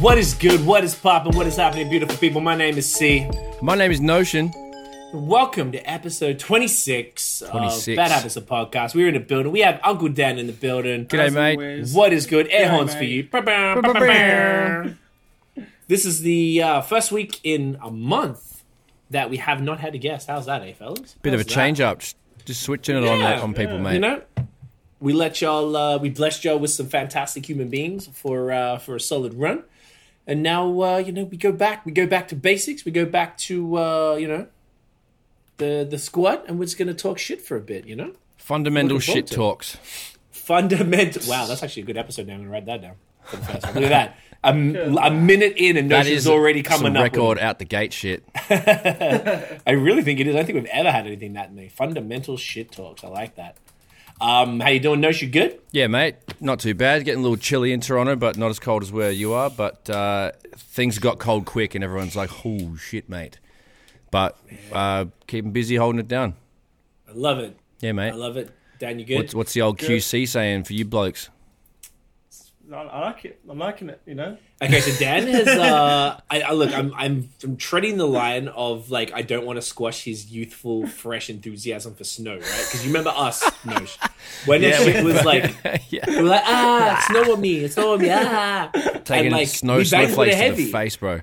What is good? What is poppin'? What is happening, beautiful people? My name is C. My name is Notion. Welcome to episode 26, 26. of Bad Habits of Podcast. We're in the building. We have Uncle Dan in the building. G'day, As mate. always. What is good? Air G'day, horns mate. for you. Ba-bam. This is the uh, first week in a month that we have not had a guest. How's that, eh, fellas? Bit of a How's that? change up, just, just switching it on Yeah, on people, yeah. mate. You know, we let y'all, uh, we blessed y'all with some fantastic human beings for uh, for a solid run, and now uh, you know we go back, we go back to basics, we go back to uh, you know the the squad, and we're just gonna talk shit for a bit, you know. Fundamental Looking forward shit to it. talks. Fundamental. Wow, that's actually a good episode. Now I'm gonna write that down. For the first one. Look at that. A, a minute in and That Notion's is already coming some up. with- record out the gate shit. I really think it is. I don't think we've ever had anything that many fundamental shit talks. I like that. Um, how you doing, Notion? You good? Yeah, mate. Not too bad. Getting a little chilly in Toronto, but not as cold as where you are. But uh, things got cold quick, and everyone's like, "Oh shit, mate." But uh, keeping busy, holding it down. I love it. Yeah, mate. I love it. Dan, you good? What's, what's the old QC saying for you blokes? I, I like it. I'm liking it. You know, Okay, so Dan has. Uh, I, I look. I'm, I'm. I'm treading the line of like I don't want to squash his youthful, fresh enthusiasm for snow, right? Because you remember us, Noosh, when that shit was like, we yeah, were like, ah, it's snow on me, it's snow on me, ah. taking and, like, snow we banged with a snowflakes to heavy. the face, bro.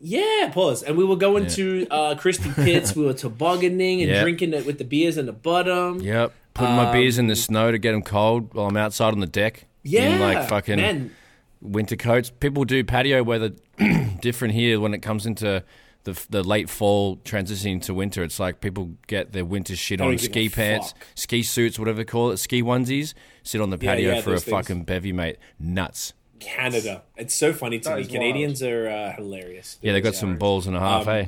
Yeah, pause. And we were going to uh, Christy Pitts. We were tobogganing and Yeah. drinking it with the beers in the bottom. Yep. Putting my beers Um, in the snow to get them cold while I'm outside on the deck. Yeah, In like fucking man. winter coats. People do patio weather different here when it comes into the, the late fall transitioning to winter. It's like people get their winter shit don't on give ski a pants, fuck. ski suits, whatever they call it, ski onesies. Sit on the Yeah, patio yeah, for a those things. fucking bevy, mate. Nuts. Canada. It's so funny to That me. is wild. Canadians are uh, hilarious. Yeah, they got some balls and a half, eh?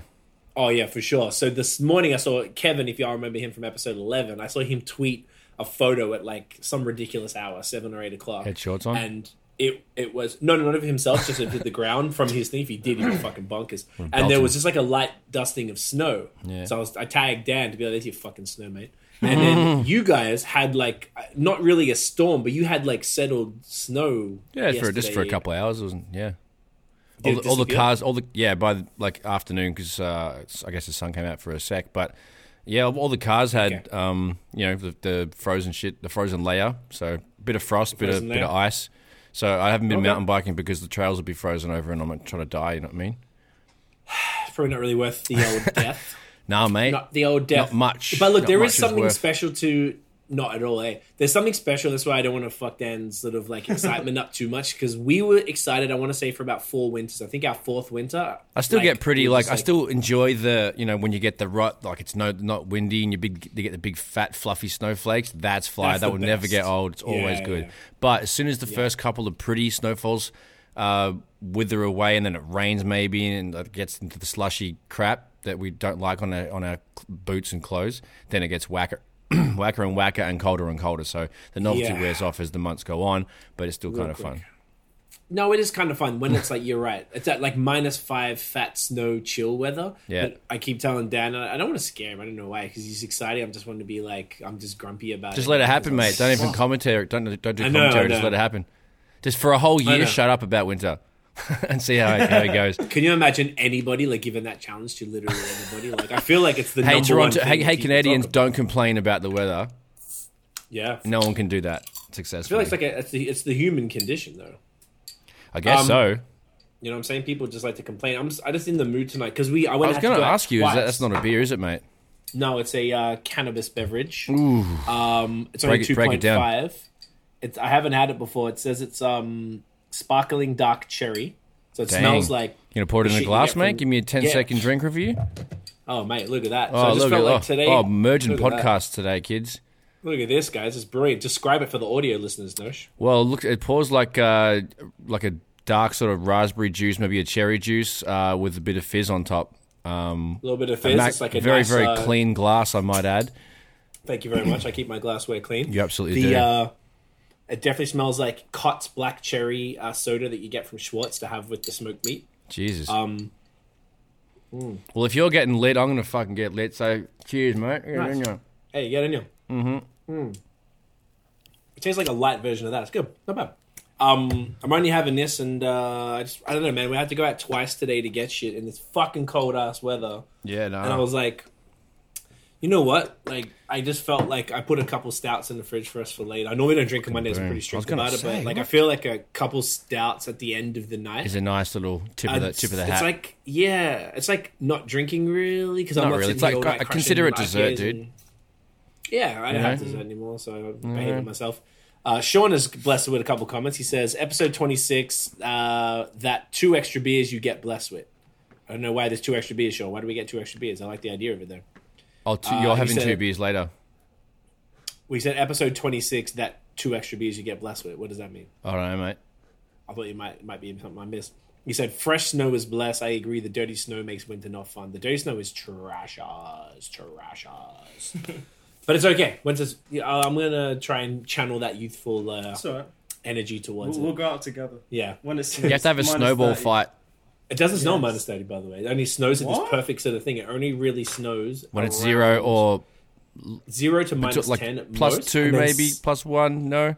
Oh yeah, for sure. So this morning I saw Kevin, if y'all remember him from episode eleven, I saw him tweet a photo at like some ridiculous hour, seven or eight o'clock. Had shorts on? And it it was no no not of himself, just into the ground from his thing. If he did, he was fucking bonkers. And there belting. was just like a light dusting of snow. Yeah. So I was I tagged Dan to be like, There's your fucking snow, mate. And then you guys had like not really a storm, but you had like settled snow. Yeah, for just for a yesterday. couple of hours, wasn't yeah. Did All, it the- all the disappear? cars, all the yeah, by the, like afternoon because uh, I guess the sun came out for a sec, but yeah, all the cars had Okay. um, you know the, the frozen shit, the frozen layer, so bit of frost, bit of frozen bit of layer. ice. So I haven't been Okay. mountain biking because the trails will be frozen over, and I'm not trying to die. You know what I mean? It's probably not really worth the old death. Nah, mate. not the old death. Not much. But look, Not there much is is something worth. special to not at all. Eh, there's something special. That's why I don't want to fuck Dan's sort of like excitement up too much because we were excited. I want to say for about four winters. I think our fourth winter. I still get pretty we were like, just I still enjoy the you know when you get the right like it's no not windy and you big you get the big fat fluffy snowflakes that's fly That's that the will never best. get old it's always Yeah, good yeah. but as soon as the first couple of pretty snowfalls uh, wither away and then it rains maybe and it gets into the slushy crap that we don't like on our on our cl- boots and clothes then it gets whacker whacker and whacker and colder and colder so the novelty Yeah. wears off as the months go on but it's still kind of fun No, it is kind of fun when it's like you're right. It's at like minus five fat snow chill weather. Yeah. But I keep telling Dan, and I don't want to scare him. I don't know why because he's excited. I'm just wanting to be like I'm just grumpy about it. Just let it happen, mate. Don't even commentary. Don't don't do I know, I commentary. Just know. let it happen. Just for a whole know. year, shut up about winter and see how it, how it goes. Oh, Can you imagine anybody like giving that challenge to literally anybody? Like I feel like it's the Hey number one Toronto, thing hey, that hey people talk Canadians, about. don't complain about the weather. Yeah. No one can do that successfully. I, I feel like it's like a, it's, the, it's the human condition, though. guess um, so. You know what I'm saying? People just like to complain. I'm just, I just in the mood tonight because we. I, I went was out going to to go out ask you, is twice. that, that's not a beer, is it, mate? No, it's a uh, cannabis beverage. Ooh. Um, it's only Break two it- break it point down. five. It's I haven't had it before. It says it's um sparkling dark cherry, so it Dang. smells like. You gonna pour it the in shit a you glass, get mate? from- Give me a 10-second Yeah. drink review. Oh mate, look at that! So Oh, I just look at felt like oh, today. oh, merging look at that. podcasts today, kids. Look at this, guys! It's brilliant. Describe it for the audio listeners, Nosh. Well, it looks it pours like uh, like a dark sort of raspberry juice, maybe a cherry juice, uh, with a bit of fizz on top. Um, A little bit of a fizz. mac- it's like a very, nice, very uh, clean glass, I might add. Thank you very much. I keep my glassware clean. You absolutely the, do. Uh, it definitely smells like Cott's black cherry uh, soda that you get from Schwartz to have with the smoked meat. Jesus. Um, Well, if you're getting lit, I'm going to fucking get lit. So cheers, mate. Yeah, Nice. yeah. Hmm. Hey, you got it in you. Mm-hmm. It tastes like a light version of that. It's good. Not bad. Um, I'm only having this, and uh, I just I don't know, man. We had to go out twice today to get shit in this fucking cold ass weather, Yeah, no. and I was like, you know what? Like, I just felt like I put a couple stouts in the fridge for us for later. I normally don't drink on Mondays. I'm Boom. I pretty was strict gonna about it, say, but like, I what? feel like a couple stouts at the end of the night. is a nice little tip of the tip of the it's, hat. it's like yeah, it's like not drinking really because I'm Not not really. It's sitting here like- all night I crushing consider it IPAs dessert, dude. and- yeah, I don't know? have dessert anymore, so I'm behaving myself. Uh, Sean is blessed with a couple comments. He says, "Episode 26, uh, that two extra beers you get blessed with." I don't know why there's two extra beers, Sean. Why do we get two extra beers? I like the idea of it though. oh, two, uh, you're he having said two it- beers later. We said episode 26, that two extra beers you get blessed with. What does that mean? I don't know, mate. I thought it might it might be something I missed. He said, "Fresh snow is blessed." I agree. The dirty snow makes winter not fun. The dirty snow is trash us, trash us. but it's okay. Winter's. Yeah, I'm gonna try and channel that youthful uh, It's all right. energy towards We'll, we'll it. go out together. Yeah, When it's You have to have a snowball fight it doesn't snow Yes. minus thirty, by the way. It only snows at this What? perfect sort of thing. It only really snows when it's around zero or zero to minus like ten, at plus most, two, and then maybe s- plus one. No,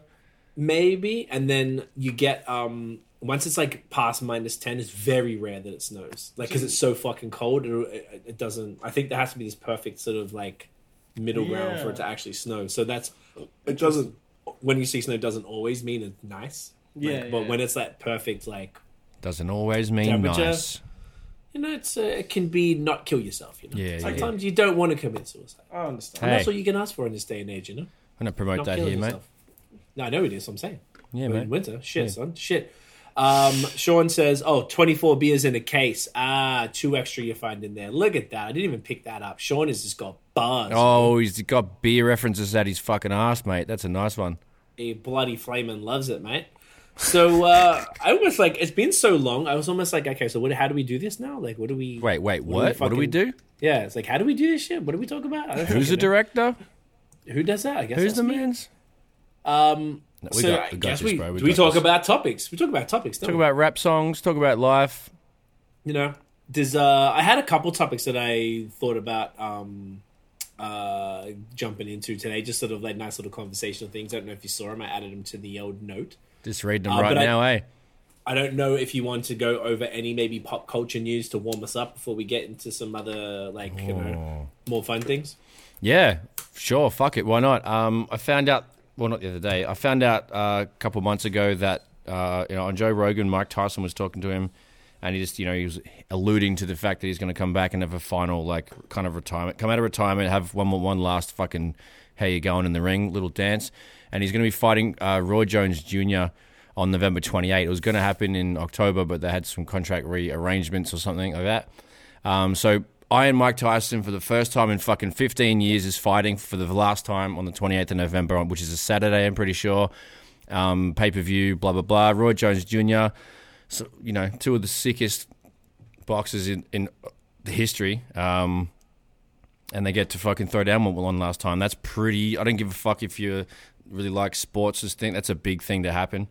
maybe, and then you get um once it's like past minus ten, it's very rare that it snows, like because it's so fucking cold, it, it, it doesn't. I think there has to be this perfect sort of like middle ground for it to Yeah. actually snow. So that's it doesn't when you see snow doesn't always mean it's nice, Like, Yeah, but yeah. when it's that perfect, like doesn't always mean Temperature. nice. you know, it's uh, it can be not kill yourself. You know, Yeah, yeah. sometimes you don't want to commit suicide. I understand. And Hey, That's all you can ask for in this day and age, you know. I'm gonna promote Not that killing here, mate. yourself. No, I know it is. I'm saying. Yeah, We're mate. in winter. Shit, son. Shit. Um, Sean says, oh, 24 beers in a case. Ah, two extra you find in there. Look at that. I didn't even pick that up. Sean has just got bars. Oh, he's got beer references at his fucking ass, mate. That's a nice one. He bloody flaming loves it, mate. So uh, I was like, it's been so long. I was almost like, okay, so what? How do we do this now? Like, what do we? Wait, wait, do we what? What do we fucking- do? Yeah, it's like, how do we do this shit? What do we talk about? I don't Who's fucking the know. director? Who does that? I guess Who's that's the me. man's? Um, No, we so got- I we got guess this, we bro. We we got talk this. about topics. We talk about topics. Don't Talk we? about rap songs. Talk about life. you know there's uh i had a couple topics that i thought about um uh jumping into today just sort of like nice little conversational things i don't know if you saw them i added them to the old note Just reading them Uh, right but I- now, eh? i don't know if you want to go over any maybe pop culture news to warm us up before we get into some other like you Oh. know more fun things Yeah, sure. Fuck it. Why not? Um, I found out. Well, not the other day. I found out uh, a couple months ago that uh, you know on Joe Rogan, Mike Tyson was talking to him, and he just you know he was alluding to the fact that he's going to come back and have a final like kind of retirement, come out of retirement, have one more one last fucking how you going in the ring little dance, and he's going to be fighting uh, Roy Jones Jr. on November 28. It was going to happen in October, but they had some contract rearrangements or something like that. Um, so I and Mike Tyson for the first time in fucking 15 years is fighting for the last time on the 28th of November, which is a Saturday, I'm pretty sure. Um, Pay per view, blah blah blah. Roy Jones Jr. So you know, two of the sickest boxers in, in the history. Um, and they get to fucking throw down one one last time. That's pretty. I don't give a fuck if you really like sports. This thing that's a big thing to happen.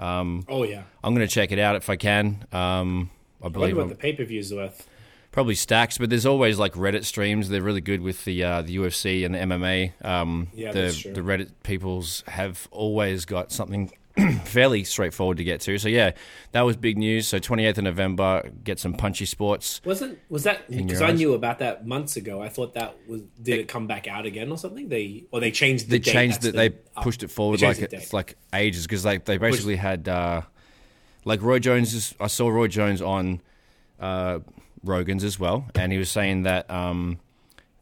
oh yeah I'm gonna check it out if I can. Um, i I wonder believe what I'm, the pay-per-view's worth probably stacks, but there's always like Reddit streams. They're really good with the uh, the UFC and the MMA. Um, Yeah, the that's true. the Reddit peoples have always got something fairly straightforward to get to. So yeah, that was big news. So 28th of November, get some punchy sports. wasn't was that because your i eyes? knew about that months ago i thought that was did it come back out again or something they or they changed the they date, changed that's that they the- oh, pushed it forward they changed like the it's date. like ages because like they basically had uh like Roy Jones is, I saw Roy Jones on uh Rogan's as well and he was saying that um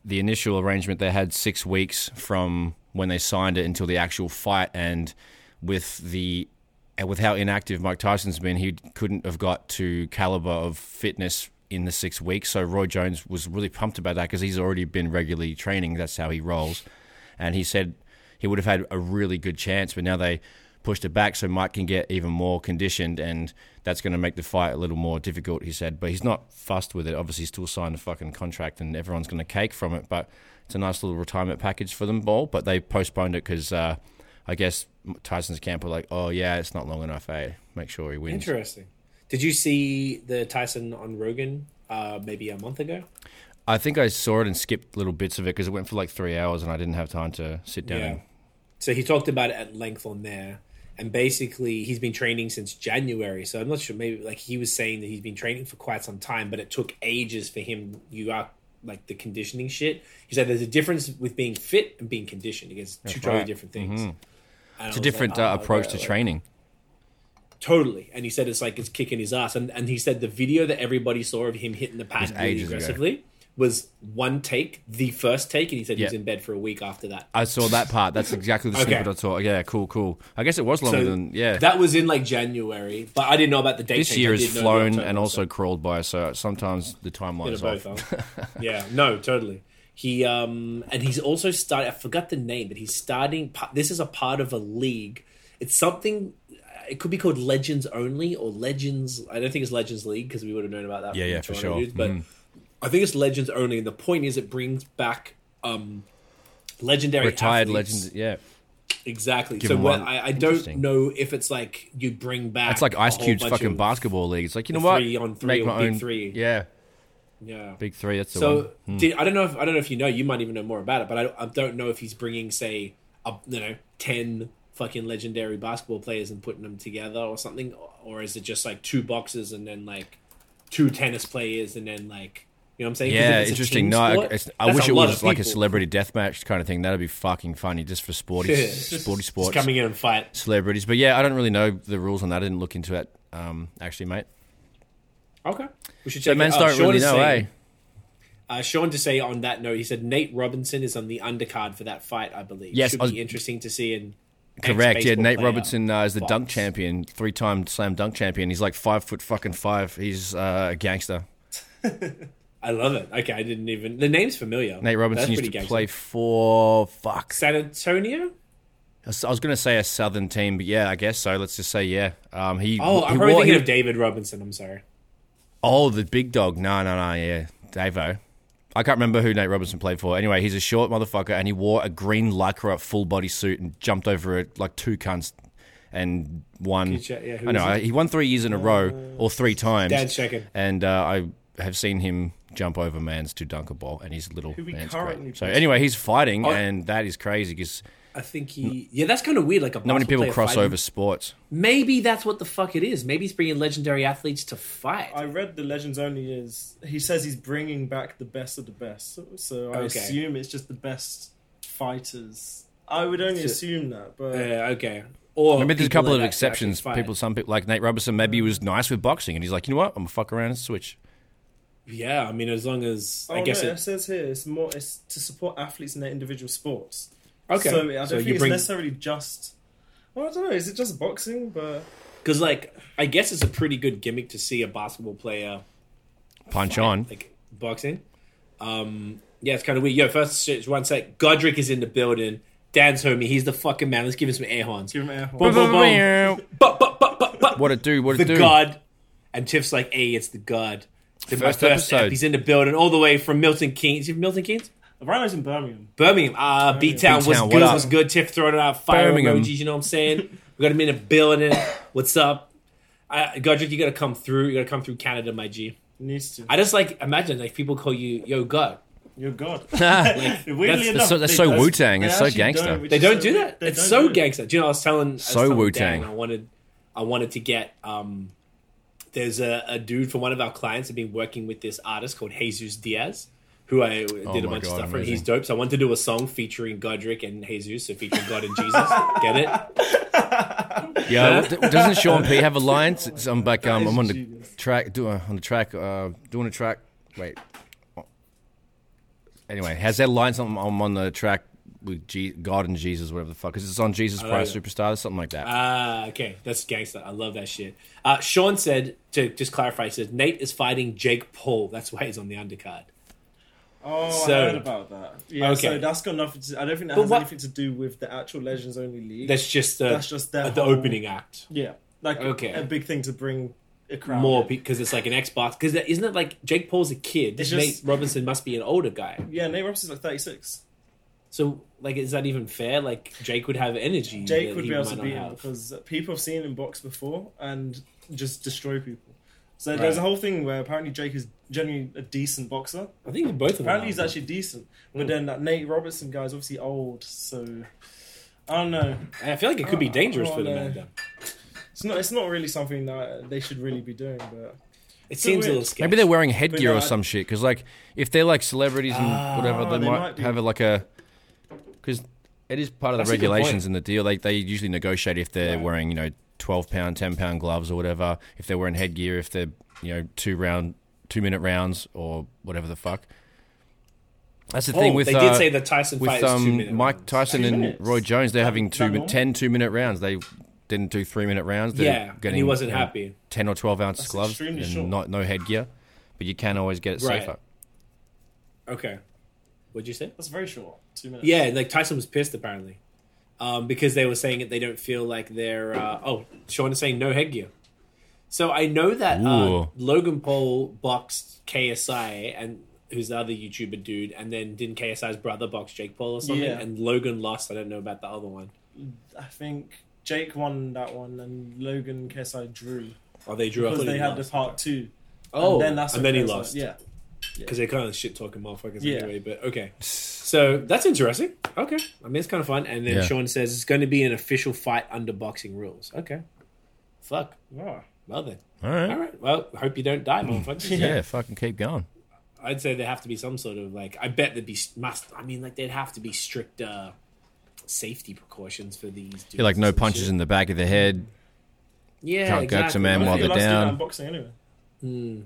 the initial arrangement they had 6 weeks from when they signed it until the actual fight and with the and with how inactive Mike Tyson's been, he couldn't have got to caliber of fitness in the six weeks. So Roy Jones was really pumped about that because he's already been regularly training. That's how he rolls, and he said he would have had a really good chance, but now they pushed it back so Mike can get even more conditioned, and that's going to make the fight a little more difficult. He said, but he's not fussed with it. Obviously, he's still signed a fucking contract, and everyone's going to cake from it. But it's a nice little retirement package for them all. But they postponed it because. Uh, I guess Tyson's camp were like, oh yeah, it's not long enough. Eh? Make sure he wins. Interesting. Did you see the Tyson on Rogan uh, maybe a month ago? I think I saw it and skipped little bits of it because it went for like three hours and I didn't have time to sit down. and- So he talked about it at length on there. and basically he's been training since January. So I'm not sure. Maybe like he was saying that he's been training for quite some time, but it took ages for him. You are like the conditioning shit. He said there's a difference with being fit and being conditioned. It's two totally right. different things. And It's a different uh, approach to training. Totally. And he said it's like it's kicking his ass. And and he said the video that everybody saw of him hitting the pad really ages ago. aggressively was one take, the first take, and he said he was Yeah. in bed for a week after that. I saw that part. That's exactly the Okay. snippet I saw. Yeah, cool, cool. I guess it was longer So than yeah. That was in like January, but I didn't know about the date. this change. year I is did know flown October, and so- also crawled by, so sometimes the timeline Bit is of off. both, huh? yeah, no, totally. He um and he's also started. I forgot the name, but he's starting. pa- This is a part of a league. It's something. It could be called Legends Only or Legends. I don't think it's Legends League because we would have known about that. Yeah, from yeah, the for Toronto sure. dudes, but Mm. I think it's Legends Only, and the point is, it brings back um legendary Retired athletes. legend. Yeah, Exactly. Give so them what, one. I, I don't Interesting. know if it's like you bring back. it's like a Ice whole Cube's bunch fucking of- basketball league. It's like you know the what? three on three or big three. Yeah, Yeah. big three. That's the one. Hmm. So did, I don't know if I don't know if you know. You might even know more about it, but I, I don't know if he's bringing say a, you know ten fucking legendary basketball players and putting them together or something, or, or is it just like two boxes and then like two tennis players and then like you know what I'm saying? 'Cause if Yeah, it's a interesting. team No, I, sport, it's, I that's wish a it lot was of like a people. celebrity death match kind of thing. That'd be fucking funny, just for sporty, Yeah. sporty Just sports coming in and fight. celebrities. But yeah, I don't really know the rules on that. I didn't look into it. Um, actually, mate, Okay, we should the check. men it out. don't Sean really is know, saying- eh? Uh, Sean to say on that note, he said Nate Robinson is on the undercard for that fight, I believe. Yes, should I was- be interesting to see. And Correct. Yeah, Nate Robertson uh, is the dunk champion, three-time slam dunk champion. He's like five foot fucking five. He's uh, a gangster. I love it. Okay, I didn't even. The name's familiar. Nate Robinson That's used to pretty gangster. play for fuck. San Antonio. I was- I was going to say a southern team, but yeah, I guess so. Let's just say yeah. Um, he Oh, he I'm probably wore- thinking he- of David Robinson. I'm sorry. Oh, the big dog. No, no, no. Yeah, Davo. I can't remember who Nate Robinson played for. Anyway, he's a short motherfucker, and he wore a green lycra full body suit and jumped over it like two cunts and won. check- yeah, who I know is Uh, he won three years in a row or three times. Dan's checking. And uh, I have seen him jump over man's to dunk a ball, and he's little. we man's currently great. So play- anyway, he's fighting, and that is crazy because I think he. Yeah, that's kind of weird. Like a not many people cross over fighting. sports. Maybe that's what the fuck it is. Maybe he's bringing legendary athletes to fight. I read the Legends Only is he says he's bringing back the best of the best, so, so I Okay. assume it's just the best fighters. I would only assume that, but Yeah, okay. Or Maybe there's a people couple that of actually exceptions. fight. Mm. People, some people like Nate Robertson. Maybe he was nice with boxing, and he's like, you know what, I'm gonna fuck around and switch. Yeah, I mean, as long as I Oh, guess no, it. says here it's more it's to support athletes in their individual sports. Okay, So I don't So think you it's bring- necessarily just. Well, I don't know. Is it just boxing? But Because, like, I guess it's a pretty good gimmick to see a basketball player Punch on. like boxing. Um, yeah, it's kind of weird. Yo, first shit, one sec. Godric is in the building. Dan's homie. He's the fucking man. Let's give him some air horns. give him air horn. Boom, boom, boom. Bup, bup, bup, bup, bup. What it do? What the it do? god. And Tiff's like, hey, it's the god. Did my First first episode. ep. He's in the building all the way from Milton Keynes. You from Milton Keynes? Rhino's in Birmingham. Birmingham. Ah, B Town was B-Town, good. what up? Was good. Tiff throwing out fire Birmingham. emojis. You know what I'm saying? we got him in the building. What's up? I, Godric, you got to come through. You got to come through Canada, my G. Needs to. I just like imagine like people call you Yo God. You're God. That's Weirdly that's enough, so- that's they so don't- Wu-Tang, they it's so actually gangster. don't, which They is don't so do weird. that. They it's don't so do it. gangster. Do you know, I was telling I was So telling Wu-Tang. Dan I wanted, I wanted to get. um There's a, a dude from one of our clients that been working with this artist called Jesus Diaz, who I did a Oh my bunch of God, stuff for. and He's amazing. dope. So I wanted to do a song featuring Godric and Jesus, so featuring God and Jesus. Get it? yeah. d- Doesn't Sean P have a line? S- s- I'm back. Um, is I'm on the genius. track. Do, uh, on the track. Uh, doing a track. Wait. Anyway, has that line? Something. I'm on the track with G- God and Jesus, whatever the fuck. Because it's on Jesus Christ yeah. Superstar, or something like that. Ah, okay. That's gangster. I love that shit. Uh, Sean said to just clarify. He says Nate is fighting Jake Paul. That's why he's on the undercard. Oh, So- I heard about that. Yeah, Okay. so that's got nothing to. I don't think that But has what- anything to do with the actual Legends Only League. That's just the That's just their the whole- opening act. yeah, like Okay. a big thing to bring a crowd. more in. because it's like an Xbox. Because isn't it like Jake Paul's a kid? It's Nate just- Robinson must be an older guy. Yeah, Nate Robinson's like 36. So like, is that even fair? Like Jake would have energy. Jake that would he be able might to not beat him have. because people have seen him box before and just destroy people. So there's a Right. whole thing where apparently Jake is generally a decent boxer. I think both of them. Apparently are. he's actually decent, but then that Nate Robertson guy is obviously old, so I don't know. And I feel like it could be dangerous oh, for the no. man. Down. It's not. It's not really something that they should really be doing. But It seems a weird. little sketchy. Maybe they're wearing headgear no, or I- some shit. Because like, if they're like celebrities and Ah, whatever, they, they might, might do. have a, like a. Because it is part of That's a the good point. regulations in the deal. They they usually negotiate if they're wearing you know twelve pound, ten pound gloves or whatever. If they're wearing headgear, if they're you know two round, two minute rounds or whatever the fuck. That's the oh, thing with they uh, did say the Tyson fight is with two um, minutes. Mike Tyson Two and minutes. Roy Jones, they're having Is that two, normal? 10 two minute rounds. They didn't do three minute rounds. They're Yeah, and he wasn't you know, happy. Ten or twelve ounce gloves extremely and short. not no headgear, but you can always get it Right. safer. Okay, what'd you say? that's very short. Two minutes. Yeah, like Tyson was pissed apparently, um, because they were saying that they don't feel like they're. Uh, oh, Sean is saying no headgear. So I know that uh, Ooh. Logan Paul boxed KSI and who's the other YouTuber dude, and then didn't KSI's brother box Jake Paul or something? Yeah. And Logan lost. I don't know about the other one. I think Jake won that one, and Logan Kesai drew Oh, they drew. I because thought he they had the lost. part two. Oh, and then, that's and when then he Kesai- lost. Yeah, because they're kind of shit talking motherfuckers Yeah. anyway. But okay, so that's interesting. Okay, I mean it's kind of fun. And then Yeah. Sean says it's going to be an official fight under boxing rules. Okay, fuck. wow. Well then, All right. all right. Well, hope you don't die, Mm. motherfuckers. Yeah, fucking keep going. I'd say there have to be some sort of like. I bet there'd be s- must. I mean, like there'd have to be strict uh, safety precautions for these. Dudes Yeah, like no and punches shit. in the back of the head. Yeah, Can't go to exactly. man I while think they're last year down. in boxing anyway. Hmm.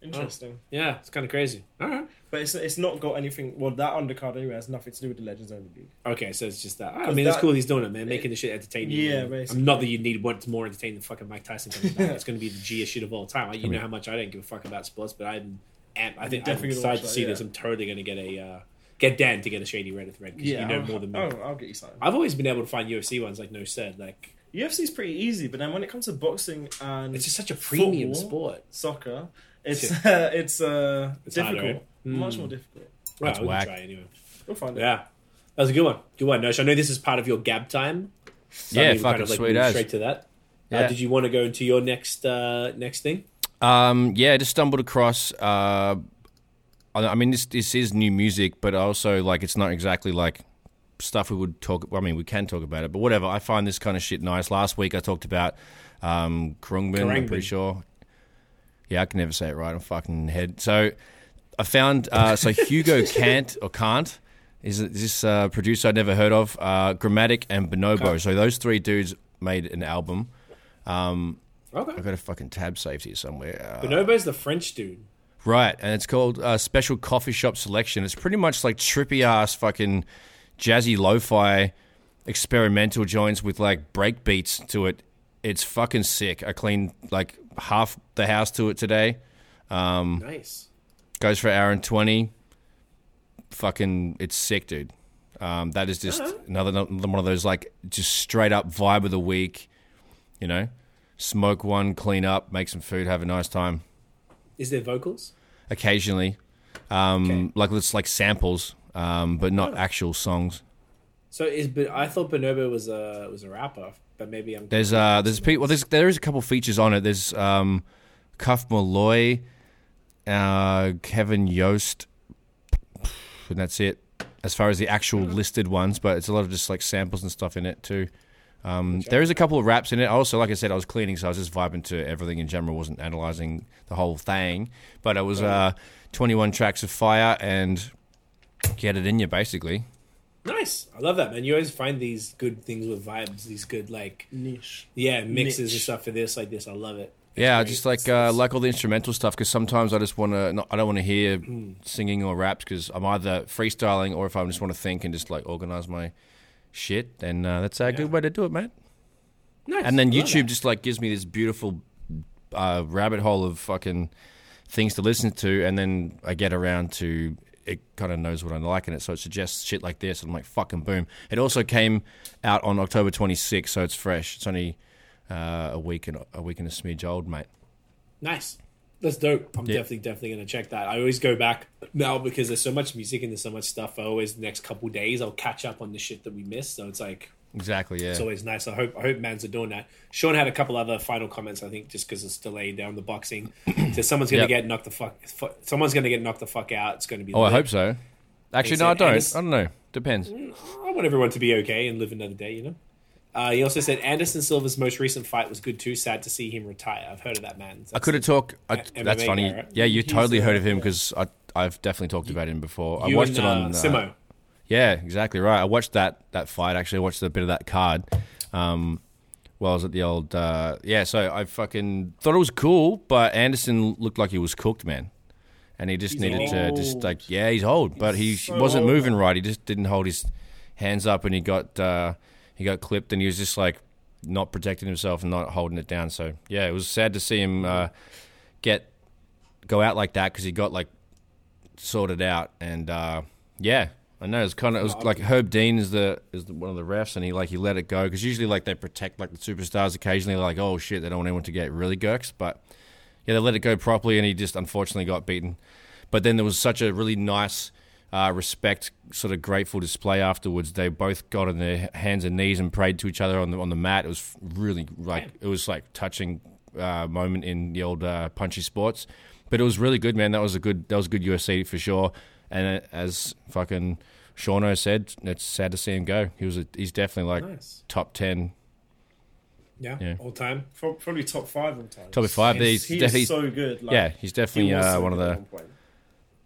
Interesting, Yeah, it's kind of crazy. All right. but it's it's not got anything. Well, that undercard anyway has nothing to do with the Legends Only League. Okay, so it's just that. I 'Cause mean, it's that- cool he's doing it, man, making the shit entertaining. Yeah, man. basically. I'm not that you need what's more entertaining than fucking Mike Tyson coming back. it's going to be the G shit of all time. You know how much I don't give a fuck about sports, but I'm, am, I think I'm Definitely gonna excited to watch see that, this. yeah. I'm totally going to get a uh, get Dan to get a shady Reddit thread because you know I'll- more than me. Oh, I'll get you something. I've always been able to find UFC ones like no said like UFC's pretty easy, but then when it comes to boxing and it's just such a premium Football. sport. soccer, it's uh, it's uh, It's difficult, harder, eh? much more difficult. Well, That's we can whack. try anyway. We'll find it. Yeah, that was a good one. Good one, Nosh. I know this is part of your gab time. so Yeah, we can fucking sweet move as. Straight to that. Uh, Yeah. did you want to go into your next uh, next thing? Um, yeah, I just stumbled across. Uh, I I mean, this this is new music, but also like it's not exactly like stuff we would talk. I mean, we can talk about it, but whatever. I find this kind of shit nice. Last week I talked about um, Krungbin. I'm Karangbin. pretty sure. Yeah, I can never say it right. I'm fucking head. So I found uh, so Hugo Kant or Kant is this uh, producer I'd never heard of, uh, Grammatic and Bonobo. So those three dudes made an album. Okay. I've got a fucking tab saved here somewhere. Uh, Bonobo's the French dude. Right, and it's called uh, Special Coffee Shop Selection. It's pretty much like trippy ass fucking jazzy lo-fi experimental joints with like break beats to it. It's fucking sick. I cleaned like half the house to it today. Hmm. Nice. Goes for an hour and twenty. Fucking, it's sick, dude. Um, that is just another, another one of those like just straight up vibe of the week. You know, smoke one, clean up, make some food, have a nice time. Is there vocals? occasionally, um, Okay. like it's like samples, um, but not actual songs. So is but I thought Bonobo was a was a rapper, but maybe I'm There's uh, there's people. Well, there's there is a couple features on it. There's um, Cuff Malloy, uh, Kevin Yost, and that's it. As far as the actual listed ones, but it's a lot of just like samples and stuff in it too. Um, there is a couple of raps in it. Also, like I said, I was cleaning, so I was just vibing to everything in general. wasn't analyzing the whole thing, but it was uh, 21 tracks of fire and get it in you basically. nice. I love that man. You always find these good things with vibes. These good like Niche. yeah mixes and Niche. stuff for this like this. I love it. Yeah, I great. just like uh, like all the instrumental stuff because sometimes I just want to. I don't want to hear singing or raps because I'm either freestyling or if I just want to think and just like organize my shit. Then uh, that's a good way to do it, man. Nice. And then I love YouTube that. just like gives me this beautiful uh, rabbit hole of fucking things to listen to, and then I get around to it. Kind of knows what I'm liking it, so it suggests shit like this. And I'm like, fucking boom! It also came out on October 26th, so it's fresh. It's only uh, a week and a week and a smidge old, mate. nice. That's dope. I'm definitely definitely gonna check that. I always go back now because there's so much music and there's so much stuff. I always the next couple days I'll catch up on the shit that we missed. So it's like Exactly. Yeah. It's always nice. I hope I hope Mans are doing that. Sean had a couple other final comments. I think just because it's delayed down the boxing, so someone's gonna Yep. get knocked the fuck. fu- Someone's gonna get knocked the fuck out. It's gonna be. oh, I lit. hope so. Actually, They no, I said- and don't. it's- I don't know. Depends. I want everyone to be okay and live another day, you know? Uh, he also said Anderson Silva's most recent fight was good too. Sad to see him retire. I've heard of that man. I could have talked. I, MMA that's funny. guy, right? Yeah, you He's, totally uh, heard of him because I I've definitely talked about him before. I You and, watched it on uh, uh, Simo. Yeah, exactly right. I watched that that fight. Actually, I watched a bit of that card. Um, while I was at the old uh, yeah. So I fucking thought it was cool, but Anderson looked like he was cooked, man. And he just needed to just old. like yeah, he's old, but he He's so wasn't old, moving right. He just didn't hold his hands up, and he got uh, he got clipped, and he was just like not protecting himself and not holding it down. So yeah, it was sad to see him uh, get go out like that because he got like sorted out and uh, yeah I know it's kind of it was like Herb Dean is the is the, one of the refs and he like he let it go because usually like they protect like the superstars occasionally like oh shit they don't want anyone to get really gurks but yeah they let it go properly and he just unfortunately got beaten but then there was such a really nice uh, respect sort of grateful display afterwards they both got on their hands and knees and prayed to each other on the on the mat it was really like it was like touching uh, moment in the old uh, punchy sports but it was really good man that was a good that was good UFC for sure and uh, as fucking Shauno said it's sad to see him go he was a, he's definitely like Nice. top 10 Yeah, Yeah. all time. Pro- Probably top five all time. Top five, but he's he definitely- is so good. Like, yeah he's he definitely was uh, so one of good at the one point.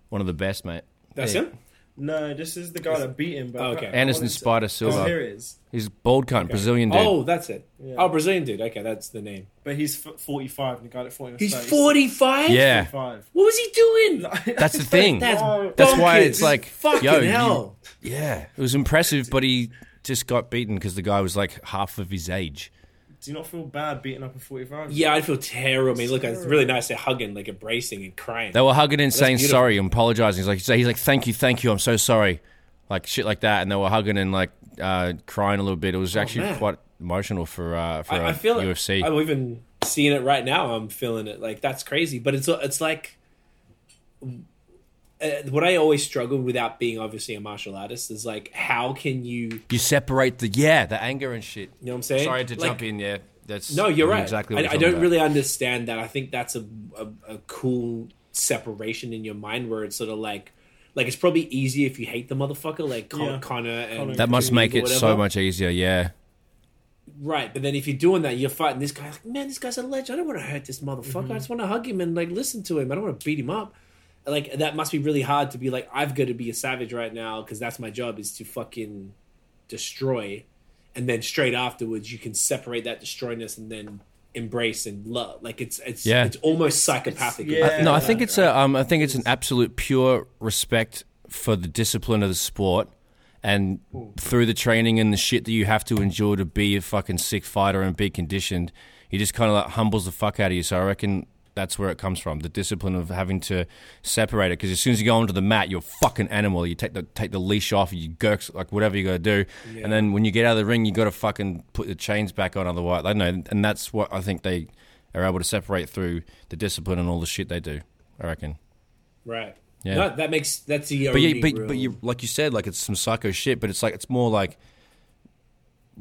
one of the best mate That's Yeah. him? No, this is the guy that beat him. But Oh, okay. I- I Anderson wanted to- Spider Oh, Silva here it is. he's a bald cunt Brazilian dude Oh, that's it. Yeah. Oh, Brazilian dude. Okay, that's the name. But he's f- 45, and the guy at 40 was He's 30. 45? yeah 45. What was he doing? That's the thing. That's, Oh, That's why bonkers. it's like, fucking yo, you- hell. Yeah, it was impressive, but he just got beaten because the guy was like half of his age. Do you not feel bad beating up a 45? Yeah, I feel terrible. I mean, look, it's really nice. They're hugging, like embracing and crying. They were hugging and saying beautiful. sorry and apologizing. He's like, so he's like, thank you, thank you, I'm so sorry, like shit like that. And they were hugging and like uh, crying a little bit. It was actually Oh, man. quite emotional for uh, for I, uh I feel UFC. It, I'm even seeing it right now. I'm feeling it. Like that's crazy. But it's it's like uh, what I always struggle without being obviously a martial artist is like how can you you you separate the yeah, the anger and shit. know what I'm saying? Sorry to Like, jump in. Yeah, that's No, you're right. Exactly. I, What I don't really understand that. I think that's a, a a cool separation in your mind where it's sort of like like it's probably easier if you hate the motherfucker like Con- Yeah. Connor and Conor. That must Khabib make or it so whatever. much easier. Yeah. Right, but then if you're doing that, you're fighting this guy. Like, man, this guy's a legend. I don't want to hurt this motherfucker. Mm-hmm. I just want to hug him and like listen to him. I don't want to beat him up. Like that must be really hard to be like I've got to be a savage right now because that's my job is to fucking destroy, and then straight afterwards you can separate that destroyness and then embrace and love. Like it's it's Yeah. it's almost psychopathic. It's- yeah. no, I like think it's a, um, I think it's an absolute pure respect for the discipline of the sport, and through the training and the shit that you have to endure to be a fucking sick fighter and be conditioned, he just kind of like humbles the fuck out of you. So I reckon that's where it comes from, the discipline of having to separate it. Because as soon as you go onto the mat, you're a fucking animal. You take the take the leash off, you gurks like whatever you got to do, and then when you get out of the ring, you got to fucking put the chains back on. Otherwise, I don't know, and that's what I think they are able to separate through the discipline and all the shit they do. I reckon. right. Yeah. No, that makes that's the But only yeah, but, real- but you like you said, like it's some psycho shit. But it's like it's more like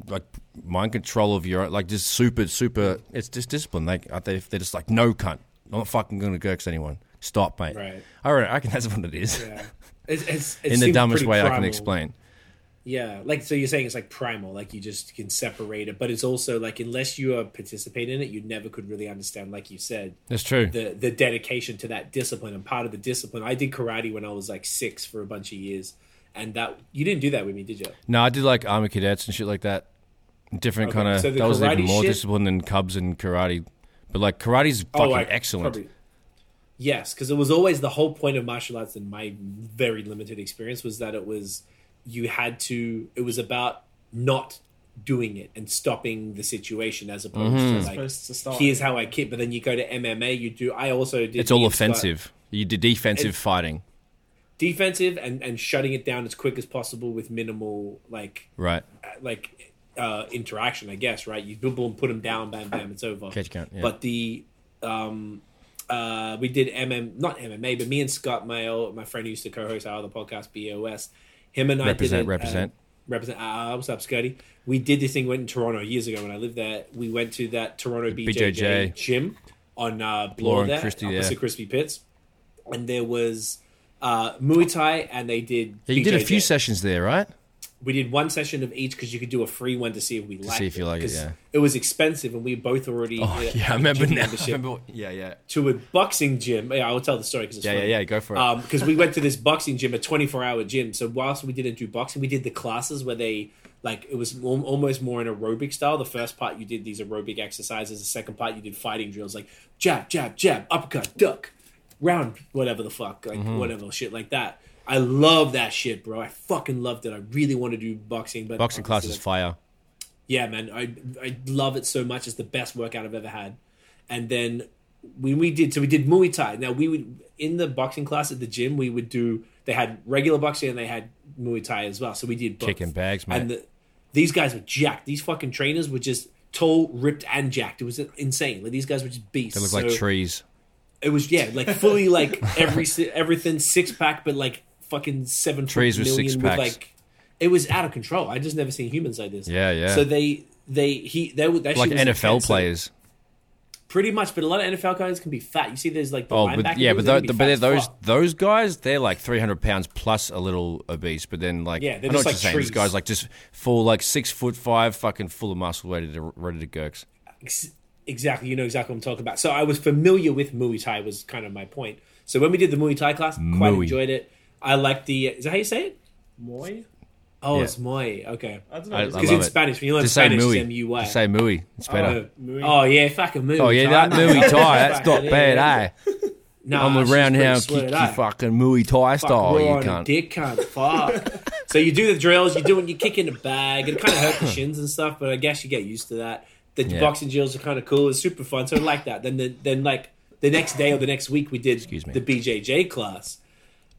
like mind control of your like just super super. It's just discipline. Like uh, they they're just like no cunt. I'm not fucking gonna gurks anyone. Stop, mate. Right. I reckon, I reckon that's what it is. yeah. It's, it's, it In the seems dumbest pretty way I can primal. explain. Yeah, like so you're saying it's like primal, like you just can separate it, but it's also like unless you are participating in it, you never could really understand, like you said, That's true. the the dedication to that discipline and part of the discipline. I did karate when I was like six for a bunch of years, and that you didn't do that with me, did you? no, I did like army cadets and shit like that. Different Okay, kind of. so the that was even karate more shit- Oh, discipline than Cubs and karate. But like karate's fucking like, excellent. probably- Yes, because it was always the whole point of martial arts in my very limited experience was that it was you had to it was about not doing it and stopping the situation as opposed Mm-hmm. to like Supposed to start. here's how I keep but then you go to MMA you do I also did It's all Ian Scott- offensive. You did defensive fighting, defensive and and shutting it down as quick as possible with minimal like right? like uh, interaction, I guess, right? You boom, boom, put them down, bam, bam, it's over. Catch count, yeah. But the um, uh, we did MM, not MMA, but me and Scott, my old, my friend who used to co-host our other podcast, BOS. Him and I Represent, did it, uh, represent. represent. Uh, what's up, Scotty? We did this thing. Went in Toronto years ago when I lived there. We went to that Toronto BJJ, BJJ. gym on uh, Bloor Bloor and there, Christie, opposite yeah. Crispy Pits, and there was uh, Muay Thai, and they did. Yeah, you did a BJJ. few sessions there, right? we did one session of each because you could do a free one to see if we liked see if you like it, 'cause yeah. it was expensive, and we both already. Oh, uh, yeah, I had remember gym now. I membership remember- yeah, yeah. to a boxing gym. Yeah, I will tell the story because Yeah, yeah, yeah. Go for it. because Um, we went to this boxing gym, a 24 hour gym. So whilst we didn't do boxing, we did the classes where they like it was al- almost more an aerobic style. The first part you did these aerobic exercises. The second part you did fighting drills like jab, jab, jab, uppercut, duck, round, whatever the fuck, like Mm-hmm. whatever shit like that. I love that shit, bro. I fucking loved it. I really want to do boxing, but Boxing class is obviously, like, fire. yeah, man, I I love it so much. It's the best workout I've ever had. And then when we did, so we did Muay Thai. Now we would in the boxing class at the gym, we would do. They had regular boxing and they had Muay Thai as well. So we did both. Kicking bags, mate. And the, these guys were jacked. These fucking trainers were just tall, ripped, and jacked. It was insane. Like these guys were just beasts. They look like So- trees. It was yeah, like fully like every si- everything six pack, but like fucking seven foot Trees with million six with packs. like it was out of control. I just never seen humans like this. Yeah, yeah. So they they he they would that Like shit was NFL intense. players. pretty much. But a lot of NFL guys can be fat. You see, there's like the Oh, linebacker but yeah, dudes, they but can those, be but fat they're as those fuck. those guys, they're like three hundred pounds plus a little obese. But then like, Yeah, they're I know just what like you're saying. These trees. guys like just full like six foot five, fucking full of muscle, ready to ready to gurks. Ex- exactly. You know exactly what I'm talking about. So I was familiar with Muay Thai was kind of my point. So when we did the Muay Thai class, quite Muay. enjoyed it. I like the is that how you say it? Moy? Oh, Yeah. it's Muay. Okay, I don't know. I- is I it- because in love it. Spanish when you learn Just say Spanish, it's muy. M-U-Y. Just say muy. It's better. Oh, Muay. oh, yeah, fucking Muay. Oh, yeah, Thai, that man. Muay Thai. That's not Yeah, bad, yeah. eh? Nah, it's I'm a just pretty roundhouse sweated kick out. you fucking Muay Thai Fuck, style, raw oh, you and cunt. Dick cunt. Fuck. so you do the drills. You do when you kick in the bag. It kind of hurt the shins and stuff, but I guess you get used to that. The Yeah. boxing drills are kind of cool. It's super fun. So I like that. Then the, then like the next day or the next week we did Excuse me. the BJJ class,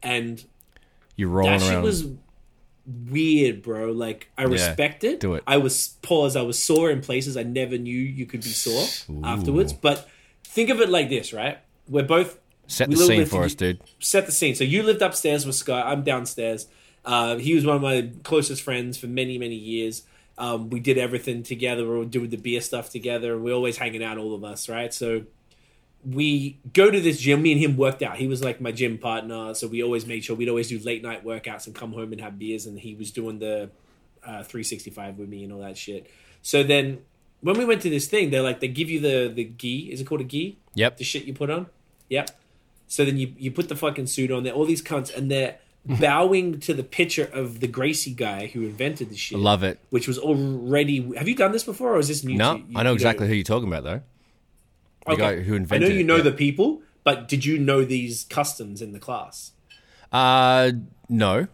and You're rolling that shit around. was weird, bro. Like I respect it. do it. I was paused. I was sore in places I never knew you could be sore afterwards. But think of it like this, right? We're both Set we the live scene with for you- us, dude. Set the scene. So you lived upstairs with Scott. I'm downstairs. Uh, he was one of my closest friends for many many years. Um, we did everything together. We were doing the beer stuff together. We're always hanging out, all of us, right? So we go to this gym. Me and him worked out. He was like my gym partner, so we always made sure we'd always do late night workouts and come home and have beers. And he was doing the uh, 365 with me and all that shit. So then when we went to this thing, they're like they give you the the gi. Is it called a gi? Yep. The shit you put on. Yep. So then you you put the fucking suit on. There, all these cunts, and they're Mm-hmm. bowing to the picture of the Gracie guy who invented the shit. Love it. Which was already. Have you done this before, or is this new? No, to you? I You know don't- exactly who you're talking about, though. The guy who I know invented you know it. the people, but did you know these customs in the class? Uh, no.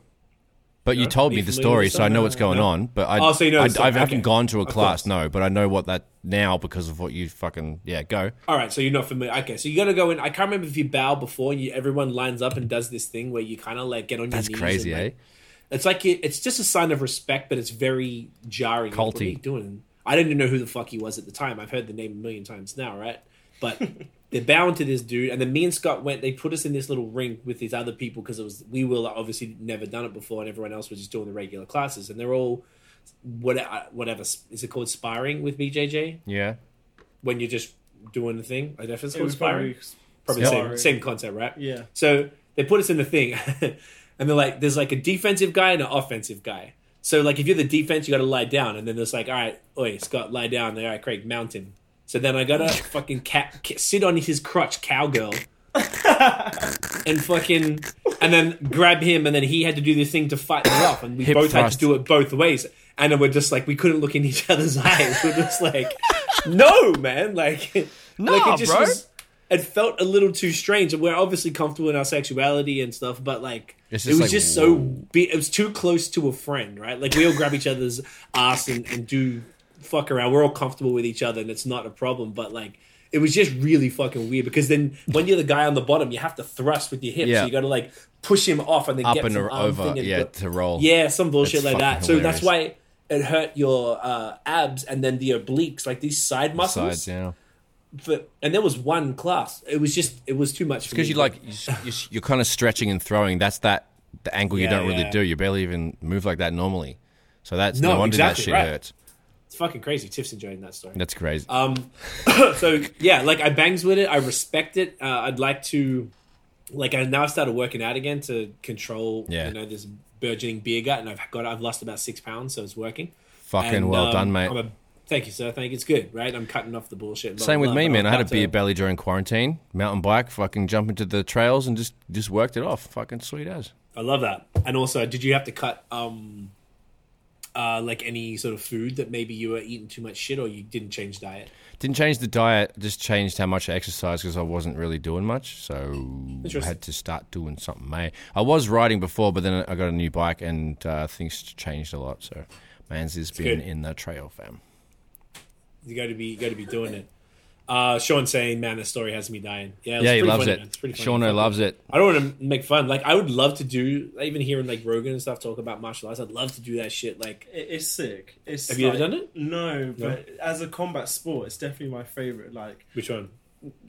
But you told Are me you the familiar story, with so I some? know what's going on. But I, Oh, so you know I, the story. I've, I haven't Okay. gone to a class, course. no. But I know what that now because of what you fucking yeah go. All right, so you're not familiar. Okay, so you got to go in. I can't remember if you bow before and you, everyone lines up and does this thing where you kind of like get on your That's knees. crazy, and, eh? like- It's like it, it's just a sign of respect, but it's very jarring. Like, what Culty. are you doing? I didn't even know who the fuck he was at the time. I've heard the name a million times now, right? But they're bound to this dude, and then me and Scott went. They put us in this little ring with these other people because it was we were like, obviously never done it before, and everyone else was just doing the regular classes, and they're all what uh, whatever is it called sparring with BJJ Yeah, when you're just doing the thing. I definitely It called was sparring. probably, Probably, the sparring. same, same concept, right? Yeah. So they put us in the thing, and they're like, there's like a defensive guy and an offensive guy. So like, if you're the defense, you got to lie down, and then there's like, all right, oi, Scott, lie down. All right, Craig, mountain. So then I gotta fucking ca- ca- sit on his crutch, cowgirl, and fucking, and then grab him, and then he had to do this thing to fight me off, and we Hip both had to thrust. do it both ways, and then we're just like, we couldn't look in each other's eyes. We're just like, no, man, like, no, Nah, bro. it felt a little too strange. and We're obviously comfortable in our sexuality and stuff, but like It's it just was like, just so whoa. be- it was too close to a friend, right? Like we all grab each other's ass and, and do fuck around. We're all comfortable with each other, and it's not a problem. But like it was just really fucking weird because then when you're the guy on the bottom, you have to thrust with your hips. Yeah. So you got to like push him off and then up get and some or arm over, thing and yeah, go- to roll. yeah, some bullshit It's like that. fucking So that's hilarious. why it hurt your uh, abs and then the obliques, like these side muscles. sides, yeah. But and there was one class. It was just it was too much for Because me. you like you, s- you're kind of stretching and throwing. That's that the angle you Yeah, don't really yeah. do. You barely even move like that normally. So that's no, No, wonder that exactly shit right. hurts. It's fucking crazy. Tiff's enjoying that story. That's crazy. Um, so yeah, like I bangs with it. I respect it. Uh, I'd like to, like I now I've started working out again to control. Yeah. You know this burgeoning beer gut, and I've got I've lost about six pounds, so it's working. Fucking And, well um, done, mate. I'm a- thank you, sir. Thank you. It's good, right? I'm cutting off the bullshit. blah, Same blah, with blah, me, but man. I'm I had a about to- beer belly during quarantine, mountain bike, fucking jump into the trails and just just worked it off. Fucking sweet as. I love that. And also, did you have to cut um, uh, like any sort of food that maybe you were eating too much shit or you didn't change diet? Didn't change the diet, just changed how much I exercised because I wasn't really doing much. So I had to start doing something, mate. I was riding before, but then I got a new bike and uh, things changed a lot. So man's has been good. in the trail, fam. You got to be, you got to be doing it. Uh, Sean saying, "Man, this story has me dying." Yeah, it's Yeah, he pretty loves funny, it. man. It's pretty funny. Sean loves it. I don't want to make fun. Like, I would love to do, even hearing like Rogan and stuff talk about martial arts. I'd love to do that shit. Like, It- It's sick. It's Have you ever like- done it? No, but as a combat sport, it's definitely my favorite. Like which one?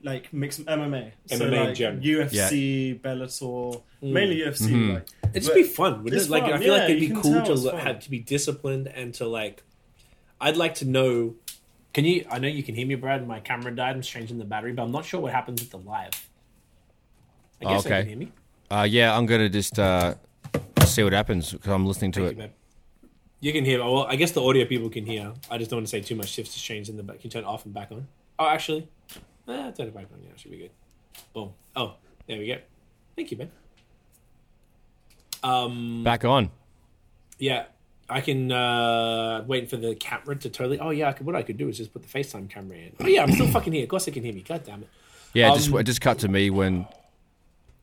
like mixed MMA, so MMA in like general. UFC, Bellator, Mm. mainly UFC. Mm-hmm. Like It'd but- just be fun, wouldn't It's it? Like, fun, I feel yeah, like it'd you be can cool tell to it's look- fun. have to be disciplined and to like. I'd like to know. Can you? I know you can hear me, Brad. My camera died. I'm changing the battery, but I'm not sure what happens with the live. I guess Okay. I can hear me. Uh, yeah, I'm gonna just uh, see what happens because I'm listening to Thank it. you, babe. You can hear. Well, I guess the audio people can hear. I just don't want to say too much. Shifts to change in the back. Can you turn it off and back on? Oh, actually, eh, turn it back on. Yeah, should be good. Boom. Oh, there we go. Thank you, man. Back on. Yeah, I can uh wait for the camera to totally. Oh yeah, I could, what I could do is just put the FaceTime camera in. Oh yeah, I'm still fucking here. Of course, they can hear me. God damn it. Yeah, just Um, it just cut to me when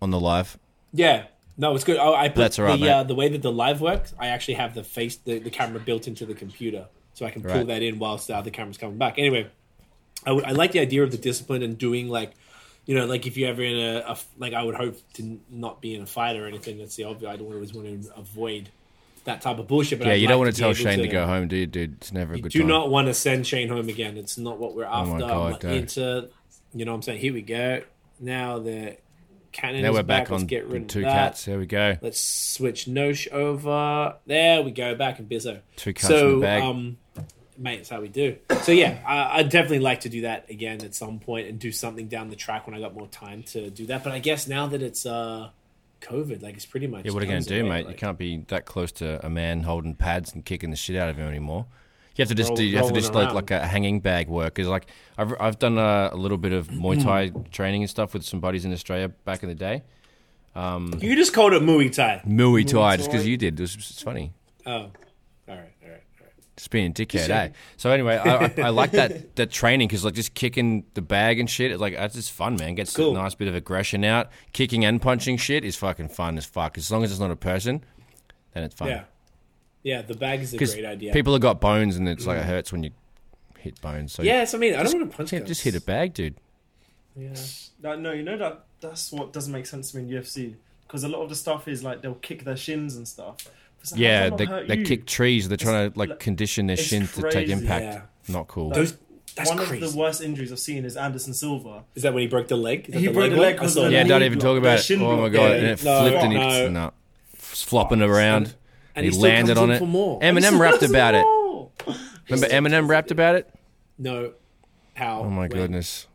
on the live. Yeah. No, it's good. Oh, I put That's all right, the mate. uh, the way that the live works. I actually have the face the, the camera built into the computer, so I can pull Right. that in whilst the other camera's coming back. Anyway, I would- I like the idea of the discipline and doing like, you know, like if you're ever in a, a f- like I would hope to n- not be in a fight or anything. That's the obvious. I'd always want to avoid that type of bullshit. But Yeah, I'd you don't like want to be tell able Shane to, go home, do you, dude? It's never a good do time. Oh not want to send Shane home again. It's not what we're after. my I'm God, not Dave. into, you know what I'm saying? Here we go. Now the cannon now is we're back, Let's on get rid of two that. cats. There we go. Let's switch Nosh over. There we go. Back in Bizzo. Two cats so, in the bag. Um, mate, it's how we do. So yeah, I, I'd definitely like to do that again at some point and do something down the track when I got more time to do that. But I guess now that it's uh, COVID, like it's pretty much yeah, what are you going guns to do, away, mate? like- you can't be that close to a man holding pads and kicking the shit out of him anymore. You have to just Roll- do. You have to rolling just like, around. like a hanging bag work. Is like I've I've done a, a little bit of Muay Thai training and stuff with some buddies in Australia back in the day. You just called it Muay Thai. Muay Thai, just because Thai. you did. It was, it's funny. Oh, all right, all right, all right. just being a dickhead, eh? So anyway, I, I, I like that that training because like just kicking the bag and shit, it's like that's just fun, man. Gets Cool. a nice bit of aggression out. Kicking and punching shit is fucking fun as fuck. As long as it's not a person, then it's fun. Yeah. Yeah, the bag is a because great idea. people have got bones and it's like it hurts when you hit bones. So yes, I mean, I don't want to punch yeah, guys. just hit a bag, dude. Yeah. That, no, you know that that's what doesn't make sense to me in UFC because a lot of the stuff is like they'll kick their shins and stuff. It's like, Yeah, how does they, that hurt they you? kick trees. They're trying to like like- condition their it's shins to take crazy. impact. Yeah. Not cool. Those, that's One crazy. of the worst injuries I've seen is Anderson Silva. is that when he broke the leg? Is that He broke the one? leg I 'cause saw of the that. yeah, knee don't even block- talk about it. the shin Oh my block. god! Yeah, and it no, flipped and he no. no. flopping around. And he, he still landed comes on in it. for more. Eminem rapped about it. Oh, Remember Eminem rapped about it? No. How? Oh my when? goodness.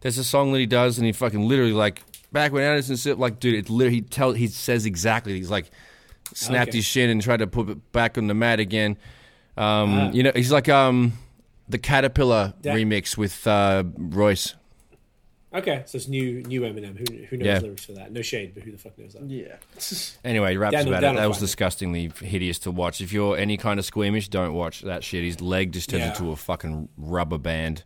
There's a song that he does, and he fucking literally like back when Anderson said, like, dude, it literally he tell he says exactly. He's like snapped Okay. his shin and tried to put it back on the mat again. Um, You know, he's like um the Caterpillar Ah. Yeah. remix with uh, Royce. Okay, so it's new new Eminem. Who, who knows Yeah. lyrics for that? No shade, but who the fuck knows that? yeah. Anyway, he raps Daniel- about it. Daniel That was Bryan. disgustingly hideous to watch. If you're any kind of squeamish, don't watch that shit. His leg just turns Yeah. into a fucking rubber band,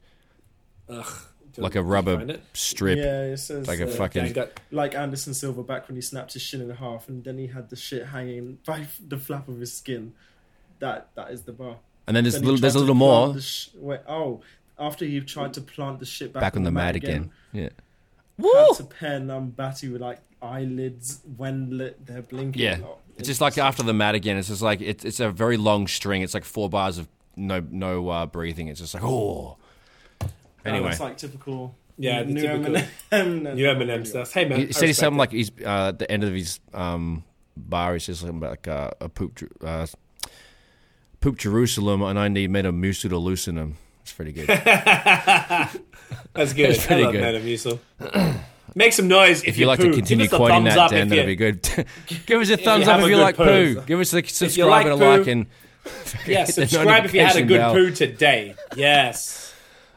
Ugh. Do- like did a you find rubber it? strip. Yeah, it says Like a uh, fucking- Yeah, I got- like Anderson Silva back when he snapped his shin in half, and then he had the shit hanging by the flap of his skin. That that is the bar. And then there's Then he little, tried there's a to little plant more the sh- wait, oh, after he tried to plant the shit back, back on the mat again. Yeah. Had to pair Numbati with like eyelids when lit, they're blinking. Yeah, a lot. it's just like after the mat again. It's just like it's it's a very long string. It's like four bars of no no uh, breathing. It's just like oh. Anyway, it's like typical. Yeah, the new typical- Eminem. New Eminem stuff. Hey man, he I said he's respect something like he's uh, at the end of his um, bar. He says something about like uh, a poop Jer- uh, poop Jerusalem, and I need Metamucil to loosen him. It's pretty good. it. That's good. pretty I love good. Eminem. Yusuf. Make some noise if, If you like poo. to continue Give us a coining thumbs that, up Dan, if that'd you- be good. Give us a thumbs have up a if you good like poo. poo. Give us a subscribe like and a poo- like and Yeah, hit the subscribe if you had a notification good bell. poo today. Yes.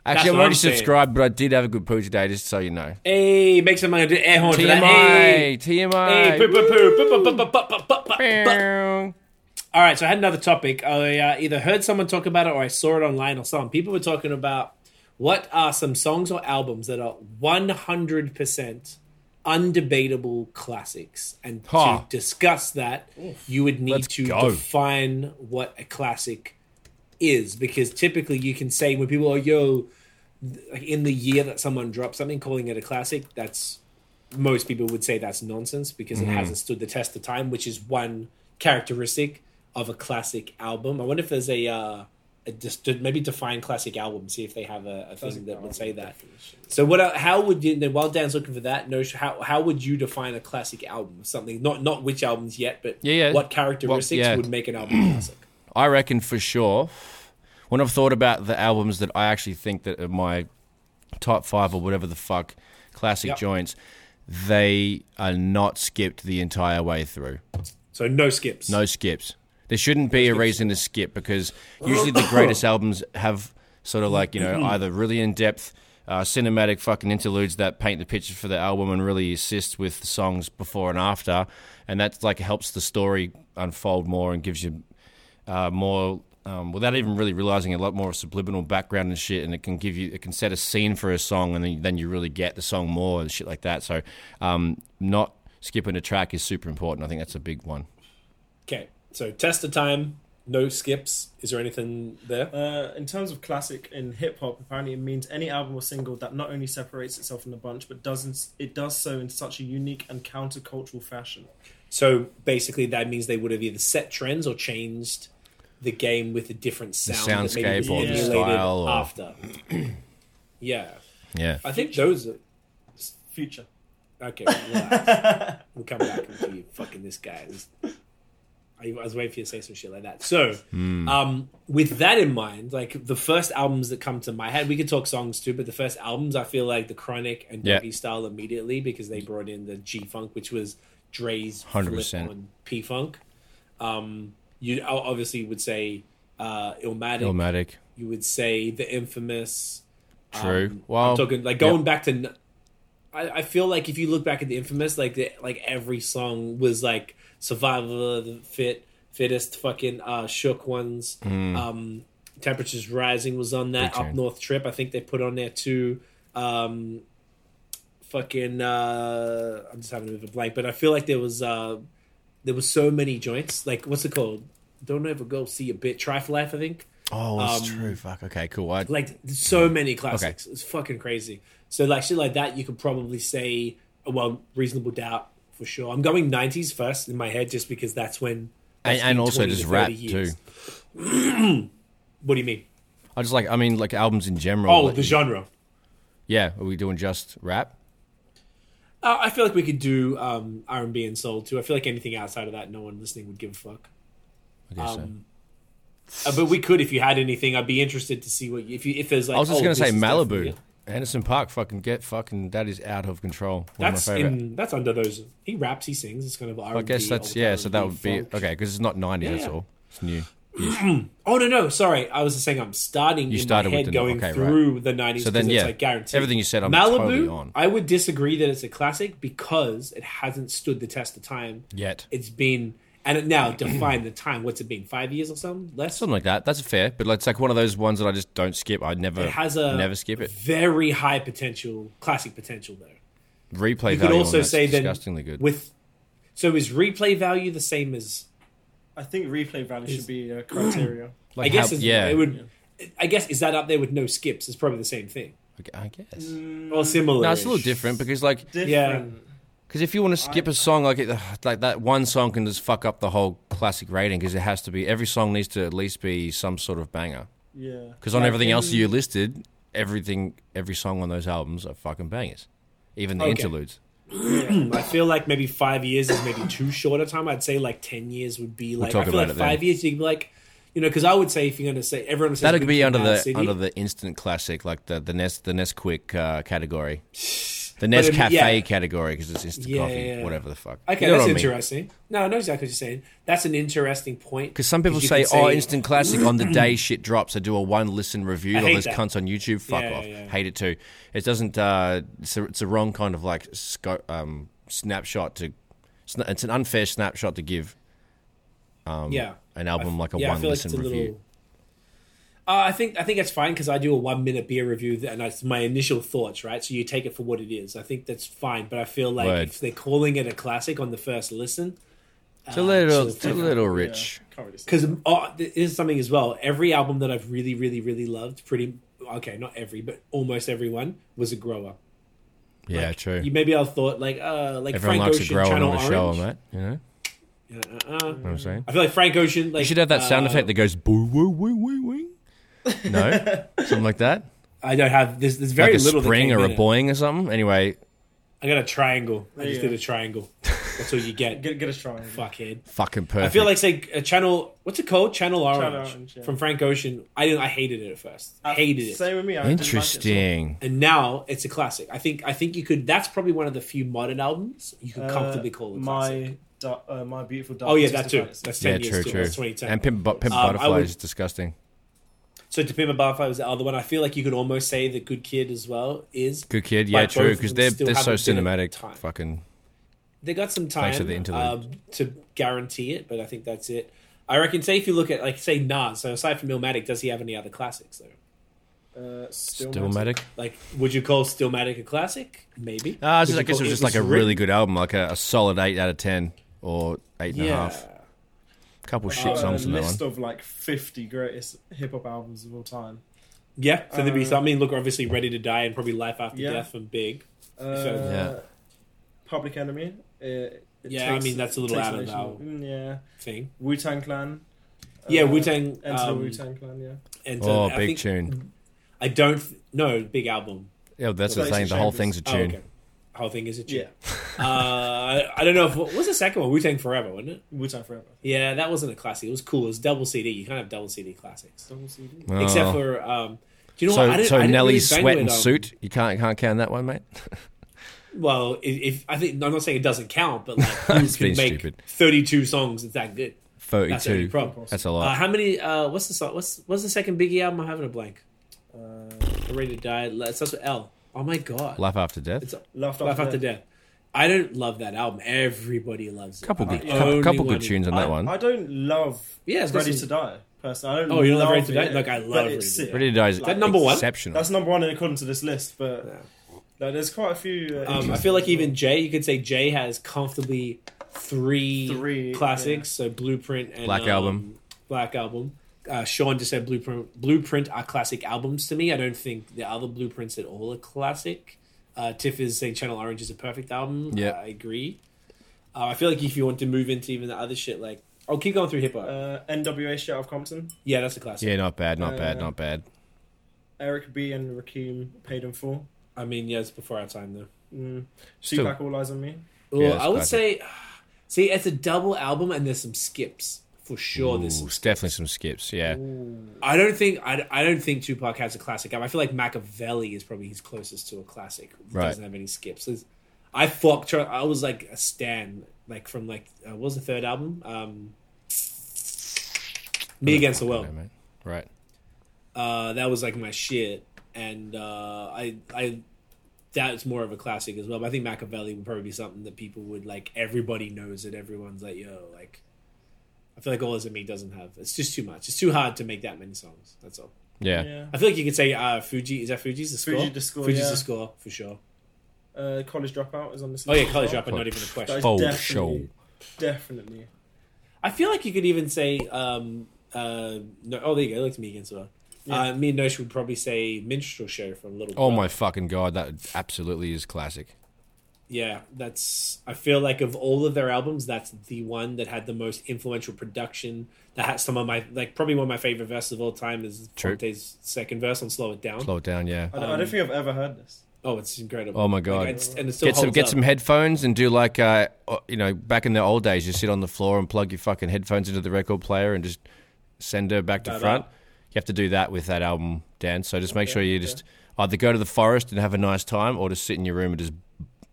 Actually, I'm what already I'm saying. subscribed, but I did have a good poo today, just so you know. Hey, make some money. Do air horn for that. Hey. TMI, TMI. Hey, poo, poo, poo, poo, poo, poo, poo, poo, poo, poo, poo. Pew. All right, so I had another topic. I uh, either heard someone talk about it or I saw it online or something. People were talking about what are some songs or albums that are 100% undebatable classics. And Huh. to discuss that, you would need Let's to go. define what a classic is because typically you can say when people are, yo, like in the year that someone drops something, calling it a classic, that's most people would say that's nonsense because Mm-hmm. it hasn't stood the test of time, which is one characteristic of a classic album. I wonder if there's a, uh, a dis- maybe define classic album, see if they have a, a thing that would say that. So what? el- How would you? Then while Dan's looking for that, no, how how would you define a classic album? Something not not which albums yet, but Yeah, yeah. what characteristics Well, yeah. would make an album classic? I reckon for sure. When I've thought about the albums that I actually think that are my top five or whatever the fuck classic Yep. joints, they are not skipped the entire way through. So no skips. No skips. There shouldn't be a reason to skip because usually the greatest albums have sort of like, you know, either really in depth uh, cinematic fucking interludes that paint the picture for the album and really assist with the songs before and after. And that's like helps the story unfold more and gives you uh, more. Um, without even really realizing a lot more subliminal background and shit, and it can give you, it can set a scene for a song, and then, then you really get the song more and shit like that. So, um, not skipping a track is super important. I think that's a big one. Okay. So test of time. No skips. Is there anything there? Uh, in terms of classic in hip hop, apparently it means any album or single that not only separates itself from the bunch, but doesn't it does so in such a unique and countercultural fashion. So basically, that means they would have either set trends or changed the game with a different sound that maybe was soundscape or the emulated style or- after. yeah, Yeah. I think those are Future. okay. Relax. we'll come back to you. Fucking this guy. This- I I was waiting for you to say some shit like that. So, um, with that in mind, like the first albums that come to my head, we could talk songs too, but the first albums, I feel like the Chronic and Yeah. Doggy Style immediately because they brought in the G Funk, which was Dre's 100% 100%. flip on P Funk. Um, you o- obviously would say uh, Illmatic. Illmatic. You would say the infamous. True. Um, well, I'm talking like going back to. n- I, I feel like if you look back at the infamous, like the, like every song was like survival of the fit, fittest, fucking uh, shook ones. Um, temperatures rising was on that Big up tune. north trip. I think they put on there too. Um, fucking. Uh, I'm just having a bit of a blank, but I feel like there was uh, there was so many joints. Like what's it called? Don't ever go see a bit. Try for life, I think Oh, that's um, true. Fuck. Okay, cool. I, like there's Mm. so many classics. It's fucking crazy. So like shit like that, you could probably say, well, reasonable doubt for sure. I'm going '90s first in my head just because that's when. and, that's and been also 20 to just 30 rap years. too. What do you mean? I just like. I mean, like albums in general. Oh, like- the genre. yeah. Are we doing just rap? Uh, I feel like we could do um, R&B and soul too. I feel like anything outside of that, no one listening would give a fuck. I guess so. Um, Uh, but we could if you had anything. I'd be interested to see what you, if you if there's like. I was just oh, gonna this say is Malibu, definitely- Anderson Park. Fucking get fucking. That is out of control. One That's of my favorite. in that's under those. He raps, he sings. It's kind of R&B. I guess that's yeah. So that would be okay because it's not ninety. That's Yeah. all. It's new. Oh no no sorry I was just saying I'm starting you in started my with head the- going okay, right. through the 90s So then, 'cause it's yeah, like guaranteed everything you said, I'm Malibu totally on. I would disagree that it's a classic because it hasn't stood the test of time Yet. it's been and it now define the time what's it been five years or something less Something like that. That's fair, but it's like one of those ones that I just don't skip. I never it has a never skip it. very high potential classic potential though Replay you could value. on also that's say then disgustingly good. with so is replay value the same as I think replay value should be a I criteria. Like guess how- it's, yeah. it would I guess is that up there with no skips it's probably the same thing I guess. or similar No, it's a little different because like Different. Because if you want to skip a song, like it, like that one song can just fuck up the whole classic rating because it has to be every song needs to at least be some sort of banger. Yeah. Because on Like everything in- else you listed, everything every song on those albums are fucking bangers, even the Okay. interludes. yeah. I feel like maybe five years is maybe too short a time. I'd say like ten years would be like. talk I feel about like it then. five years you'd be like, you know, because I would say if you're going to say everyone says That'll Big be Kid, under Mad the City, under the instant classic, like the the Nest the Nest Quick uh, category. The Nez But, um, Cafe yeah. category because it's instant Yeah, coffee, yeah, yeah. whatever the fuck. Okay, that's interesting. No, I know exactly what you're saying. That's an interesting point. Because some people you say, can "Oh, instant classic on the day shit drops." I do a one listen review. I All hate those that. cunts on YouTube, fuck Yeah, off. yeah, yeah. Hate it too. It doesn't. Uh, it's, a, it's a wrong kind of like sco- um, snapshot to. It's, not, it's an unfair snapshot to give yeah, an album like a yeah, I one feel like listen it's a review. little- Uh, I think I think that's fine because I do a one minute beer review and that's my initial thoughts, right? So you take it for what it is. I think that's fine, but I feel like Word. if they're calling it a classic on the first listen, It's a little, so it's a little rich. Yeah, can't really say. because oh, th- this is something as well. Every album that I've really, really, really loved, pretty okay, not every, but almost every one was a grower. Yeah, true. You maybe I thought like uh like Everyone Frank likes Ocean, a grower Channel on the show, Orange. mate. You know Yeah, uh, uh. what I'm saying? I feel like Frank Ocean. Like You should have that sound uh, effect that goes boo woo woo woo woo. No, something like that, I don't have. There's, there's very like a little that spring came or a in it. boing or something. Anyway, I got a triangle. I There just you did a triangle. That's all you get. Get, get a strong. Fuckhead. fucking I perfect. feel like say a channel. What's it called? Channel Orange, Orange, yeah. Uh, from Frank Ocean. I didn't. I hated it at first. hated it. Same with me. I didn't like it. interesting. And now it's a classic. I think. I think you could. That's probably one of the few modern albums you could Uh, comfortably call a classic. my da- uh, my beautiful dark. oh yeah, that Twisted too. Fantasy. That's Yeah, ten true, years too. true. That's twenty ten. And Pimp, Bu- Pimp Um, I Butterfly would- is disgusting. so to Pimp a Butterfly was the other one. I feel like you could almost say the Good Kid as well is. Good kid, But yeah, both true. of Because them they're still they're so haven't been at cinematic. time. Fucking They got some time to the interlude. um, to guarantee it, but I think that's it. I reckon. Say if you look at like say Nas. So aside from Illmatic, does he have any other classics though? Uh, still stillmatic. Like, would you call Stillmatic a classic? Maybe. Ah, it's Would just- you I guess call- it was just like a written- really good album, like a, a solid eight out of ten or eight and a yeah. half. Couple Uh, shit songs a in that one. list of like 50 greatest hip hop albums of all time. Yeah, so there'd be Uh, some. I mean, look, obviously, Ready to Die and probably Life After Yeah. Death and Big. Uh, Yeah. Public Enemy. It, it Yeah, I mean, that's a little takes out of nation- our- Mm, Yeah. thing. Wu Tang Clan. Yeah, uh, Wu-Tang, Enter the um, Wu Tang Clan, yeah. And uh, Oh, I big think- tune. I don't. Th- no, big album. Yeah, that's Well, the thing. Blaze The whole Chambers. thing's a Oh, tune. okay. Whole thing is a tune. Yeah. Uh, I, I don't know if what was the second one. Wu Tang Forever, wasn't it? Wu Tang Forever. Yeah, that wasn't a classic. It was cool. It was double CD. You can't have double CD classics, Double CD. Oh. except for um. Do you know what? I so didn't, I so didn't really Nelly's value sweat it, and um, suit. You can't can't count that one, mate. Well, i- if I think I'm not saying it doesn't count, but like who can being make stupid. 32 songs that's that good? That's the only Thirty-two. problem. That's a Uh, lot. how many? Uh, what's the song? What's what's the second Biggie album? I'm having a blank. Uh, I'm ready to die. That's also L. Oh my god. Life after death. It's Laughed Life After Death. Death. I don't love that album. Everybody loves it. couple I'm good, the couple, only couple one good who- tunes on I, that one. I don't love Yeah, it's got Ready some- to Die, personally. I don't Oh, you don't love love Ready to Die? it, Look, I love but Ready it's to sick. Die. Ready to Die is that number one? exceptional. That's number one according to this list, but like, there's quite a few. Uh, Um, I feel like even Jay, you could say Jay has comfortably three, Three, classics. So Blueprint and Black um, Album. Black Album. Uh, Sean just said Blueprint. Blueprint are classic albums to me. I don't think the other Blueprints at all are classic. Uh, Tiff is saying Channel Orange is a perfect album. Yeah. I agree. Uh, I feel like if you want to move into even the other shit, like I'll keep going through hip hop. uh, NWA Straight Out of Compton, yeah, that's a classic. yeah, not bad, not bad, Uh, not bad. Eric B and Rakim Paid in Full, I mean, yeah, it's before our time though. mm. Still- Tupac All Eyes on Me. Well, Yeah, it's I would classic. say, see, it's a double album, and there's some skips for sure. Ooh, There's some it's definitely some skips. Yeah, I don't think I, I don't think Tupac has a classic album. I feel like Machiavelli is probably his closest to a classic. He Right. Doesn't have any skips. There's- I fucked. her- I was like a stan, like from like uh, what was the third album? Um, Me Against the World. Yeah, mate. Right. Uh, that was like my shit, and uh, I I that's more of a classic as well. But I think Machiavelli would probably be something that people would like. Everybody knows it. Everyone's like, yo, like. I feel like All Is in Me doesn't have. It's just too much. It's too hard to make that many songs. That's all. Yeah. Yeah. I feel like you could say uh, Fuji. Is that Fuji's the score? Fuji the score, Fuji's yeah. the score for sure. Uh, college Dropout is on this Oh list. yeah, college as well. dropout. Not even a question. That is Full show. definitely- Definitely. I feel like you could even say. Um, uh, no, oh, there you go. Look to me against the wall. Uh, me and Nosh would probably say minstrel show for a little. Oh my fucking god, that absolutely is classic. Yeah, that's. I feel like of all of their albums, that's the one that had the most influential production. That had some of my like probably one of my favorite verses of all time is True. Fonte's second verse on "Slow It Down." Slow it down, yeah. I don't, I Um, don't think I've ever heard this. Oh, it's incredible. Oh my God. Like, it's, and it still Get some holds get up. some headphones and do like uh, uh, you know, back in the old days, you sit on the floor and plug your fucking headphones into the record player and just send her back to That front. up. You have to do that with that album, Dan. So just make sure you just either go to the forest and have a nice time, or just sit in your room and just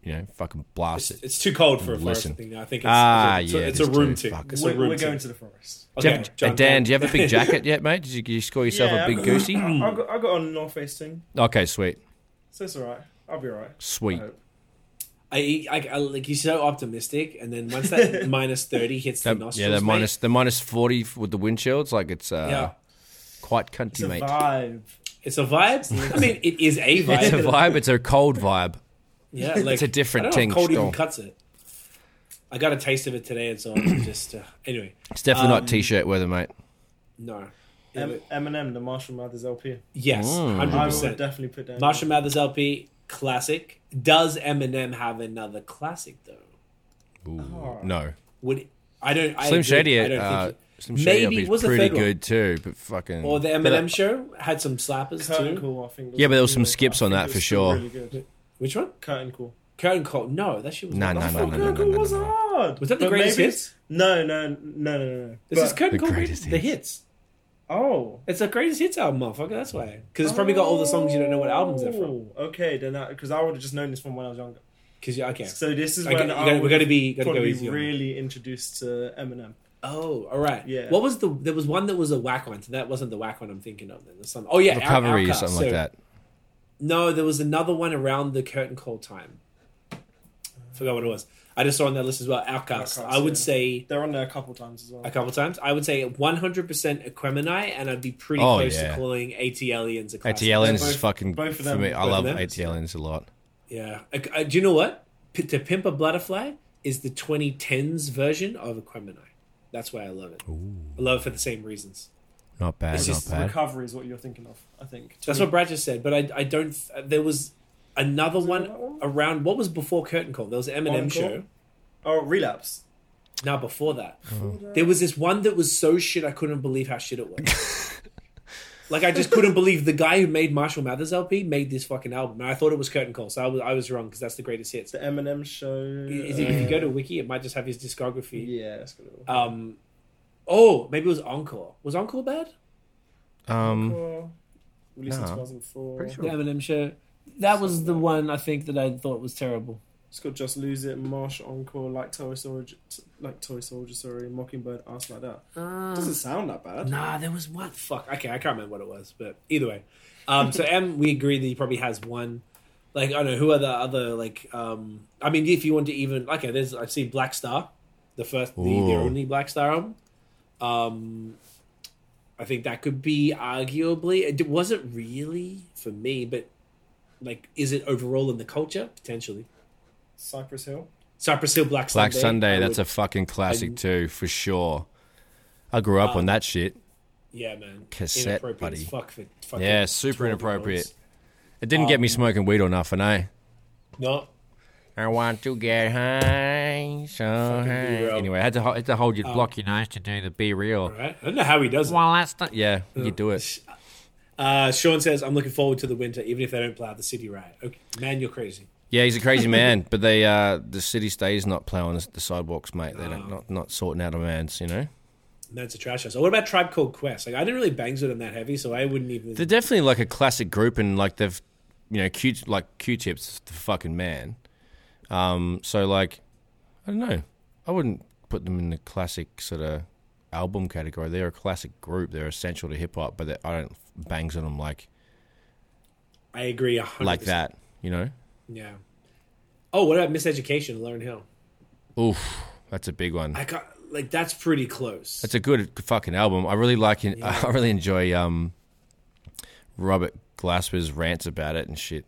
you know, fucking blast it. It's too cold for a Listen. forest thing. I think it's, Ah, it's, a, yeah, it's, it a is room too. tick. Fuck. It's We're, a room we're going tick. to the forest. Do you Okay, have- John, hey, Dan, do you have a big jacket yet, mate? Did you, you score yourself Yeah, a big I've- goosey? I hmm. got, I got on North Face thing, Okay, sweet, so it's alright. I'll be alright. I sweet. Um, hope. I, I, I like he's so optimistic, and then once that minus thirty hits the That- nostrils, yeah, they're mate, minus they're minus forty f- with the wind shields. Like it's uh, Yeah, quite It's cunty, a mate. vibe. it's a vibe. I mean, it is a vibe. It's a vibe. It's a cold vibe. Yeah, like, a different I don't know ting If cold even still. cuts it. I got a taste of it today, and so I'm just uh, anyway. It's definitely Um, not t-shirt weather, mate. No. M- Eminem, the Marshall Mathers LP. yes, Mm. hundred I would percent. definitely put down. Marshall Mathers LP classic. Does Eminem have another classic though? Ooh, no, Would I don't I Slim agree. Shady. Oh. I don't Uh, think he- Slim Shady Maybe LP was is the pretty third one. good too, but fucking or the But, uh, Eminem show had some slappers Curtain too. Call, I think. was Yeah, but there was really some good. skips I on think that it for was still sure. Really good. Which one? Curtain Call. Curtain Call. No, that shit was. No, not- no, I no, thought no, Curtain no, Call no, no, was no. hard. Was that the But greatest maybe- hits? No, no, no, no, no. no. This is But- Curtain The Call. greatest The hits. hits. oh. It's a greatest hits album, motherfucker. That's why. Because it's probably got all the songs you don't know what albums they're from. Oh, Okay, then because I would have just known this from when I was younger. Because okay, So this is I got- when you I gotta- we would gotta be- gotta go probably easy on it. really introduced to Eminem. Oh, all right. Yeah. What was the? There was one that was a whack one. So that wasn't the whack one I'm thinking of. Then there's some. Oh yeah, Out- recovery or Outkast. something like So- that. No, there was another one around the curtain call time. Forgot what it was. I just saw on that list as well. Outcast. Outkast, I would yeah. say They're on there a couple times as well. a couple times. I would say 100% Aquemini, and I'd be pretty Oh, close yeah. to calling ATLians a classic. ATLians They're is both- fucking both of for them- me. I both of love them. ATLians a lot. Yeah. Uh, uh, do you know what? P- to Pimp a Butterfly is the 2010s version of Aquemini. That's why I love it. I love it for the same reasons. Not bad, It's not just bad. Recovery is what you're thinking of, I think. That's what Brad just said, but I, I don't. th- There was another there one, another one? around. What was before Curtain Call? There was an Eminem Encore? show. Oh, relapse. Now before that, there was this one that was so shit I couldn't believe how shit it was. like I just couldn't believe the guy who made Marshall Mathers LP made this fucking album, and I thought it was Curtain Call, so I was I was wrong because that's the greatest hits. The Eminem show. Is it, if you go to Wiki, it might just have his discography. yeah, it's good. Um, oh, maybe it was Encore. Was Encore bad? Um, Released in nah. 2004. Pretty sure. The Eminem show. That was the one I think that I thought was terrible. It's got Just Lose It, Marsh Encore, like Toy Soldier, like Toy Soldier, sorry, Mockingbird, ass like that. Doesn't sound that bad. Nah, there was one. Fuck. Okay, I can't remember what it was, but either way. Um, so M, we agree that he probably has one. Like I don't know who are the other like. Um, I mean, if you want to even okay, there's I see Black Star, the first the, the Ooh. only Black Star album. Um, I think that could be arguably it wasn't really for me, but like, is it overall in the culture potentially? Cypress Hill. Cypress Hill Black Sunday. Black Sunday. I That's a would- fucking classic I- Uh, too, for sure. I grew up on that shit. yeah, man. cassette, Inappropriate buddy. as Fuck for fucking Yeah, super 12-year-olds. inappropriate. It didn't um, get me smoking weed or nothing, eh? No, I want to get high, so Fucking be high. real. Um, Anyway, I had to, ho- had to hold your block your nose to do the be real. right? I don't know how he does it. Well, that's not. Yeah, you do it. Uh, Sean says, "I'm looking forward to the winter, even if they don't plow the city right." Okay. Man, you're crazy. Yeah, he's a crazy man, but they uh, the city stays not plowing the, the sidewalks, mate. They're Oh. not, not not sorting out a man's, you know. That's a trash house. So what about Tribe Called Quest? Like, I didn't really bangs with them that heavy, so I wouldn't even. They're definitely like a classic group, and like they've, you know, Q like Q-tips the fucking man. Um, so like, I don't know. I wouldn't put them in the classic sort of album category. They're a classic group. They're essential to hip hop, but they- I don't bangs on them like I agree, a hundred like percent. that. You know. Yeah. Oh, what about Miseducation? Lauren Hill. Oof, that's a big one. I got like that's pretty close. It's a good fucking album. I really like it. I really enjoy um, Robert Glasper's rants about it and shit.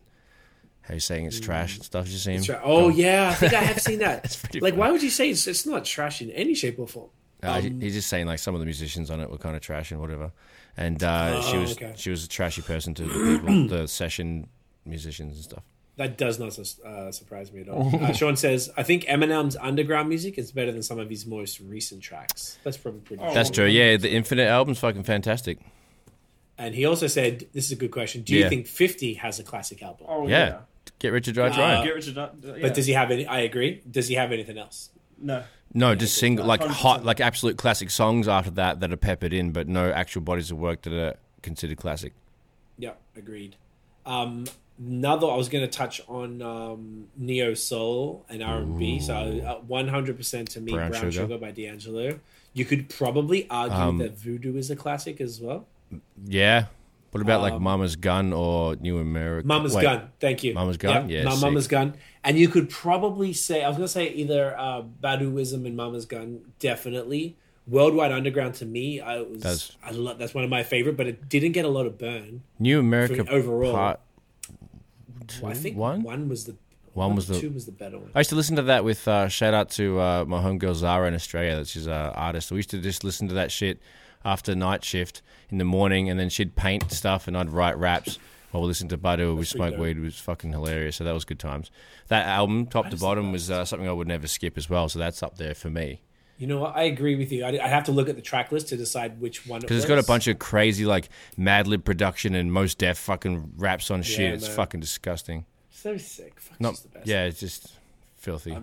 How he's saying it's trash and stuff. You see him? Tra- oh yeah, I think I have seen that. pretty like, why would you say it's, it's not trash in any shape or form? Uh, he- he's just saying like some of the musicians on it were kind of trash and whatever. And uh, she Oh, was okay. she was a trashy person to the people, the session musicians and stuff. That does not sus- uh, surprise me at all. Uh, Sean says, "I think Eminem's underground music is better than some of his most recent tracks." That's probably pretty. Oh. That's true. Yeah, the Infinite album's fucking fantastic. And he also said, "This is a good question. Do you Yeah. think Fifty has a classic album? Oh, yeah. yeah. Get Rich or Die Trying. Get Richard. Uh, yeah. But does he have any? I agree. Does he have anything else? No. no, just single like 100%. hot, like absolute classic songs after that that are peppered in, but no actual bodies of work that are considered classic. Yeah, agreed. Um, another I was going to touch on um, neo soul and R and B. So uh, one hundred percent to me, Brown Brown, Sugar. Sugar. by D'Angelo. You could probably argue Um, that Voodoo is a classic as well. Yeah. What about like Mama's Gun or New America? Um, Mama's Wait, Gun. Thank you. Mama's Gun? Yeah, Ma- sick. Mama's Gun. And you could probably say, I was going to say either uh, Baduism and Mama's Gun, definitely. Worldwide Underground to me, I was That's- I lo- that's one of my favorite, but it didn't get a lot of burn. New America For overall, Part I think one? one, was the One was the- two was the better one. I used to listen to that with uh, shout out to uh, my homegirl Zara in Australia. That's she's an artist. We used to just listen to that shit after night shift in the morning, and then she'd paint stuff, and I'd write raps while we listened to Badu. We smoked dope. weed. It was fucking hilarious. So that was good times. That album, top to is that bottom, was uh, something I would never skip as well. So that's up there for me You know what? I agree with you. I, I have to look at the track list to decide which one. because it's got a bunch of crazy like Mad Lib production and most deaf fucking raps on shit. Yeah, it's man. fucking disgusting. so sick. Fuck, Not she's the best. yeah, it's just filthy.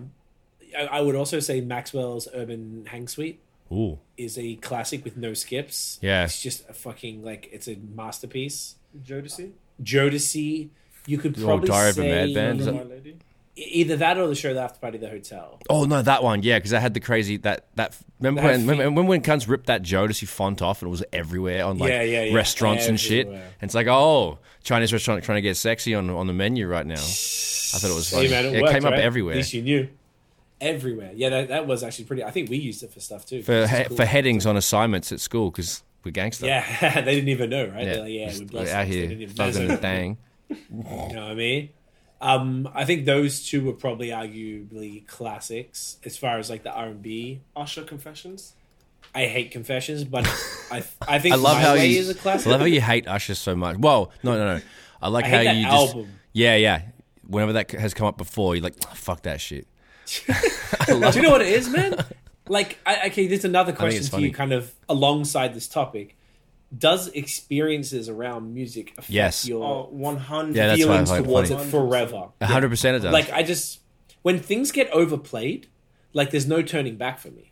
I, I would also say Maxwell's Urban Hang Suite. Ooh, is a classic with no skips. Yeah. It's just a fucking like it's a masterpiece. Jodeci, Jodeci, you could old probably Diary of a say Mad Band, is Murder that- My Lady. e- either that or the show The After Party at the Hotel. Oh no, that one, yeah, because I had the crazy that that. Remember That when, when when when cunts ripped that Jodeci font off and it was everywhere on like Yeah, yeah, yeah. restaurants and shit. And Everywhere. it's like, oh, Chinese restaurant trying to get sexy on on the menu right now. I thought it was Hey, funny. man, it worked, came up right? everywhere At least you knew. Everywhere. Yeah, that, that was actually pretty. I think we used it for stuff too. for It's he, cool. for headings on assignments at school because we're gangster. Yeah, they didn't even know, right? yeah, They're like, yeah, Just- we're we're blessed. out They here didn't even know. buzzing the thing. You know what I mean? Um, I think those two were probably arguably classics as far as like the R and B Usher Confessions. I hate confessions, but I I think I love my how way you is a classic. I love how you hate Usher so much. Well, no, no, no. I like I how hate that you just album. yeah, yeah. Whenever that has come up before, you're like, "Oh, fuck that shit. Do you know what it is, man? Like, I, okay, there's another question it's to funny. you, kind of alongside this topic. Does experiences around music affect Yes. Oh, your 100. Yeah, that's why I feelings find it towards funny. it forever? hundred percent it does. Like, I just when things get overplayed, like there's no turning back for me.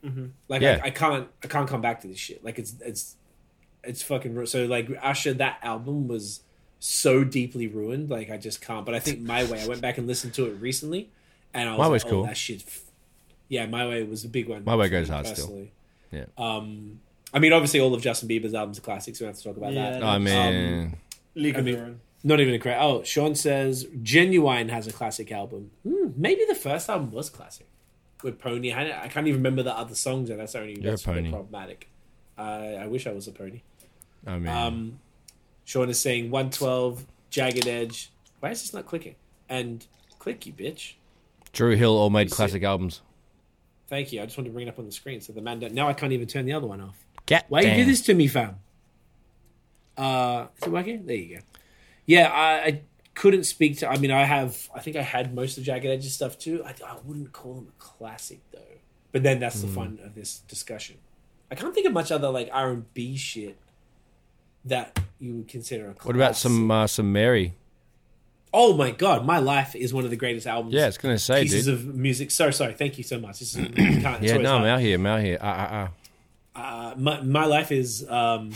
Like, Yeah. I, I can't, I can't come back to this shit. Like, it's it's it's fucking ru- so. Like, Usher, that album was so deeply ruined. Like, I just can't. But I think My Way. I went back and listened to it recently, and I was My like, Way's oh, cool. that shit. f- Yeah, My Way was a big one. My Way for goes me hard still. personally. Yeah. Um, I mean, obviously, all of Justin Bieber's albums are classics. We don't have to talk about Yeah, that. no. I Um, mean, League of mean- Their Own. not even a credit. Oh, Sean says Genuine has a classic album. Hmm, maybe the first album was classic with Pony. I, I can't even remember the other songs, and that's only You're a that's really pony. problematic. I I wish I was a pony. I mean, Um, Sean is saying 112, Jagged Edge. Why is this not clicking? And click, you bitch. Drew Hill all made see- classic albums. Thank you. I just wanted to bring it up on the screen so the man. Don't, now I can't even turn the other one off. Cat Why you do this to me, fam? Uh, is it working? There you go. Yeah, I, I couldn't speak to. I mean, I have. I think I had most of Jagged Edge's stuff too. I, I wouldn't call them a classic though. But then that's the Hmm. fun of this discussion. I can't think of much other like R and B shit that you would consider a classic. What about some uh, some Mary? Oh my god, my life is one of the greatest albums. Yeah, I was gonna say, pieces dude. of music. So sorry. Thank you so much. This is, you can't, it's yeah, always no, I'm hard. out here, I'm out here. Ah, ah, ah. Uh, my, my life is um,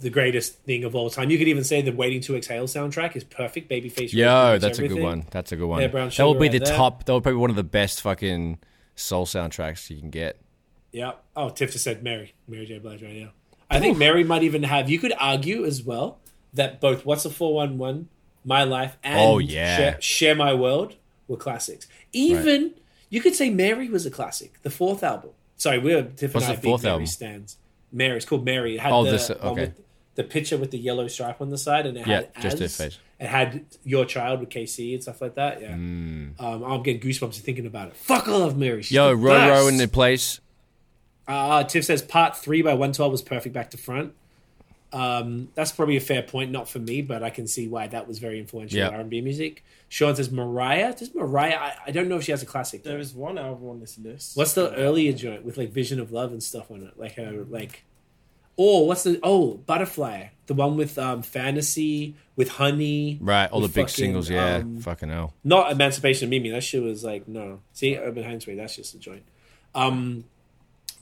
the greatest thing of all time. You could even say the Waiting to Exhale soundtrack is perfect. Babyface. Yo, Rhythms, that's a good everything. one. That's a good one. Yeah, Brown that would be Sugar the right there. top. That would probably be one of the best fucking soul soundtracks you can get. Yeah. Oh, Tiff just said Mary. Mary J. Blige right now. I think Mary might even have. You could argue as well that both What's a Four One One, My Life, and Oh, yeah. Share, Share My World were classics. Even you could say Mary was a classic. The fourth album. Sorry, we're Tiff What's and I the are big fourth Mary album? stands. Mary. It's called Mary. It had Oh, the, this- one okay. with the picture with the yellow stripe on the side, and it Yeah, had just her ads. face. It had your child with KC and stuff like that. Yeah, um, I'm getting goosebumps thinking about it. Fuck, I love Mary. She's Hmm. Yo, the Ro Ro in best. the place. Uh, Tiff says part three by 112 was perfect back to front. Um, that's probably a fair point, not for me, but I can see why that was very influential Yeah. in R&B music. Sean says Mariah. Does Mariah? I, I don't know if she has a classic. There is one album on this list. What's the earlier joint with like Vision of Love and stuff on it? Like her like, or what's the oh Butterfly? The one with um, Fantasy with Honey. Right, all the with big fucking, singles. Yeah, um, fucking hell. not Emancipation of Mimi. That shit was like no. See, Urban Hindsight. That's just a joint. Um,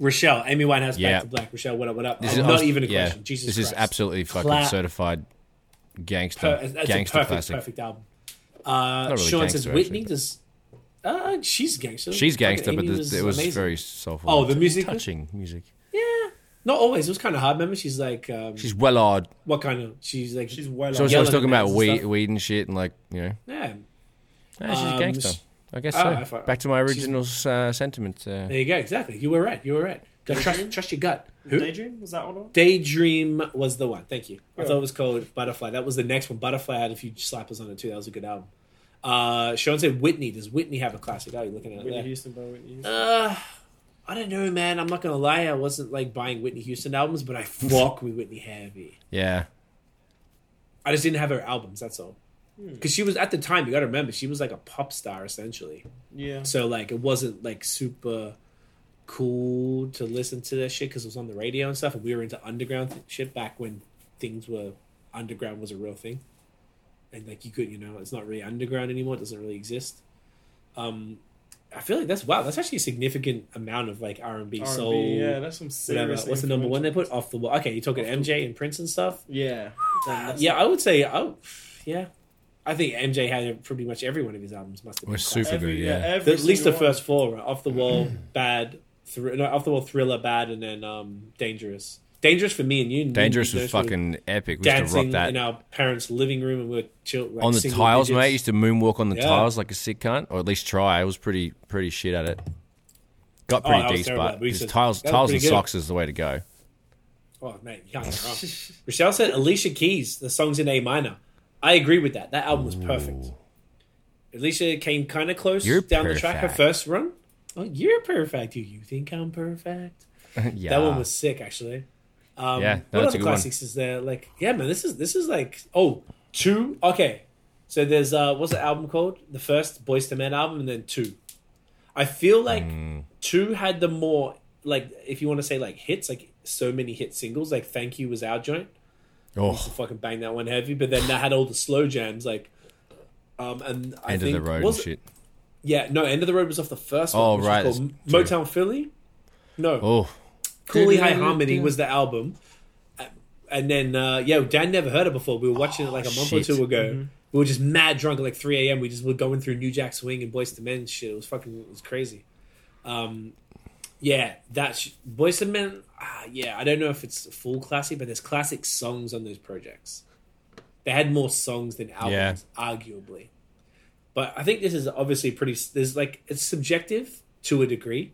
Rochelle, Amy Winehouse, Yeah. Back to Black. Rochelle, what up? What up? This I'm is- I not was- even a yeah, question. Jesus, this is Christ. absolutely fucking Clap. certified gangster, Per, it's it's um, gangster a perfect, classic. perfect album. Uh, really Sean says gangster, Whitney actually. does. Uh, she's gangster. She's Fucking gangster, but Amy this, it was amazing. very soulful. Oh, the music? touching music. not always. It was kind of hard. Remember, she's like, um, She's well odd. what kind of? She's like, She's well So on. she was Yellow talking about bands and weed, stuff. weed and shit, and like you know, yeah. Ah, she's Um, a sh- gangster. I guess Oh, so. I thought- Back to my she's- original uh, sentiment. Uh, There you go. Exactly. You were right. You were right. Gotta trust, trust your gut. Who? Daydream was that one? on? Daydream was the one. Thank you. I Yeah. thought it was called Butterfly. That was the next one. Butterfly had a few slappers on it too. That was a good album. Uh, Sean said Whitney. Does Whitney have a classic? Oh, you're looking at it Whitney there. Houston by Whitney Houston. Uh, I don't know, man. I'm not gonna lie. I wasn't like buying Whitney Houston albums, but I fuck with Whitney heavy. yeah, I just didn't have her albums. That's all. Hmm. Because she was at the time, you got to remember, she was like a pop star essentially. yeah. So like, it wasn't like super cool to listen to that shit because it was on the radio and stuff, and we were into underground th- shit back when things were underground was a real thing, and like you could, you know, it's not really underground anymore. It doesn't really exist. Um, I feel like that's wow. That's actually a significant amount of like R and B, R&B, soul, yeah, that's some whatever. serious. What's the number one they influence. put off the wall? Okay, you're talking MJ and Prince and stuff. Yeah. Damn, that's- Yeah, I would say, oh, yeah. I think MJ had pretty much every one of his albums must have been was classic. super Every, good. yeah. Yeah, every at least the single first four: right? off the wall, bad, thr- no, off the wall, thriller, bad, and then um, dangerous. Dangerous for me and you. dangerous You was know, we were fucking epic. We used to rock dancing that in our parents' living room, and we were chill like, on the single tiles, digits. mate. Used to moonwalk on the Yeah. tiles like a sick cunt, or at least try. I was pretty pretty shit at it. Got Oh, pretty that was deep, terrible. but We his used to- tiles, that was tiles and pretty good. socks is the way to go. Oh, mate, you can't go wrong. Rochelle said Alicia Keys, the song's in A minor. I agree with that. That album was perfect. Alicia came kind of close You're down the track, her perfect. first run. Oh, you're perfect. Do you think I'm perfect? yeah, That one was sick, actually. Um, Yeah, no, what that's other a good one. classics is there? Like, yeah, man, this is this is like oh two. Okay, so there's uh, what's the album called? The first Boys to Men album, and then two. I feel like Hmm. two had the more like if you want to say like hits, like so many hit singles. Like Thank You was our joint. oh, Fucking bang that one heavy, but then that had all the slow jams like. Um, and I end of think, the road and was it- shit. Yeah, no, End of the Road was off the first one. Oh, which was right, called that's Motown Philly. No, Oh, Cooley High Harmony was the album. And then, uh, yeah, Dan never heard it before. We were watching it like a month shit. or two ago. We were just mad drunk at like 3 a.m. We just were going through New Jack Swing and Boys to Men and shit. It was fucking, it was crazy. Um, yeah, that's Boys to Men. ah, yeah, I don't know if it's full classic, but there's classic songs on those projects. They had more songs than albums, arguably. But I think this is obviously pretty. There's like it's subjective to a degree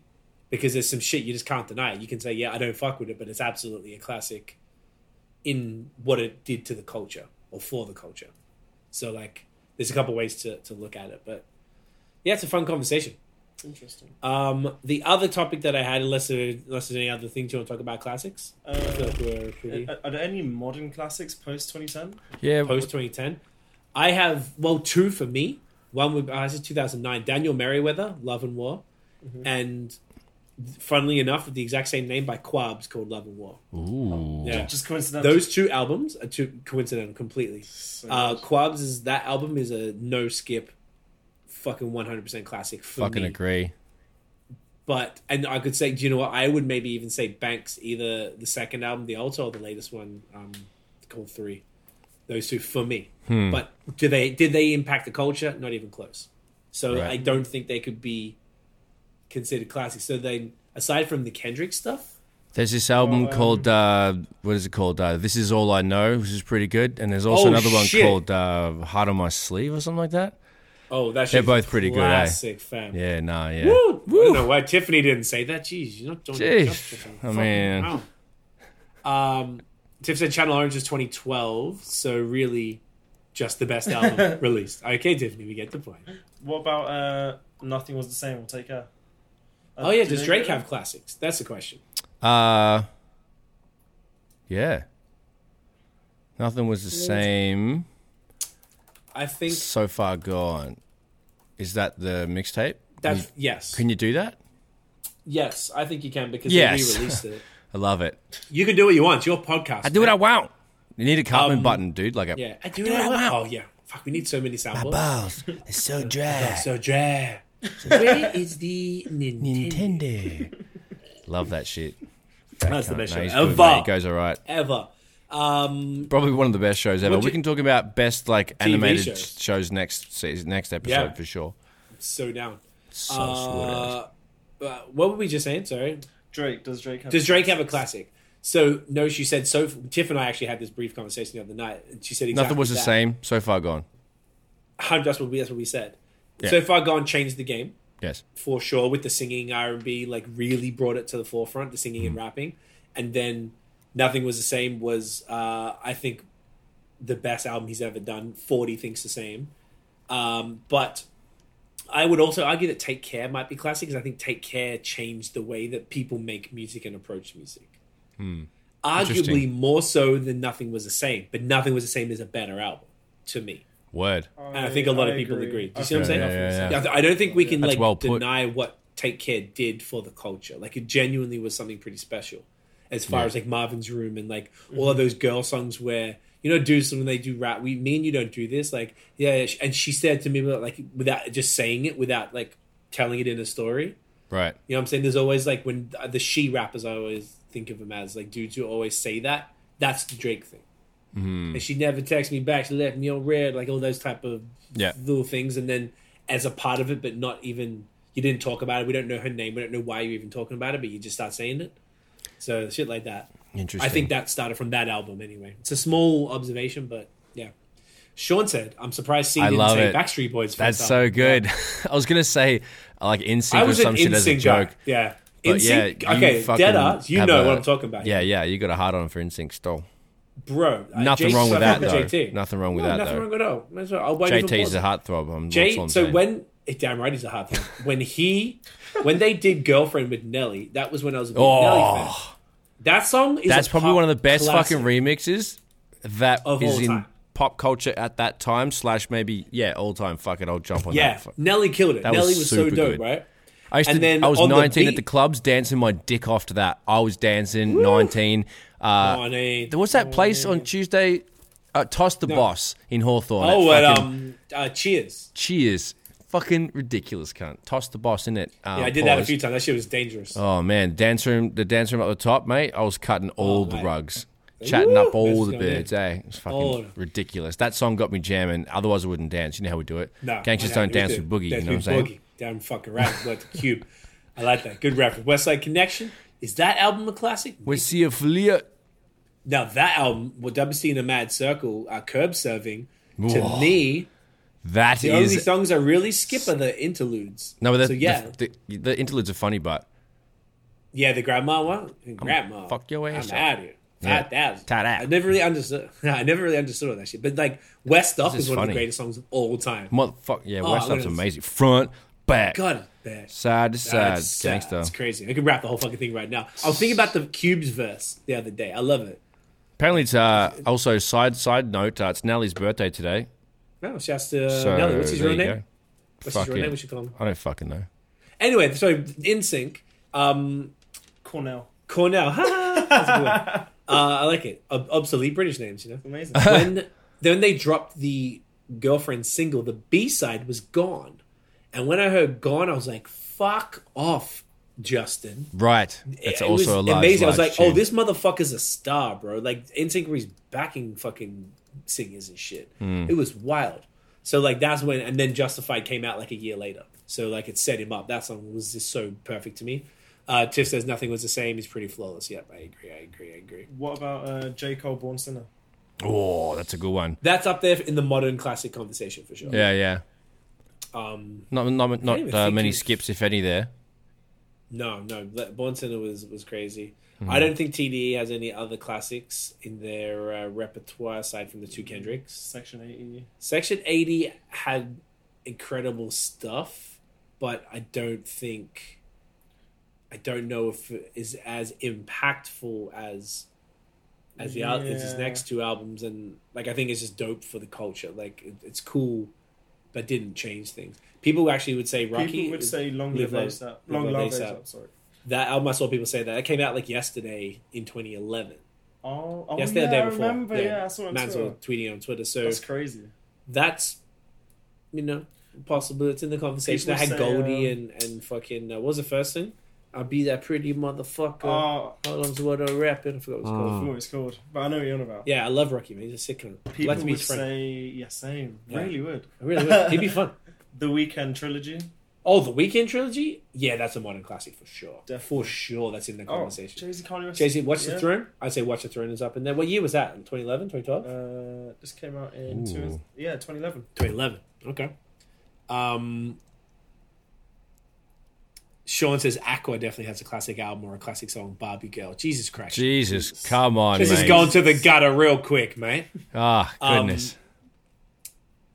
because there's some shit you just can't deny. You can say, yeah, I don't fuck with it, but it's absolutely a classic in what it did to the culture or for the culture. So like, there's a couple ways to to look at it, but yeah, it's a fun conversation. Interesting. Um, the other topic that I had, unless there, unless there's any other things you want to talk about classics, I feel Uh, like we're pretty are, are there any modern classics post 2010? yeah. post 2010. I have well two for me. One would uh, this is 2009. Daniel Merriweather, Love and War, Mm-hmm. and funnily enough, with the exact same name by Quabs called Love and War. Ooh. Yeah, Just coincidental. those two albums are too coincidental completely. Uh, Quabs is that album is a no skip, fucking 100 percent classic for Fucking me. agree. But and I could say, do you know what? I would maybe even say Banks, either the second album, The Altar, or the latest one, um, called Three. Those two for me. Hmm. But do they did they impact the culture? Not even close. So Right. I don't think they could be considered classics. So they aside from the Kendrick stuff, There's this album Well, um, called uh, what is it called? Uh, this is all I know, which is pretty good. And there's also Oh, another one shit. called uh, Heart on My Sleeve or something like that. oh, that's They're both pretty good, eh? classic, fam. Yeah, nah, yeah. Woo! I don't know why Tiffany didn't say that. Jeez, Oh, you're not doing Jeez. it justice. I Fucking mean- hell. um, Tiff said Channel Orange is 2012, so really, just the best album released. Okay, Tiffany, we get the point. What about uh, Nothing Was the Same? We'll take care. Uh, Oh yeah, do does they- Drake have classics? That's the question. Uh, yeah. Nothing was the same. I think So far gone. Is that the mixtape? that's You- yes, Can you do that? yes. I think you can because Yes. they re-released it. I love it. You can do what you want. It's your podcast. I do what I want. You need a Cartman button, dude. Like a Yeah, I do, what I want. Oh yeah, fuck. We need so many soundboards. balls. It's so dry. So Dre, where is the Nintendo? Nintendo. love that shit. That's the Can't- best no, show he's ever. good, mate. He goes all right. ever. Um, Probably one of the best shows ever. Would you- we can talk about best like animated shows. shows, next season, next episode Yeah. for sure. so down. So sorted. Uh, but what were we just saying? Sorry. Drake does Drake have? Does Drake have a classic? So no, she said. So Tiff and I actually had this brief conversation the other night. and She said exactly Nothing was the that. same so far. Gone. How- That's what we that's what we said. Yeah. So far gone changed the game Yes. for sure with the singing R and B. Like really brought it to the forefront, the singing and rapping, and then nothing was the same. Was uh, I think the best album he's ever done. Forty thinks the same, um, but I would also argue that Take Care might be classic because I think Take Care changed the way that people make music and approach music. Arguably Interesting. more so than Nothing Was the Same, but Nothing Was the Same is a better album to me. Word. And I think a lot of people agree. Do you see what I'm saying? Yeah, yeah, I- I don't think we can That's like well put. deny what Take Care did for the culture. Like it genuinely was something pretty special, as far as like Marvin's Room and like all of those girl songs where you know dudes when they do rap. We me and you don't do this. Like yeah, yeah, sh- and she said to me like without just saying it, without like telling it in a story. Right. You know what I'm saying? There's always like when uh, the she rappers, I always think of them as like dudes who always say that. That's the Drake thing. Hmm. And she never texted me back. She left me on red, like all those type of Yeah. little things. And then as a part of it, but not even you didn't talk about it. We don't know her name. We don't know why you're even talking about it, but you just start saying it. So shit like that. Interesting. I think that started from that album anyway. It's a small observation, but yeah. Sean said, "I'm surprised C I didn't love say it. Backstreet Boys." first That's up." so good. I was gonna say I like in I sync or was an some shit as a NSYNC guy. joke. Yeah. But NSYNC? yeah, you okay, fucking Deadass, you have know a- what I'm talking about. Yeah, yeah, you got a hard on for Instinct Stole. bro. uh, Nothing Jay- wrong so with I that fuck though. with JT. Nothing wrong with No, that nothing though. wrong at all. Might as well. I'll wait even JT's more. a heartthrob. I'm, Jay, that's all I'm so saying. when eh, damn right he's a hard thing. When he, when they did girlfriend with Nelly, that was when I was a big Oh. Nelly fan. That song is that's a probably pop one of the best classic. fucking remixes that Of is all in time. pop culture at that time slash maybe yeah all time. Fuck it, I'll jump on yeah, that. Fuck. Nelly killed it. That was Nelly was, so super dope, good. right? I used And to, then I was on the 19 at beat- the clubs dancing my dick off to that. I was dancing 19. Uh, on eh. a, there was that place on Tuesday, uh, Toss the Boss in Hawthorne. oh, that and fucking- um, uh, Cheers. Cheers. Fucking ridiculous, cunt. Toss the Boss in it. Um, Yeah, I did that a pause. few times. That shit was dangerous. Oh man, dance room, the dance room up the top, mate. I was cutting all Oh, the mate. rugs, chatting up all That's the gonna be- birds. Eh, it's fucking Oh. ridiculous. That song got me jamming. Otherwise, I wouldn't dance. You know how we do it. No, Gangsters no, don't we dance do. with boogie. Dance you know with what I'm Boogie. saying? Damn fucking right. Like the cube. I like that. Good reference. Westside Connection. Is that album a classic? We see a flea. Now that album, well, WC in a Mad Circle, uh, Curb Serving, to me, That the only is songs I really skip are the interludes. no, but the, so yeah, the, the, the interludes are funny, but yeah, the grandma one, and grandma, Oh, fuck your ass I'm up. out of here. Yeah. That, Ta da. I never really understood. I never really understood all that shit. But like, West Up This is, is one of the funny. greatest songs of all time. motherfuck yeah, Oh, West look Up's at this. amazing. Front, back, God, man. side to side, That's sad. gangster. It's crazy. I could wrap the whole fucking thing right now. I was thinking about the Cubes verse the other day. I love it. Apparently, it's uh, also side side note. Uh, it's Nelly's birthday today. No, shouts Oh, to So Uh, Nelly. What's his there real you name? go. What's Fuck his real it. name? We should call him. I don't fucking know. Anyway, so in sync. Um, Cornell. Cornell. Ha, ha. That's a good one. Uh, I like it. Ob- obsolete British names, you know. Amazing. When then they dropped the girlfriend single, the B side was gone, and when I heard "Gone," I was like, "Fuck off, Justin." Right. it That's also a was large, amazing. I was large like, "Oh, tune. this motherfucker's a star, bro!" Like NSYNC was backing fucking singers and shit. Hmm. It was wild. So like that's when, and then Justified came out like a year later. So like it set him up. That song was just so perfect to me. Uh, Tiff says nothing was the same. He's pretty flawless. Yep, I agree. I agree. I agree. What about uh, J Cole Born Sinner? Oh, that's a good one. That's up there in the modern classic conversation for sure. Yeah, yeah. Um, Not not even not uh, think many of- skips, if any. There. no, no. Le- Born Sinner was was crazy. Hmm. I don't think TDE has any other classics in their uh, repertoire aside from the two Kendricks. Section E. 80. Section 80 had incredible stuff, but I don't think I don't know if it is as impactful as as the al- as his Yeah. next two albums and like I think it's just dope for the culture. Like it, it's cool but didn't change things. People actually would say Rocky People would is- say Long Live Live Live- ASAP. Live Long Live Live ASAP. ASAP, sorry. that album I saw people say that. That came out like yesterday in 2011. Oh, oh Yesterday yeah, or the day I before. remember. Yeah, I saw it on Man's Twitter. all tweeting on Twitter. So That's crazy. that's you know possible it's in the conversation People i had say, goldie um, and and fucking uh, what was the first thing I'll be that pretty motherfucker. Oh, Hold on to what I'm rapping. I forgot what it's I called. forgot what it's called, but I know what you're on about. Yeah, I love Rocky, man. He's a sick one. I'd People Like to be would his friend. say, yeah, same. Yeah. Really would. I really would. He'd be fun. The Weekend trilogy. Oh, the Weekend trilogy? Yeah, that's a modern classic for sure. Definitely. For sure, that's in the Oh, conversation. Jay Z Kanye West. Jay Z, Watch the Yeah. Throne? I'd say Watch the Throne is up in there. What year was that? 2011, 2012? Uh, this came out in Ooh. two, yeah 2011. 2011. Okay. Um, Sean says Aqua definitely has a classic album or a classic song, Barbie Girl. Jesus Christ. Jesus, come on, this mate. is going to the gutter real quick, mate. Ah, Um, goodness.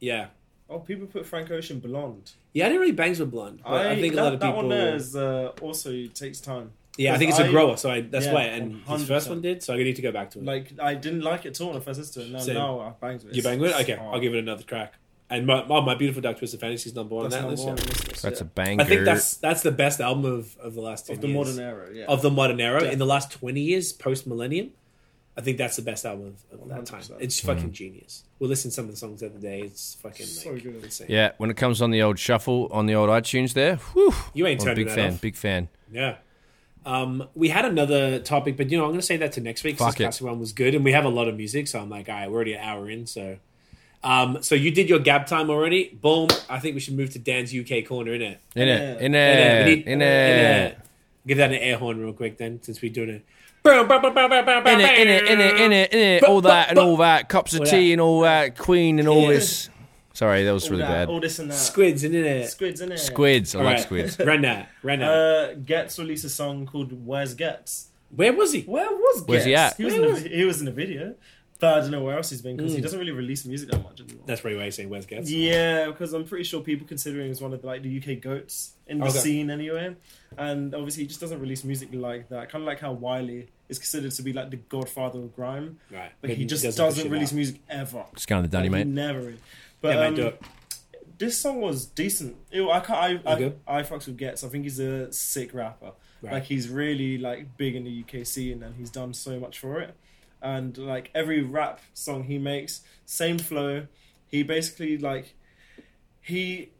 Yeah. Oh, people put Frank Ocean blonde. Yeah, I didn't really bangs with Blonde, but I, think a that, lot of that people. one there is uh, also takes time. yeah, I think it's a I- grower, so I, that's yeah, why. And his 100%. first one did, so I need to go back to it. Like I didn't like it at all when I first listened to it. Now, Same. now I banged with it. you bang with it? Okay, I'll give it another crack. And my, oh, my, my beautiful dark twisted fantasy is number one on That's that number list. one. yeah. on this list, That's a yeah. banger. I think that's that's the best album of, of the last ten of the years. modern era. Yeah, of the modern era Yeah. in the last 20 years post millennium i think that's the best album of, of that time 100%. it's fucking Mm. genius we listened to some of the songs the other day it's fucking So like, good. insane Yeah, when it comes on the old shuffle on the old iTunes, there, whew, You ain't I'm a turning big that fan. off. Big fan. yeah um, we had another topic but you know i'm going to say that to next week 'cause Fuck this it. classic one was good and we have a lot of music so i'm like all right we're already an hour in so um, so you did your gab time already boom i think we should move to dan's uk corner innit? In Yeah. it, in Innit? We it, need- in innit? it, give that an air horn real quick then since we're doing it in in it, in it, in it, in it, in it, all that and all that, cups of All tea that. and all that, Queen and all Yeah. this. Sorry, that was all really that, bad. All this and that. Uh, squids in it Squids in it. Squids, I like Alright. squids. Run that. Run that. Uh, Getz released a song called "Where's Getz." Where was he? Where was Getz? Where's he at? He was, Where in a, he was in a video, but I don't know where else he's been because he Mm. doesn't really release music that much anymore. That's probably why you say Wes Getz. Yeah, because I'm pretty sure people consider him as one of the, like the UK goats in the Okay. scene anyway, and obviously he just doesn't release music like that. Kind of like how Wiley is considered to be like the godfather of grime, Right. but he just doesn't, put shit release out. music ever. Just going to the dunny, Like, he mate. Never. Really. But Yeah, mate, um, do it. this song was decent. Ew, I can't. I, Okay. I, I fucks with Getz. I think he's a sick rapper. Right. Like he's really like big in the UK scene, and he's done so much for it. And like every rap song he makes, same flow. He basically like he.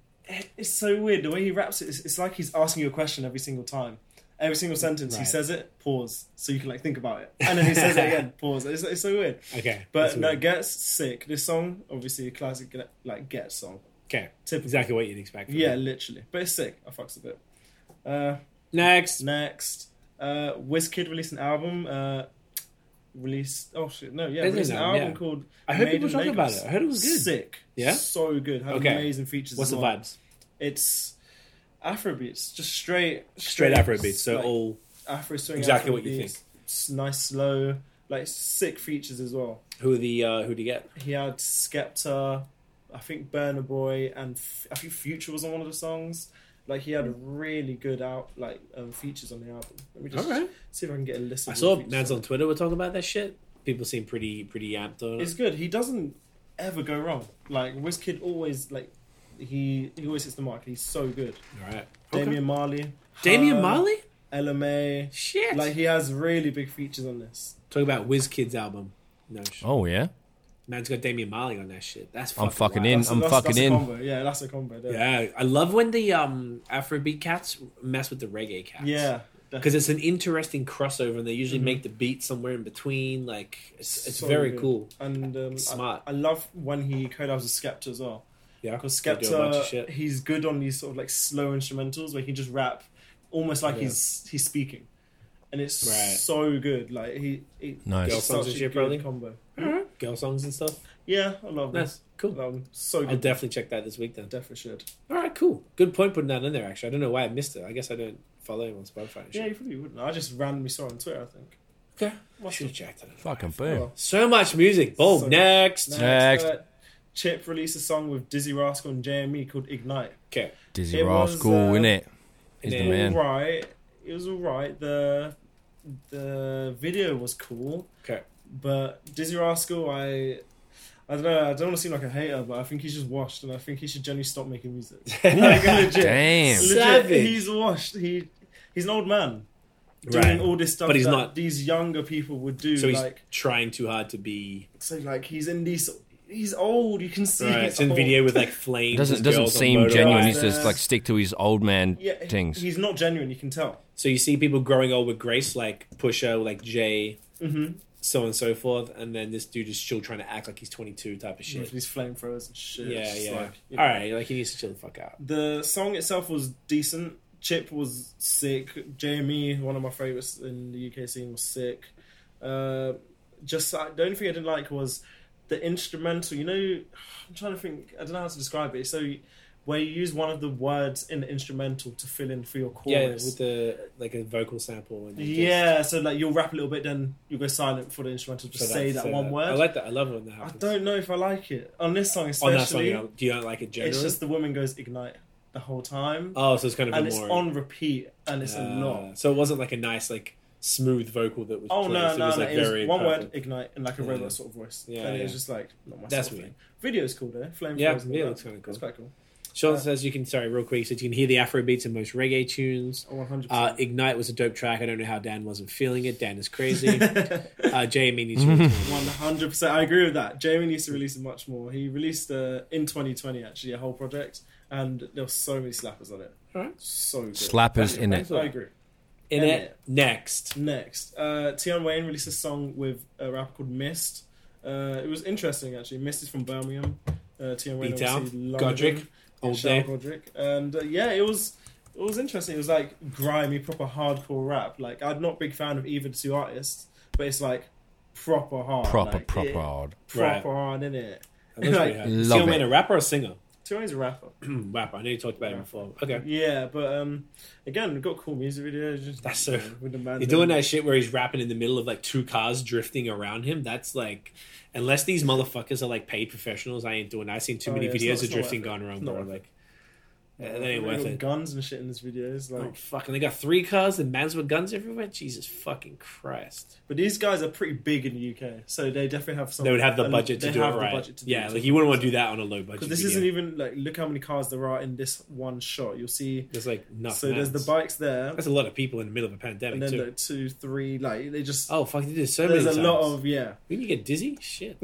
It's so weird the way he raps. It, it's, it's like he's asking you a question every single time. Every single sentence he Right. says it, pause, so you can like think about it, and then he says it again, pause. It's, it's so weird. Okay. But that's no, weird. Get's sick. This song, obviously a classic like Get song. Okay. Typical. Exactly what you'd expect. From Yeah, him. literally. But it's sick. I fucks with it. Uh, Next. next, uh, Wizkid released an album. Uh, released. Oh shit! No, yeah, There's released an an album, album yeah. called. I heard Made people in talk about Lagos. it. I heard it was good. Sick. Yeah? So good. Had Okay. amazing features. What's as the well. vibes? It's Afrobeats, just straight, Straight Afrobeat. So like, all. Afro swing. exactly what you Afrobeats. think. S- Nice slow, like sick features as well. Who are the uh, who do you get? He had Skepta, I think Burner Boy, and F- I think Future was on one of the songs. Like he had really good out like um, features on the album. Let me just Alright. see if I can get a list. Of I the saw features Nads on on Twitter were talking about that shit. People seem pretty pretty amped on it. It's it. good. He doesn't ever go wrong. Like Wizkid always like he he always hits the mark. He's so good. All right. Damian Marley, Damian Her, Marley? LMA. Shit. Like he has really big features on this. Talk about WizKid's album. No shit. Oh yeah, Man's got Damian Marley on that shit. That's fucking I'm fucking wild. in. That's a- I'm that's- fucking that's a in. combo. Yeah, that's a combo. There. Yeah, I love when the um Afrobeat cats mess with the reggae cats. yeah. Mm-hmm. because it's an interesting crossover, and they usually make the beat somewhere in between. Like it's, it's So very good. cool. And um, Smart. I, I love when he collabs with Skepta as well. Yeah, Because they do a bunch of Skepta, shit. he's good on these sort of like slow instrumentals where he just rap almost like Yeah. he's he's speaking, and it's Right. so good. Like he, he Nice. Girl it's such songs a and shit, good probably? combo. girl songs and stuff. Mm-hmm. Yeah, I love Nice, this. cool. Um, so I'll good. definitely check that this week then. Definitely should. All right, cool. Good point putting that in there. Actually, I don't know why I missed it. I guess I don't follow him on Spotify. And Yeah, shit. you probably wouldn't. I just randomly saw it on Twitter. I think. Okay, What's should have checked it. Fucking boom. Oh, So much music. Boom. So- next. next, Next. uh, Chip released a song with Dizzy Rascal and JME called Ignite. Okay. Dizzy It was, Rascal, uh, in it. He's the and- man. Alright, it was alright. The the video was cool, Okay. but Dizzy Rascal, I I don't know. I don't want to seem like a hater, but I think he's just washed, and I think he should generally stop making music. Like, legit, Damn. legit, Savage. he's washed. He he's an old man doing Right. all this stuff But he's that not- these younger people would do. So he's like trying too hard to be. so, like he's in these. he's old. You can see Right, he's it's in old. video with like flames. It doesn't and doesn't girls on seem genuine. He's motorbikes. just like stick to his old man Yeah, things. he's not genuine. You can tell. So you see people growing old with grace, like Pusha, like Jay, so on and so forth, and then this dude is still trying to act like he's 22 type of With shit. these flamethrowers and shit. Yeah, It's just yeah. like, you know. All right, like he needs to chill the fuck out. The song itself was decent. Chip was sick. Jamie, one of my favorites in the UK scene, was sick. Uh, just I- the only thing I didn't like was the instrumental. You know, I'm trying to think. I don't know how to describe it. So where you use one of the words in the instrumental to fill in for your Yeah, chorus. with the like a vocal sample. And you Yeah, so like you'll rap a little bit, then you go silent for the instrumental to just- so say that one word. I like that. I love it when that I happens. don't know if I like it on this song On that song, especially. you don't, do you not like it generally? it's just the woman goes ignite the whole time, oh, so it's kind of and a it's more, on repeat, and it's a uh, lot. So it wasn't like a nice like smooth vocal that was. Oh played. no, So no, it was, no! like, it was very one word perfect. ignite and like a Yeah. robot sort of voice. Yeah, and it was yeah. just like not my That's sort of weird. thing. Video's cool though. Flame Yeah, throws and all yeah, that. looks kinda cool. It's quite cool. Sean Yeah. says you can sorry real quick. He says you can hear the Afro beats in most reggae tunes. Oh, one hundred Uh, Ignite was a dope track. I don't know how Dan wasn't feeling it. Dan is crazy. uh, Jamie needs to One hundred percent. I agree with that. Jamie needs to release much more. He released uh, in twenty twenty actually a whole project, and there were so many slappers on it. Alright. So good. Slappers in it. I agree. in End it it. next. Next, uh, Tion Wayne released a song with a rapper called Mist. Uh, it was interesting actually. Mist is from Birmingham. Uh, Tion Wayne, B-Town, obviously, London. Godric, Old Shout out day. Godric. And uh, yeah, it was it was interesting. It was like grimy, proper hardcore rap. Like I'm not a big fan of either two artists, but it's like proper hard, proper, like, proper it- hard. proper hard in it. That looks pretty Like, hard. love Seal it. Man, a rapper or singer? Hmm, Tion Wayne's a rapper. rapper. I know you talked about it before. Okay. Yeah, but um, again, we've got cool music videos. Just, That's so- you know, with the man You're doing that shit where he's rapping in the middle of like two cars drifting around him. That's like, unless these motherfuckers are like paid professionals, I ain't doing. that. I've seen too Oh, many yeah, it's videos not- of it's not drifting worth it. going around, It's not bro. worth it. Like, yeah, that ain't They worth got it. Guns and shit in this videos, like. Oh fuck! And they got three cars and mans with guns everywhere. Jesus fucking Christ! But these guys are pretty big in the UK, so they definitely have some. They would have the and budget to they do it have the right. budget to do Yeah, it. like you wouldn't want to do that on a low budget. because this video. isn't even like look how many cars there are in this one shot. You'll see. There's like nothing. so there's the bikes there, That's a lot of people in the middle of a pandemic and then too. like two, three, like they just. oh fuck! They did so many there's a times. lot of yeah. When you get dizzy, shit.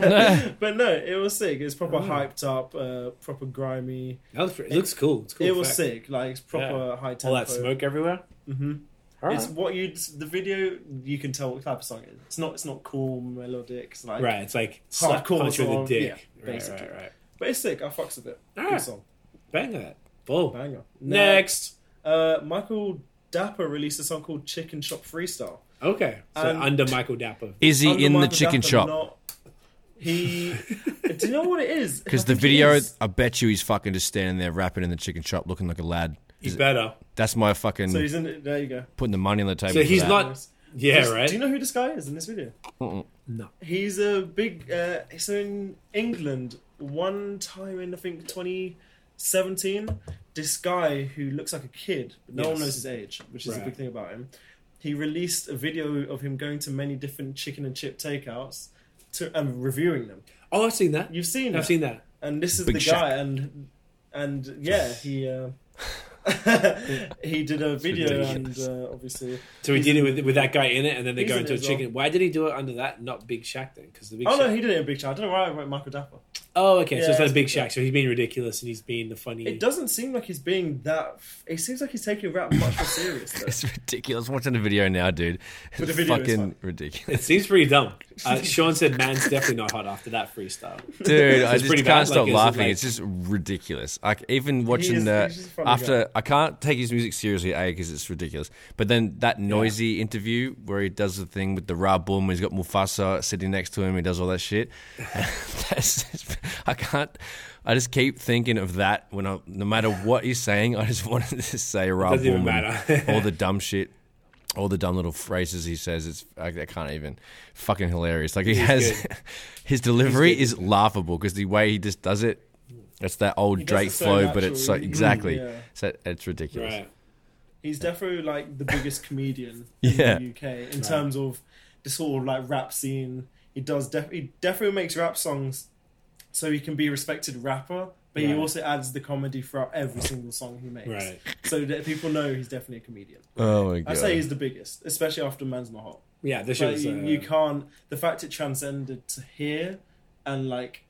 but no, it was sick. It's proper Oh. hyped up, uh, proper grimy. That was pretty- it looks cool. It's cool. it was fact. sick, like it's proper high tempo. All that smoke everywhere. hmm All right. It's what you the video. You can tell what type of song it is. It's not. It's not cool melodic. It's like right. It's like slap hardcore punch with a sort of- dick. yeah, right, right, basically. right. But it's sick. I fucks with it. All Good right. song. Bang that. Boom. Banger. Next. Uh, Michael Dapper released a song called Chicken Shop Freestyle. Okay. So Um, under Michael Dapper. Is he Under in the Michael chicken Dapper, shop? not- he. Do you know what it is? Because I the think it video, is. I bet you he's fucking just standing there rapping in the chicken shop, looking like a lad. He's better. That's my fucking So he's in it. There you go. putting the money on the table. So for he's that. not- Yeah. Just- right. Do you know who this guy is in this video? Mm-mm. No. He's a big. Uh, so in England, one time in I think 2017, this guy who looks like a kid, but no one Yes. knows his age, which is a Right. big thing about him. He released a video of him going to many different chicken and chip takeouts to and reviewing them. oh, I've seen that. You've seen I've that. seen that. and this is Big the Shaq. guy, and and yeah, he uh, he did a video, and ridiculous. uh, obviously, So we He's did it in- with with that guy in it, and then they he's go in into a it as well. chicken. Why did he do it under that, not Big Shack then? Because the Big oh Shack. no, he did it in Big Shaq. I don't know why I wrote Michael Dapper. oh, okay. so Yeah, it's not it's Big Big Shack. So he's being ridiculous and he's being the funny. It doesn't seem like he's being that. f- It seems like he's taking rap much more serious. Though. It's ridiculous. I'm watching the video now, dude. It's the video is fucking fun. ridiculous, It seems pretty dumb. Uh, Sean said, "Man's definitely not hot after that freestyle." dude. I It's just pretty can't bad, like, stop it's laughing. like- it's just ridiculous. I c- even watching is- the he's just a funny after I can't take his music seriously, a because it's ridiculous. But then that noisy interview where he does the thing with the raw boom, he's got Mufasa sitting next to him, he does all that shit. That's just, I can't. I just keep thinking of that when I, no matter what he's saying, I just want to just say raw Doesn't even boom. matter. all the dumb shit, all the dumb little phrases he says. It's I, I can't even. Fucking hilarious. Like he has, his delivery is laughable because the way he just does it. It's that old does it Drake so flow, but it's so naturally. exactly. Yeah. So it's ridiculous. Right. He's definitely like the biggest comedian Yeah. in the UK in terms of the sort of like rap scene. He does def- he definitely makes rap songs, so he can be a respected rapper. But he Right. also adds the comedy throughout every single song he makes, Right. so that people know he's definitely a comedian. Oh my god. I say he's the biggest, especially after Man's Not Hot. Yeah, this Like, shit was. you, uh, you can't. The fact it transcended to here, and like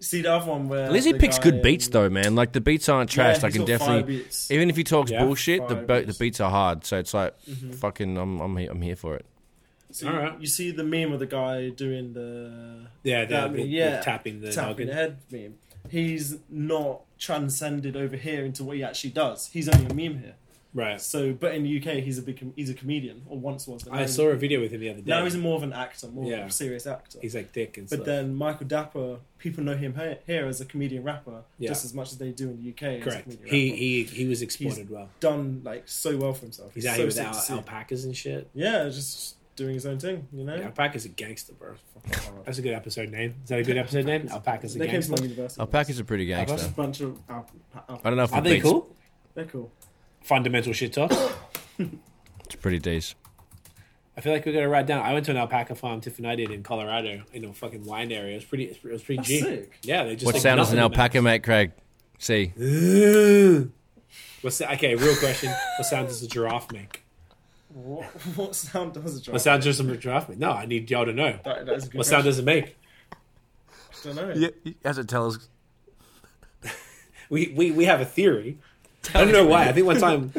See the other one where Lizzie the picks guy good in- beats though, man. Like the beats aren't trash. Yeah, I he's can got fire definitely, beats. even if he talks Yeah, bullshit, the fire bo- the beats. Hmm. beats are hard. So it's like fucking, I'm I'm here, I'm here for it. Mm-hmm. So All you, right. you see the meme of the guy doing the Yeah, the, that the- meme, the yeah, tapping the noggin. tapping the head meme. He's not transcended over here into what he actually does. He's only a meme here. Right. So, but in the UK, he's a big com- he's a comedian or once was. But now I he's- saw a video with him the other day. now he's more of an actor, more Yeah. of a serious actor. He's like Dick and but stuff. then Michael Dapper, people know him he- here as a comedian rapper Yeah. just as much as they do in the UK. As a Correct. comedian He rapper. he he was exported well. done like so well for himself. He's out so here with sick to al- see. alpacas and shit. Yeah, just doing his own thing. You know. Yeah, alpaca's a gangster, bro. Fucking horrible. That's a good episode name. Is that a good episode name? Alpaca's a They came to gangster. my university. Alpacas are pretty That's gangster. a bunch of al- al- I don't know if Are the they beats cool? They're cool. Fundamental shit talk. It's pretty decent. I feel like we're gonna ride down. I went to an alpaca farm, Tiffany and I did in Colorado, in a fucking wine area. It was pretty. It was pretty That's G. sick. Yeah, they just. What like sound does an nothing about- alpaca make, Craig? See, Ooh. What's the, okay? Real question. what sound does a giraffe make? What, what sound does a drum? What sound does a giraffe make? No, I need y'all to know. That, that is a good What sound does it make? I don't know. you have to tell us. We we we have a theory. I don't know why. I think one time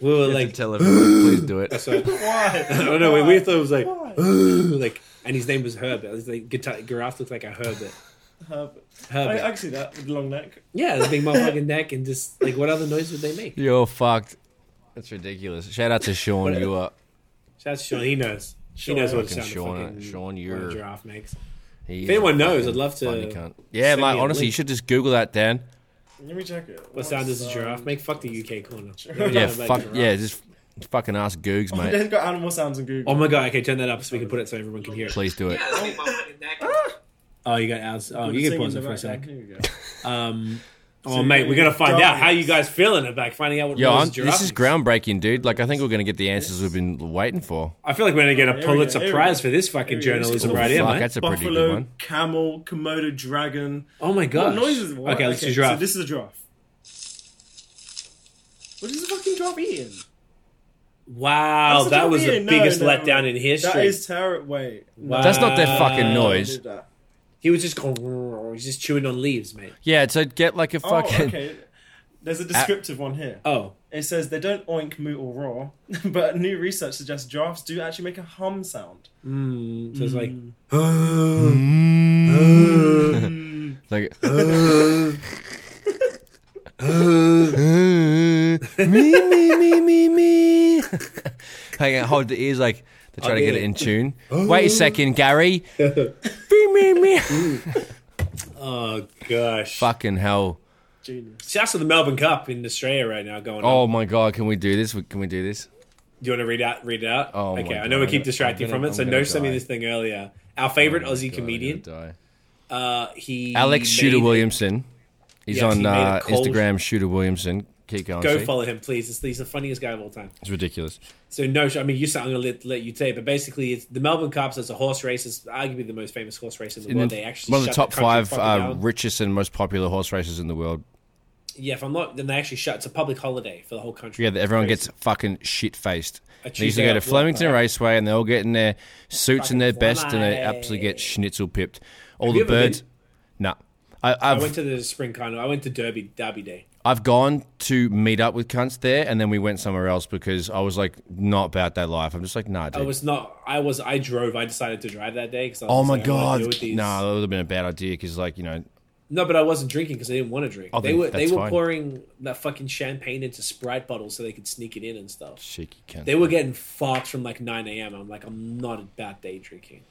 we were Like, like. tell everyone, please do it. so- Why? I don't know. Oh, We, we thought it was like, Why? like, and his name was Herbert. It was like guitar, giraffe looked like a Herbert. Herbert. I, Herbert. I can see that with the long neck. yeah, the big motherfucking neck and just like what other noise would they make? You're fucked. That's ridiculous. Shout out to Sean. What- you are That's Sean. He knows. Sean. he knows what it fucking sounds Sean. fucking Sean, what a you're. giraffe makes. he's If a anyone knows, fucking I'd love to funny cunt. Yeah, send me like a honestly, you link. should just Google that, Dan. Let me check it. What sound does a giraffe make? Fuck the UK corner. Yeah, Like fuck. giraffe. Yeah, just fucking ask Googs, Oh, mate. they've got animal sounds on Google. Oh my god. Okay, turn that up so we can put it so everyone can hear. it. Please do it. Oh, you got ours. Oh, you can pause it for a sec. Here we go. Um. Oh So mate, you- we're gonna find out Dogs. how you guys feeling about finding out what Yo, noise I'm, a giraffe this is makes. groundbreaking, dude. Like, I think we're gonna get the answers we've been waiting for. I feel like we're gonna get a Here we go, Pulitzer here we Prize go. for this Here fucking we go. journalism Oh, right here, fuck, mate. that's a pretty good Buffalo, one. camel, Komodo dragon. Oh my gosh. What noises? What? Okay, let's do so giraffe. this is a giraffe. What is a fucking giraffe eating? Wow, That's a Oh, that joke, was the yeah, no, biggest no. letdown in history. That is terrible. Wait. Wow. That's not their fucking Uh, noise. Don't do that. He was just going. He's just chewing on leaves, mate. Yeah, so get like a Oh, fucking. okay. There's a descriptive one here. Oh, It says they don't oink, moo, or roar, but new research suggests giraffes do actually make a hum sound. mm, so it's like. Like, me me me me me. Hang on, hold the ears like they try to get it in tune. Wait a second, Gary. me me me. oh gosh. Fucking hell! Genius. Shouts to the Melbourne Cup in Australia right now going on. Oh my god, can we do this? Can we do this? Do you want to read out? Read it out. Oh my okay. I God, know we I'm keep gonna- distracting I'm from gonna- it. So I'm no, gonna sent me die. this thing earlier. Our favorite Oh my Aussie God, I'm comedian. gonna die. Uh, he Alex Shooter made- Williamson. He's Yes, he on made a uh, cold- Instagram. Shooter Williamson. Keep going. Go see? follow him, please. It's, he's the funniest guy of all time. It's ridiculous. So no, I mean you. said I'm gonna let, let you say, it, but basically, it's the Melbourne Cup. So it's a horse race. It's arguably the most famous horse race in the And world. then They actually one of the shut top country five fucking uh, down. richest and most popular horse races in the world. Yeah, if I'm not, then they actually shut. It's a public holiday for the whole country. Yeah, that everyone Crazy. gets fucking shit faced. A They usually Tuesday go to at work, Flemington right? Raceway and they all get in their suits and their Fucking best and they fly. absolutely get schnitzel pipped. All you the ever been? birds. Nah. I, I went I've to the spring carnival. I went to Derby Derby Day. I've gone to meet up with cunts there and then we went somewhere else because I was like not about that life. I'm just like nah, I dude. was not. I was. I drove. I decided to drive that day because. oh my like, I wanna god, deal no, with these. nah, that would have been a bad idea because like you know No, but I wasn't drinking because I didn't want to drink. Oh, they then were. They that's were fine. pouring that fucking champagne into Sprite bottles so they could sneak it in and stuff. cheeky cunt. They were getting fucked from like 9 a.m. I'm like, I'm not about day drinking.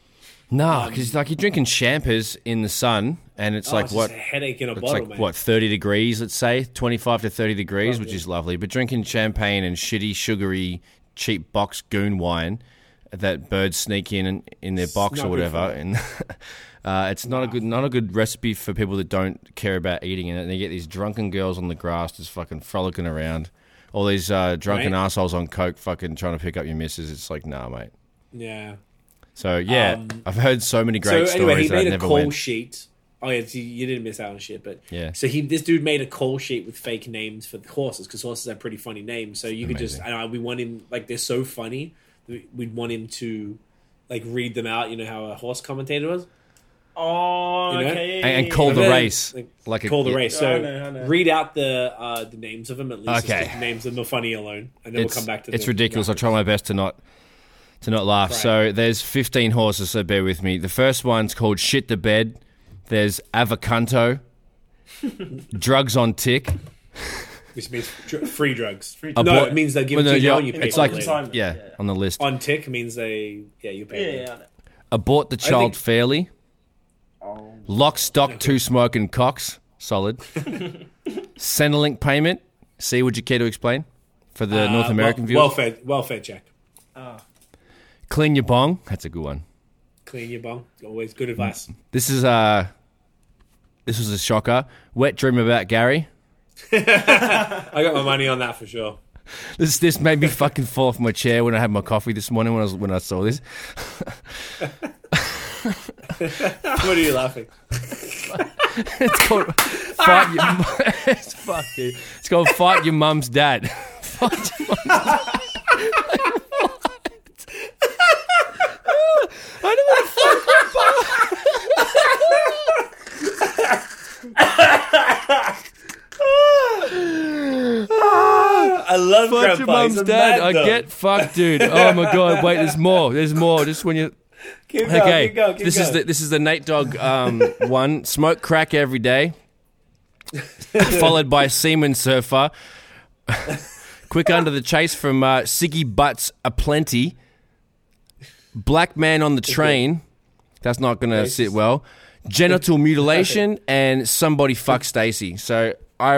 nah, because like you're drinking champers in the sun and it's Oh, like it's what Just a headache in a It's bottle, like man. what thirty degrees, let's say twenty five to thirty degrees, which is lovely. But drinking champagne and shitty, sugary, cheap box goon wine that birds sneak in in, in their box not or good whatever, for and uh, it's not a good not a good recipe for people that don't care about eating. And they get these drunken girls on the grass just fucking frolicking around. All these uh, drunken Right. assholes on coke, fucking trying to pick up your missus. It's like, nah, mate. Yeah. So yeah, I've heard so many Um, So great anyway, he stories that I made a never call went. sheet. Oh yeah, so you didn't miss out on shit, but Yeah. So he, this dude made a call sheet with fake names for the horses because horses have pretty funny names. So you could just, and I, we want him like they're so funny, we- we'd want him to like read them out. You know how a horse commentator was. Oh, You know? okay. And- and call And the then- race. Like a- call the race. Yeah, So I know, I know. read out the uh, the names of them at least. Okay. Okay. The names of them are funny alone, and then it's, we'll come back to. it's the- ridiculous. the I try my best to not to not laugh. So there's 15 horses. So bear with me. The first one's called Shit the Bed. There's Avacanto. Drugs on tick. Which means dr- free drugs. Free no, A boy- it means they'll give Well, it no, to you yeah, now and you pay it's for it like later. Consignment, yeah, yeah. on the list. On tick means they yeah you pay. Yeah, later. yeah, I know. Abort the child think- fairly. Lock stock two smoking cocks. Solid. Centrelink payment. See, would you care to explain for the Uh, North American well, viewers? welfare welfare check. Ah, Clean your bong. That's a good one. Clean your bong. Always good advice. This is uh this was a shocker. Wet dream about Gary. I got my money on that for sure. This this made me fucking fall off my chair when I had my coffee this morning when I was when I saw this. What are you laughing? It's called fight your Mu- it's, fuck, dude. it's called fight your mum's dad. Fight your mum's dad. I don't want to fuck I love Fight your grandpa. He's mum's a mad dad. I dog. get fucked, dude. Oh my god! Wait, there's more. There's more. Just when you Keep going, okay. keep going, keep this is going. the this is the Nate Dog um, one. Smoke crack every day, followed by Seaman Surfer. Quick under the chase from uh, Siggy Butts aplenty. Black man on the train. That's not going to sit well. Genital mutilation and somebody fuck Stacy. So I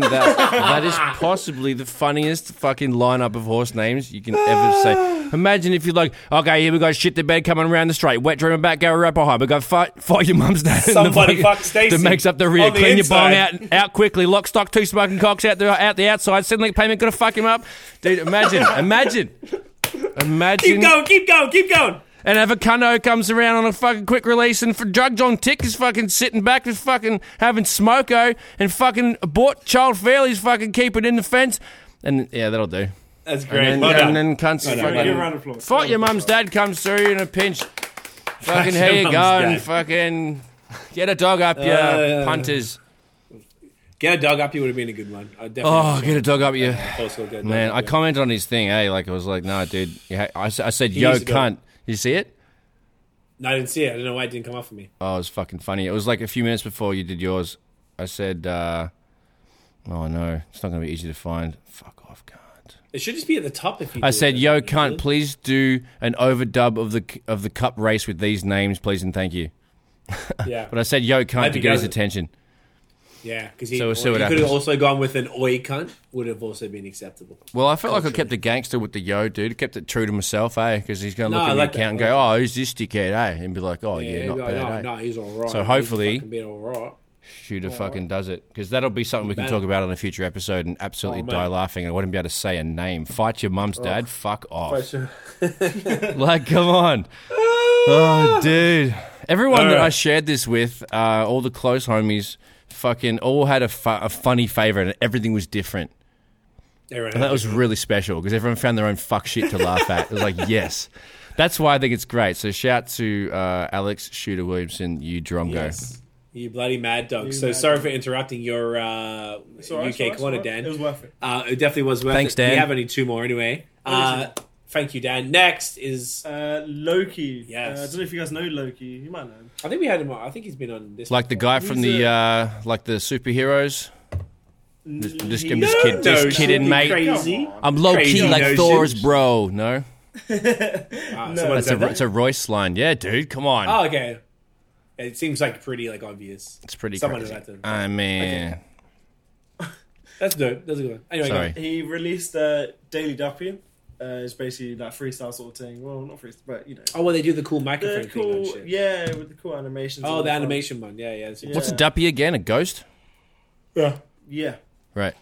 that that is possibly the funniest fucking lineup of horse names you can ever say. Imagine if you're like, okay, here we got shit the bed coming around the straight, wet dream about Gary Rappahide. We got fight, fight your mum's dad. and the Somebody fucking- fuck Stacey. That makes up the rear. On the Clean inside. your bong out, out quickly. Lock stock, two smoking cocks out the out the outside. Send link payment. Gonna fuck him up, dude. Imagine, imagine, imagine. Keep going, keep going, keep going. And Avocado comes around on a fucking quick release, and for Drug John Tick is fucking sitting back and fucking having smoko, and fucking abort Child Fairley's fucking keeping in the fence. And yeah, that'll do. That's great. And then, well and done. then cunts Well done. fucking. Give her a round of applause. Fight your mum's dad comes through in a pinch. Fucking your here you mum's go, and dad. Uh, fucking get a dog up, you yeah. punters. Get a dog up. You would have been a good one. I definitely. Oh, get a dog up, you. Also get a dog Man, up, I yeah. commented on his thing, eh? Like, I was like, no, dude. you ha- I, s- I said, yo, needs to go. cunt. You see it? No, I didn't see it. I don't know why it didn't come up for me. Oh, it was fucking funny. It was like a few minutes before you did yours. I said, uh, "Oh no, it's not going to be easy to find." Fuck off, cunt. It should just be at the top if you. I do said, it. "Yo, cunt, please do an overdub of the of the cup race with these names, please and thank you." Yeah, But I said, "Yo, cunt," That'd to be get his dope. attention. yeah, because he, So we'll see he what could happens. have also gone with an oi cunt. Would have also been acceptable. Well, I felt like I kept the gangster with the yo, dude. Kept it true to myself, eh? Because he's going to No, look I at like the that. account and go, "Oh, who's this dickhead?" Eh? And be like, "Oh, yeah, Yeah, not go, bad." no, eh? no, he's all right. So He's hopefully- fucking been all right. Shooter fucking does it because that'll be something we can Man. talk about on a future episode and absolutely Oh, man. die laughing. I wouldn't be able to say a name. Fight your mum's dad. Fuck off. But, uh, like, come on. oh, dude. Everyone that I Alright. shared this with, uh, all the close homies, fucking all had a, fu- a funny favorite, and everything was different. everyone And that else- was really special because everyone found their own fuck shit to laugh at. It was like, yes. That's why I think it's great. So shout to uh, Alex Shooter Williamson, you Drongo. Yes. You bloody mad dog. You so mad sorry dog. for interrupting your uh, It's all right, UK it's all right, it's all corner, right. Dan. It was worth it. Uh, it definitely was worth Thanks, it. Dan. We have only two more anyway. Uh, thank you, Dan. Next is Uh, Loki. Yes. Uh, I don't know if you guys know Loki. You might know. him. I think we had him. on- I think he's been on this. Like the guy He's from the a- uh, like the superheroes. Just, just, I'm just, No, kid, no, just kidding, you mate. Crazy. Come on. I'm low key crazy like notions. Thor's bro. No, Ah, No. someone that's a said it's that. a Royce line. Yeah, dude, come on. Oh, okay. It seems like pretty like obvious. it's pretty. someone crazy. who liked it. I mean, That's dope. That's a good one. Anyway, go. sorry. He released uh, Daily Duppy. Uh, it's basically that freestyle sort of thing. Well, not freestyle, but you know. Oh well, they do the cool microphone The thing. cool, and shit. yeah, with the cool animations. Oh, and the all that. animation one. Yeah, yeah. that's- What's a Yeah. duppy again? A ghost? Yeah. Yeah. Right.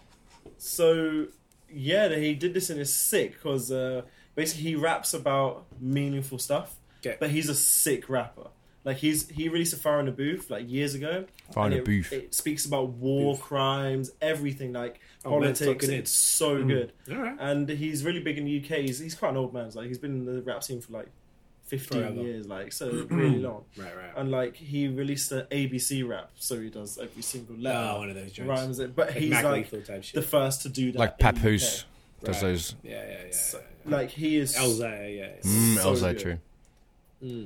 So, yeah, he did this and it's sick because uh, basically he raps about meaningful stuff, Okay. but he's a sick rapper. Like he's he released a Fire in the Booth like years ago. Fire in and the it, Booth. It speaks about war crimes, everything like Oh, man, it's politics. fucking Mm-hmm. it. it's so good. All right. uh, And he's really big in the UK. He's, he's quite an old man. Like he's been in the rap scene for like 15 Forever. years, like so really long. Right, right. And like he released an ABC rap, so he does every single letter. Oh, one of those jokes. uh, Rhymes it, but Like he's Mac like Lethal type shit. the first to do that. like in the Papoose does Right. those. yeah, yeah, yeah. UK. Like he is Elza, yeah. yeah. Mm, So also good. true.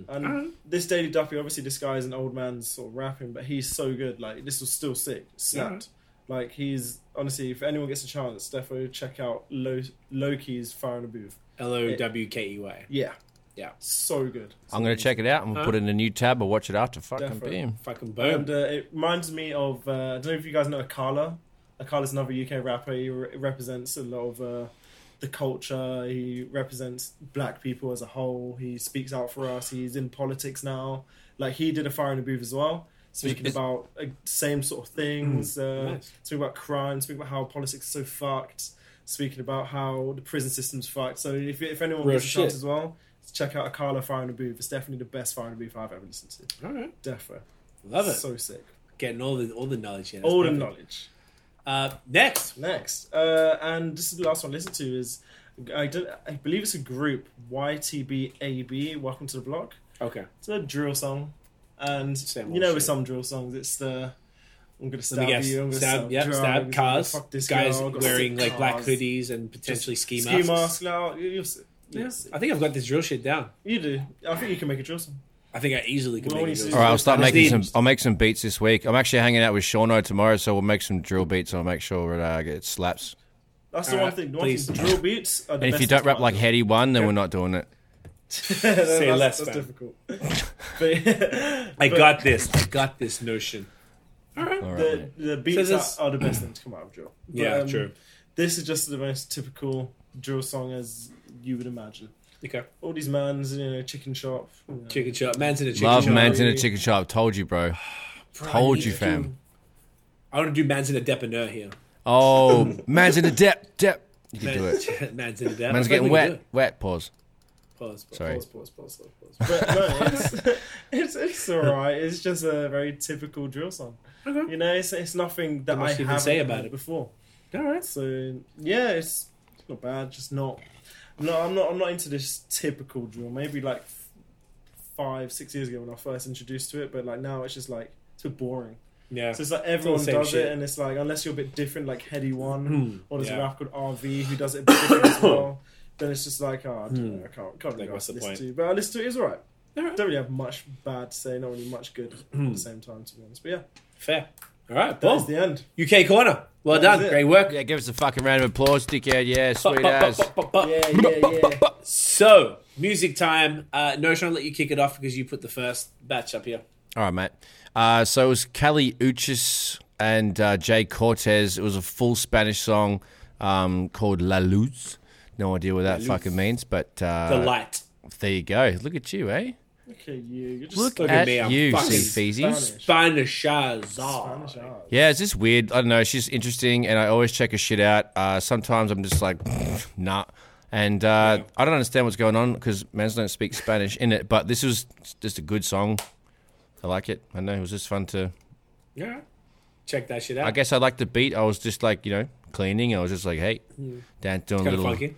And this Daily Duffy, obviously, this guy is an old man sort of rapping, but he's so good. Like this was still sick, snapped. Like he's honestly, if anyone gets a chance, definitely check out Lo- Loki's Fire in a Booth. L O W K E Y. Yeah, Yeah. so good. I'm gonna check it out and we'll put it in a new tab or watch it after. Fucking Definitely. bam. Fucking And boom. uh, it reminds me of uh, I don't know if you guys know Akala. Akala's another UK rapper. He re- represents a lot of uh, the culture. He represents black people as a whole. He speaks out for us. He's in politics now. Like he did a fire in the booth as well, speaking Is- about uh, same sort of things. Uh, Hmm. Nice. Speaking about crime. Speaking about how politics is so fucked. Speaking about how the prison system's fucked. So if, if anyone Real gets a chance shit. as well, check out Akala Fire in the Booth. It's definitely the best Fire in the Booth I've ever listened to. All right. Definitely. Love it. So sick. Getting all the all the knowledge here. That's All the perfect. knowledge. Uh, next. Next, uh, and this is the last one I listened to is I don't I believe it's a group YTBAB. Welcome to the block. Okay. It's a drill song, and Same you know old with shit. some drill songs, it's the I'm gonna Let stab me guess. you. I'm gonna Stab, stab, yep, drugs, I'm stab gonna cars. fuck this guys girl, I'm gonna wearing stick like black cars. hoodies and potentially ski ski masks. mask. Now you, Yeah. I think I've got this drill shit down. you do. I think you can make a drill song. I think I easily could Well, make you it. see- All right, I'll start Just making need- some. I'll make some beats this week. I'm actually hanging out with Shauno tomorrow, so we'll make some drill beats. I'll make sure that uh, it slaps. That's the All one right, thing. The please. one thing drill beats. Are And the if best you don't rap ones. like Hetty One, then we're not doing it. say less, that's man. difficult. but, I but got this. I got this notion. All right. the the beats this- are, are the best thing to come out of drill. But, Yeah, um, true. This is just the most typical drill song as you would imagine. Okay. All these mans, you know, chicken shop. You know. Chicken shop. Man's in a chicken Love shop. man's in a Really? chicken shop. Told you, bro. Bro, I Told need you, to- fam. I want to do man's in a depanneur here. Oh, man's in a dep dep. You can do it. Man- man's in a dep. Man's I think we can getting do wet. it. Wet. Pause. Pause, pause. Sorry. Pause, pause, pause, pause, pause. But no, it's, it's, it's all right. It's just a very typical drill song. Okay. You know, it's, it's nothing that much I you can haven't say say about about it. it before. All right. So yeah, it's not bad. Just not. No, I'm not. I'm not into this typical drill. Maybe like f- five, six years ago when I was first introduced to it, but like now it's just like it's a bit boring. Yeah. So it's like all everyone the same does shit. Hmm, it, and it's like unless you're a bit different, like Heady One or there's yeah. a rap called RV who does it a bit different as well. Then it's just like, oh, I, don't know, I can't, can't really Hmm. what's the listen point? to. But I listen to it, it's alright. Alright. Hmm. Don't really have much bad to say, not really much good at the same time, to be honest. But yeah, Fair. All right. that's Boom. the end. UK corner. Well That is done. it. Great work. Yeah, give us a fucking round of applause, dickhead. Yeah, Ba- sweet ba- ba- as. ba- ba- ba. Yeah, yeah, yeah. So, music time. Uh, Notion, I'll let you kick it off because you put the first batch up here. All right, mate. Uh, so it was Cali Uchis and uh, Jay Cortez. It was a full Spanish song um, called La Luz. No idea what that fucking means, but The uh, light. there you go. Look at you, eh? Look at you. You're just Look Look at at me, I'm you, fucking C-Feezies. Spanish. Spanish Shazar. Spanish art. Yeah, it's just weird. I don't know. She's interesting, and I always check her shit out. Uh, sometimes I'm just like, nah. And uh, I don't understand what's going on because mans don't speak Spanish in it. But this was just a good song. I like it. I know it was just fun to Yeah. Check that shit out. I guess I like the beat. I was just like, you know, cleaning. I was just like, hey, dan- doing a Kind of little. funky.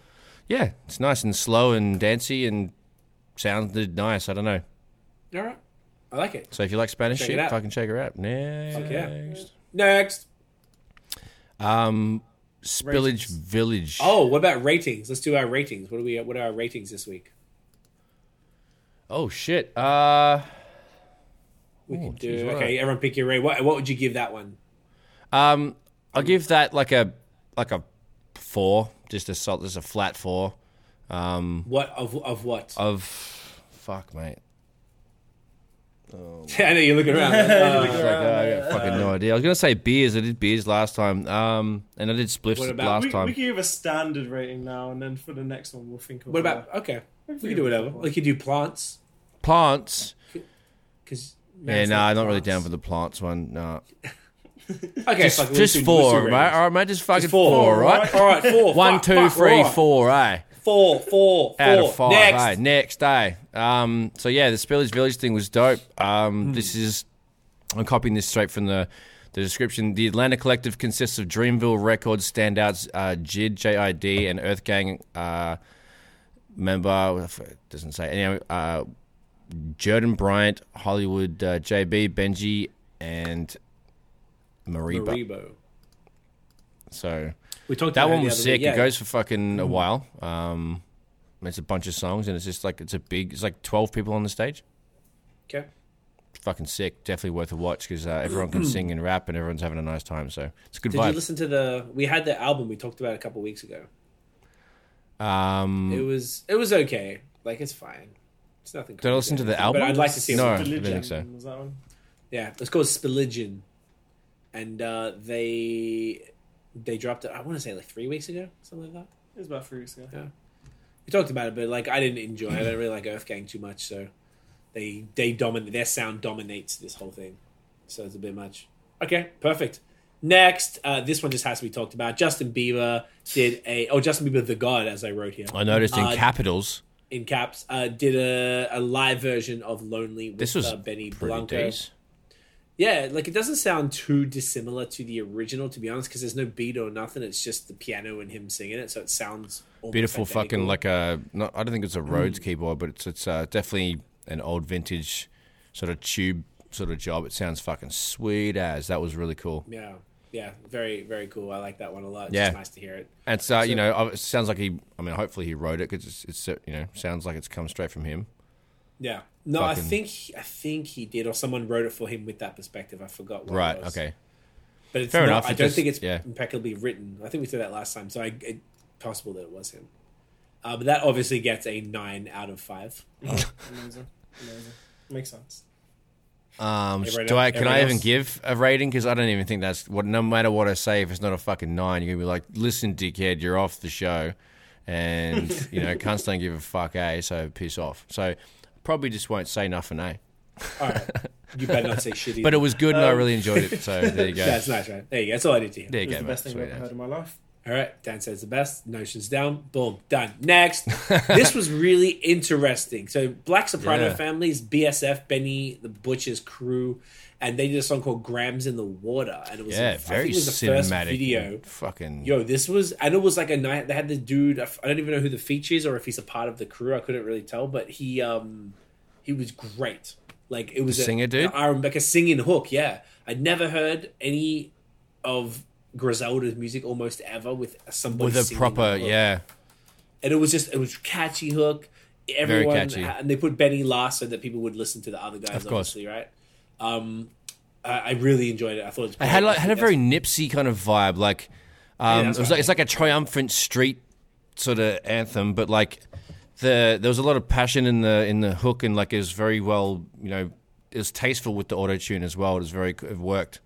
Yeah, it's nice and slow and dancey and sounded nice. I don't know. All right. I like it. So if you like Spanish Check it shit, out. fucking check her out. Fuck yeah. Next. Next. Um, Spillage Ratings. Village. Oh. Oh, what about ratings? Let's do our ratings. What are we? What are our ratings this week? Oh, shit. Uh, We can geez, do. all Oh, Okay, everyone pick your rate. What, what would you give that one? um, I'll give that like a like a four. Just a salt. Just a flat four What of of what? of fuck, mate. I know you're looking around. Uh, It's like, oh, I got fucking no idea. I was gonna say beers. I did beers last time. Um, and I did spliffs What about- last we, time. we can give a standard rating now, and then for the next one, we'll think of what about? Okay, we can do whatever. We can do plants plants. because. Yeah, no, I'm not really down for the plants one. No, Okay, just, fuck, it, we'll just do- we'll do four, ratings. right? All right, mate, just fucking Four, four, right? All right, four. One, fuck, two, fuck, three, right. four, eh? Four, four, Out four. of five, Next. eh? Next, eh? Um, so yeah, the Spillage Village thing was dope. Hmm. Um, this is, I'm copying this straight from the. The description: The Atlanta Collective consists of Dreamville Records standouts, uh, Jid (JID) and Earth Gang, uh, member if it doesn't say anyway. Uh, Jordan Bryant, Hollywood, uh, JB, Benji, and Mariba. Maribo. So We talked that about her one the was other sick. week, yeah. Hmm. It goes for fucking a while. Um, it's a bunch of songs, and it's just like it's a big. It's like twelve people on the stage. Okay. It's fucking sick. Definitely worth a watch because uh, everyone can sing and rap, and everyone's having a nice time. So it's a good Did you vibe. listen to the? We had the album we talked about a couple weeks ago. um, It was it was okay. Like it's fine. It's nothing. did I listen to the complicated. album? But I'd like to see. No, it. I don't think so. Religion, Was that one? Yeah, it's called Spilligion, and uh, they they dropped it. I want to say like three weeks ago, something like that. It was about three weeks ago. We talked about it, but like I didn't enjoy. it. I don't really like Earth Gang too much, so they they dominate. Their sound dominates this whole thing, so it's a bit much. Okay, perfect. Next, uh, this one just has to be talked about. Justin Bieber did a oh Justin Bieber the God as I wrote here I noticed in Uh, capitals. in caps uh, did a, a live version of Lonely with This was uh, Benny pretty Blanco. decent. Yeah, like it doesn't sound too dissimilar to the original, to be honest, because there's no beat or nothing. It's just the piano and him singing it, so it sounds almost beautiful fucking identical. like a not, I don't think it's Hmm. a Rhodes keyboard, but it's it's uh, definitely an old vintage sort of tube sort of job. It sounds fucking sweet as that was really cool. yeah, yeah, very very cool. I like that one a lot. It's Yeah. just nice to hear it. And so, you know, I- it sounds like he. I mean, hopefully he wrote it because it's, it's uh, you know sounds like it's come straight from him. Yeah, no, I Fucking- think I think he did, or someone wrote it for him with that perspective. I forgot. What it Right. was. Okay. but it's Fair not, enough, I it don't just- think it's yeah. impeccably written. I think we said that last time, so I, it possible that it was him. Uh, but that obviously gets a nine out of five. Amazing. Amazing. Makes sense. Um, Everyone do else- I? Can everyone I even else? give a rating? Because I don't even think that's what. No matter what I say, if it's not a fucking nine, you're gonna be like, "Listen, dickhead, you're off the show," and you know, cunts don't give a fuck, eh? So piss off. So probably just won't say nothing, eh? All right, you better not say shitty. But it was good, and I really enjoyed it. So there you go. Um, that's nice, right? There you go. That's all I need to hear. there you It was go. the mate. best thing Sweet I've ever as. heard in my life. All right, Dan says the best. Notions down. Boom, done. Next, this was really interesting. So, Black Soprano Yeah. families, BSF, Benny the Butcher's crew, and they did a song called "Grams in the Water," and it was I Yeah, think very it was the cinematic. first video. Fucking. Yo, this was, and it was like a night. They had the dude. I f- I don't even know who the feature is or if he's a part of the crew. I couldn't really tell, but he, um he was great. Like it was The singer a, an dude? Aaron Becker singing hook. Yeah, I'd never heard any of Griselda's music almost ever with somebody with a singing proper, the hook. yeah, And it was just it was catchy hook. Everyone catchy. and they put Benny last so that people would listen to the other guys. Of course. obviously, right? Um, I, I really enjoyed it. I thought it was it had great. like, had a That's- very Nipsey kind of vibe. Like, um, that's it was what I like it's like a triumphant street sort of anthem, but like the there was a lot of passion in the in the hook, and like it was very well, you know, it was tasteful with the auto tune as well. It was very it worked.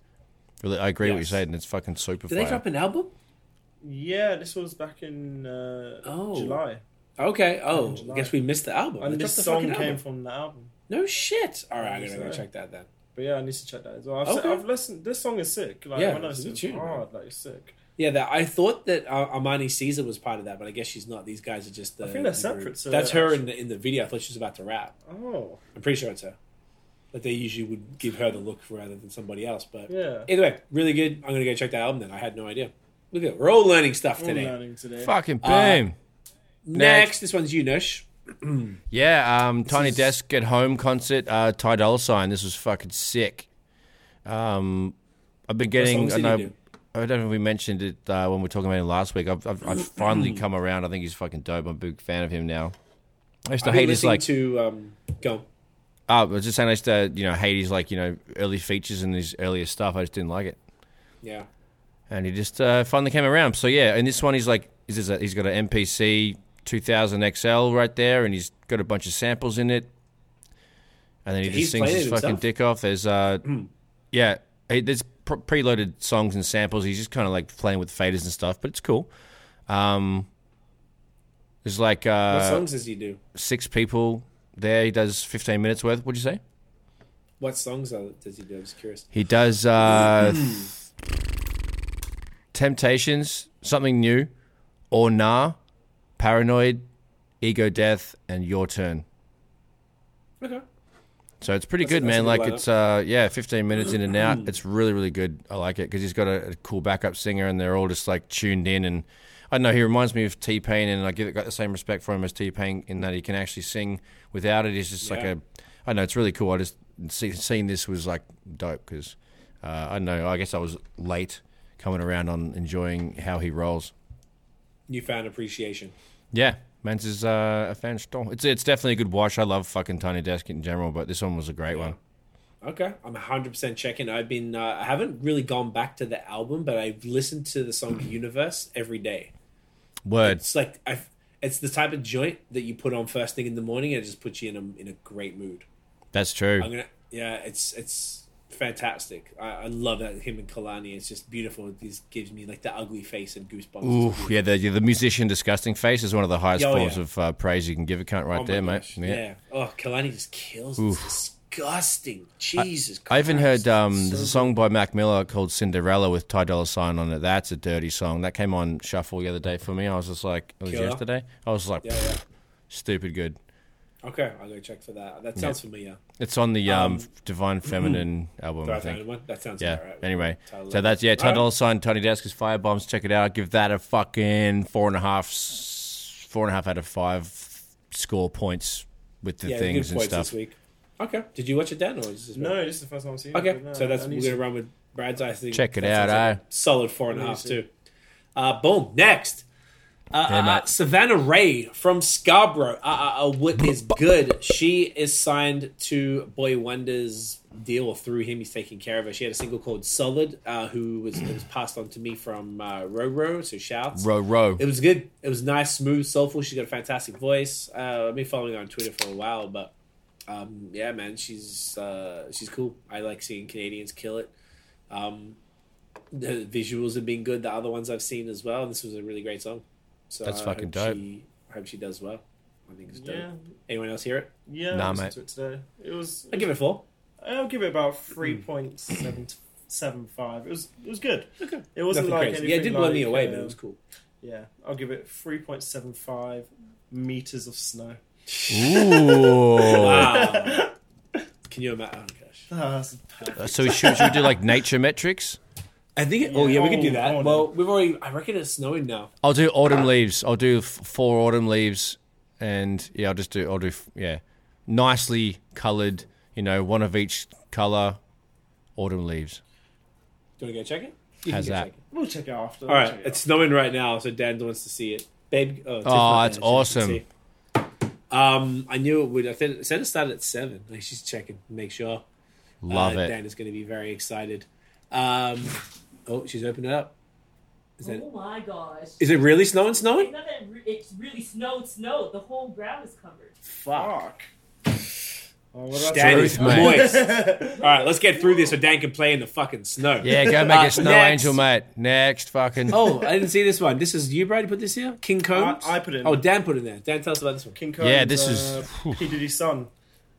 Really, I agree with Yes. what you said, and it's fucking super. Did they fire. drop an album? Yeah, this was back in uh, Oh. July. Okay. Oh, in I guess we missed the album. They And this dropped the song fucking came album. from the album. No shit. All right, I'm gonna go Sorry. check that then. But yeah, I need to check that as well. I've, Okay. se- I've listened. This song is sick. Like, Yeah, when I it's a good listen, it's tune, hard. Like, it's sick. Yeah, that I thought that uh, Armani Caesar was part of that, but I guess she's not. These guys are just. The, I think the they're separate, group. so That's they're her in the, in the video. I thought she was about to rap. Oh, I'm pretty sure it's her. But they usually would give her the look rather than somebody else. But yeah. either way, really good. I'm gonna go check that album. Then I had no idea. Look at it. we're all learning stuff I'm today. learning today. Fucking boom. Uh, Next. Next. this one's you, Nush. Yeah, um, Tiny is- Desk at Home concert, uh, Ty Dolla Sign. This was fucking sick. Um, I've been getting. songs I, did he know, do? I don't know if we mentioned it uh, when we were talking about him last week. I've, I've, I've finally come around. I think he's fucking dope. I'm a big fan of him now. I used to I've hate been his listening like. to um, go. uh, I was just saying I used to you know hate his like you know early features and his earlier stuff. I just didn't like it, Yeah. and he just uh, finally came around. So yeah, and this one he's like he's, just a, he's got an MPC 2000 XL right there, and he's got a bunch of samples in it. And then he He's just sings playing his it fucking himself? dick off. There's, uh, yeah, he, there's pr- preloaded songs and samples. He's just kind of like playing with faders and stuff, but it's cool. Um, there's like What uh, songs does he do? six people there. He does 15 minutes worth. What'd you say? What songs are, does he do? I'm just curious. He does uh, Temptations, Something New, Or Nah, Paranoid, Ego Death, and Your Turn. Okay. So it's pretty That's a- good, that's a man. good like lineup. it's uh, yeah, 15 minutes in and out. It's really really good. I like it because he's got a, a cool backup singer, and they're all just like tuned in. And I don't know he reminds me of T Pain, and I give got the same respect for him as T Pain in that he can actually sing without it. He's just like Yeah. a, I know it's really cool. I just see, seeing this was like dope because uh, I don't know I guess I was late coming around on enjoying how he rolls. Newfound appreciation. Yeah, Mans is uh, a fan store. It's it's definitely a good watch. I love fucking Tiny Desk in general, but this one was a great one. Okay, I'm 100% checking. I've been, uh, I haven't really gone back to the album, but I've listened to the song Universe every day. Word. It's like, I've, it's the type of joint that you put on first thing in the morning and it just puts you in a, in a great mood. That's true. I'm gonna, yeah, it's, it's fantastic. I, I love that him and Kalani. It's just beautiful. It just gives me like the ugly face and goosebumps. Ooh, yeah, the the musician disgusting face is one of the highest Oh, forms yeah. of uh, praise you can give a cunt right Oh my there, gosh, mate. Yeah. Oh, Kalani just kills. It's disgusting. Jesus Christ. I even heard um, So there's a song by Mac Miller called Cinderella with Ty Dolla Sign on it. That's a dirty song. That came on shuffle the other day for me. I was just like, it was Killer. yesterday. I was like, Yeah, yeah. stupid good. Okay, I'll go check for that. That sounds familiar. It's on the um, Divine Feminine album, Do I I think. found one? That sounds Yeah. about right. Anyway, Tyler. so that's yeah. Ty Alright. Dolla Sign, Tiny Desk is Firebombs. Check it out. Give that a fucking four and a half, s- four and a half out of five score points with the Yeah, good things and points this stuff. week. Okay. Did you watch it then, or is this No, this is the first time I've seen it. Okay, but no, so that's I we're need gonna to- run with Brad's. I think Check it that sounds out, eh? like a aye. solid four and a half see. too. Uh, boom. Next, uh, Yeah, uh, mate. Savannah Ray from Scarborough. Uh, uh, uh, what is good? She is signed to Boy Wonder's deal through him. He's taking care of her. She had a single called "Solid," uh, who was, it was passed on to me from uh, Roro. So shouts. Row, row. It was good. It was nice, smooth, soulful. She's got a fantastic voice. Uh, I've been following her on Twitter for a while, but um, yeah, man, she's uh, she's cool. I like seeing Canadians kill it. Um, the visuals have been good. The other ones I've seen as well. This was a really great song. So That's I fucking hope dope. She, I hope she does well. I think it's dope. Yeah, Anyone else hear it? yeah. Nah, I listened mate. To it today. It was. I give it a four. I'll give it about three Hmm. point seven seven five. It was. It was good. Okay. It wasn't Nothing like crazy. Yeah, it did anything blow me like, away, uh, but it was cool. Yeah, I'll give it three point seven five meters of snow. Ooh. Wow. Can you imagine? Oh, gosh. Ah, that's perfect. so should, should we do like nature metrics? I think. It, Yeah. oh yeah, we can do Oh, that. oh, no. Well, we've already. I reckon it's snowing now. I'll do autumn leaves. I'll do f- four autumn leaves, and yeah, I'll just do. I'll do f- yeah, nicely coloured. You know, one of each colour. Autumn leaves. Do you want to go check it? How's that? We'll check it after. All right, it's snowing right now, so Dan wants to see it. Babe, oh, it's Aw, different it's than I should awesome. see. Um, I knew it would. I said, I said it started at seven. Like she's checking, to make sure. Love uh, it. Dan is going to be very excited. Um, oh, she's opened it up. Is it? Oh my gosh. Is it really snowing? It's Snowing? not that re- it's really snowed, snowed. The whole ground is covered. Fuck. Oh, what about Dan Standard. is Truth, mate. moist. All right, let's get through this so Dan can play in the fucking snow. Yeah, go make Uh, it snow next. angel, mate. Next fucking. Oh, I didn't see this one. This is you, Brad. You put this here. King Combs. I- I put it in. Oh, Dan put it in there. Dan, tell us about this one. King Combs, Yeah, this uh, is- P Diddy's son.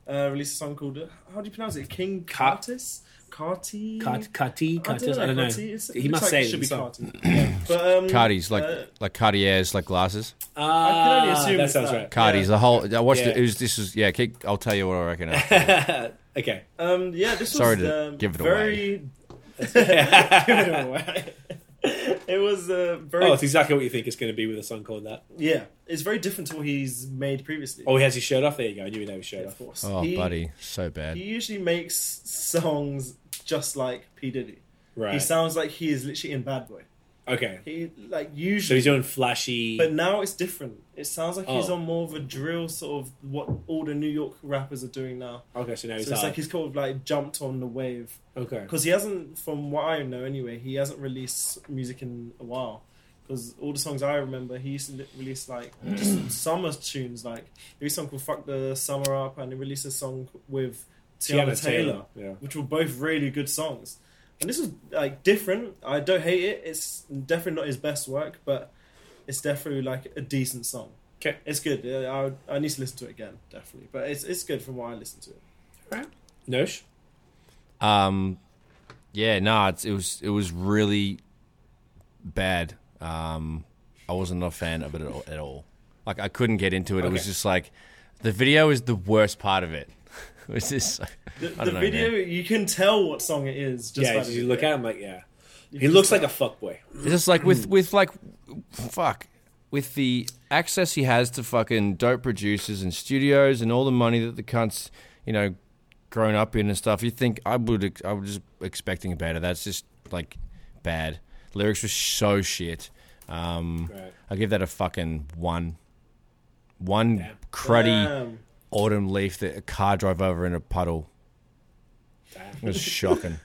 Uh, released a song called uh, How do you pronounce it? King Car- Curtis. Carti. Cut, cutty, cutty. I don't know. Carti. It's- He it must looks say like it. should in the be song. Carti. Yeah. But um, Cardi's like uh, like Cartier's like glasses. Ah, I can only assume that it's sounds that. right. Cardi's the whole. I watched Yeah. it. it was, this was yeah. Keep, I'll tell you what I reckon. after. okay. um, yeah, this Sorry was to um, give it very... away. give it away. It was uh, very Oh, it's exactly what you think it's going to be with a song called that. yeah. It's very different to what he's made previously. Oh, he has his shirt off. There you go. I knew he'd have his shirt of off. course. Oh, He- buddy, so bad. He usually makes songs just like P Diddy. He Right. sounds like he is literally in Bad Boy. okay. He like So usually, he's doing flashy. but now it's different. It sounds like he's Oh. on more of a drill sort of what all the New York rappers are doing now. okay, so now So Oh, he's it's hard. like he's kind of like jumped on the wave okay. because he hasn't, from what I know anyway, he hasn't released music in a while. Because all the songs I remember, he used to li- release like just summer tunes. Like there was a song called "Fuck the Summer Up," and he released a song with Tiana, Taylor Yeah. which were both really good songs. And this was like different. I don't hate it. It's definitely not his best work, but it's definitely like a decent song. 'Kay. it's good. Yeah, I, would- I need to listen to it again, definitely. But it's it's good from what I listen to. it. Nosh. Um, yeah, no, it's, it was it was really bad. Um, I wasn't a fan of it at all. At all. Like I couldn't get into it. It was Okay. just like the video is the worst part of it. It was just The, I the don't know, video, you can tell what song it is. Just Yeah. by Did the you video. look at him like yeah? He looks like a fuckboy. It's just like with with like fuck with the access he has to fucking dope producers and studios and all the money that the cunts you know grown up in and stuff. You think I would ex- I was just expecting better. That's just like bad. Lyrics were so shit. Um, Right. I give that a fucking one. One cruddy Damn. autumn leaf that a car drove over in a puddle. It Damn, was shocking.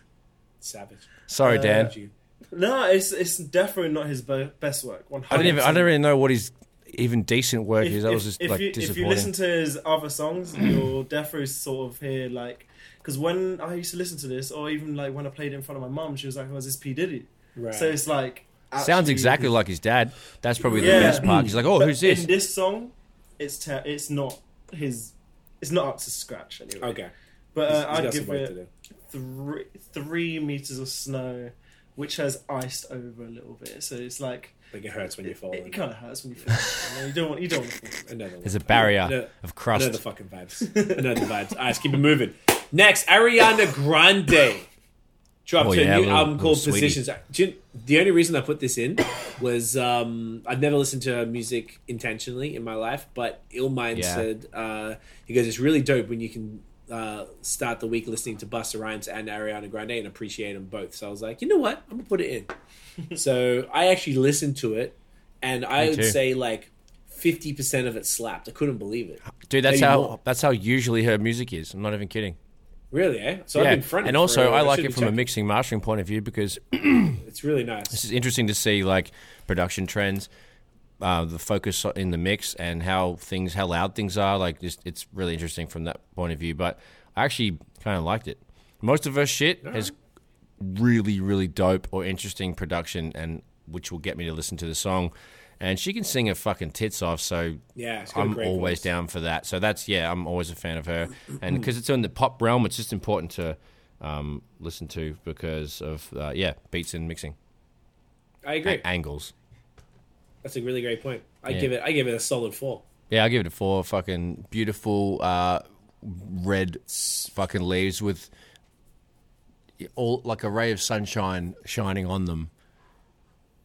savage. Sorry, Dan. Fuck you. No, it's it's definitely not his be- best work. 100%. I don't even. I don't really know what his even decent work If, is. That if- was just if like you, if disappointing. you listen to his other songs, you'll definitely sort of hear like because when I used to listen to this, or even like when I played it in front of my mum, she was like, "Oh, is this P Diddy?" Right. So it's like Sounds actually- exactly like his dad. That's probably the Yeah. best part. He's like, "Oh, But who's this?" In this song, it's ter- it's not his. It's not up to scratch anyway. okay. but He's- uh, he's I'd got some give work to it do. three three meters of snow, which has iced over a little bit. So it's like Like it hurts when you it, fall. in. kind of hurts when you fall. you, know, you don't want you don't want to fall. Another one. There's a barrier Another- of I know the crust. fucking vibes. I know the vibes. All right, let's keep it moving. Next, Ariana Grande dropped Oh, her yeah, new little- album called little sweetie. Positions. Uh, Do you- the only reason I put this in was um, I've never listened to her music intentionally in my life, but Illmind Yeah. said, uh, "He goes, it's really dope when you can." Uh, start the week listening to Busta Rhymes and Ariana Grande and appreciate them both. So I was like, you know what, I'm gonna put it in. so I actually listened to it, and I Me would too. say like fifty percent of it slapped. I couldn't believe it. Dude, that's Maybe how more. that's how usually her music is. I'm not even kidding. Really, eh? So yeah, I've been fronting and for also it. I like should it be from a checking. mixing mastering point of view because It's really nice. This is interesting to see like production trends, uh, the focus in the mix, and how things, how loud things are. Like, just it's really interesting from that point of view. But I actually kind of liked it. Most of her shit is really, really dope or interesting production, and which will get me to listen to the song. And she can sing her fucking tits off, so Yeah, it's got a I'm great always voice. down for that. So that's yeah, I'm always a fan of her, and because it's in the pop realm, it's just important to um, listen to because of uh, yeah, beats and mixing I agree. angles. That's a really great point. I Yeah. give it. I give it a solid four. Yeah, I give it a four. Fucking beautiful uh, red s- fucking leaves with all like a ray of sunshine shining on them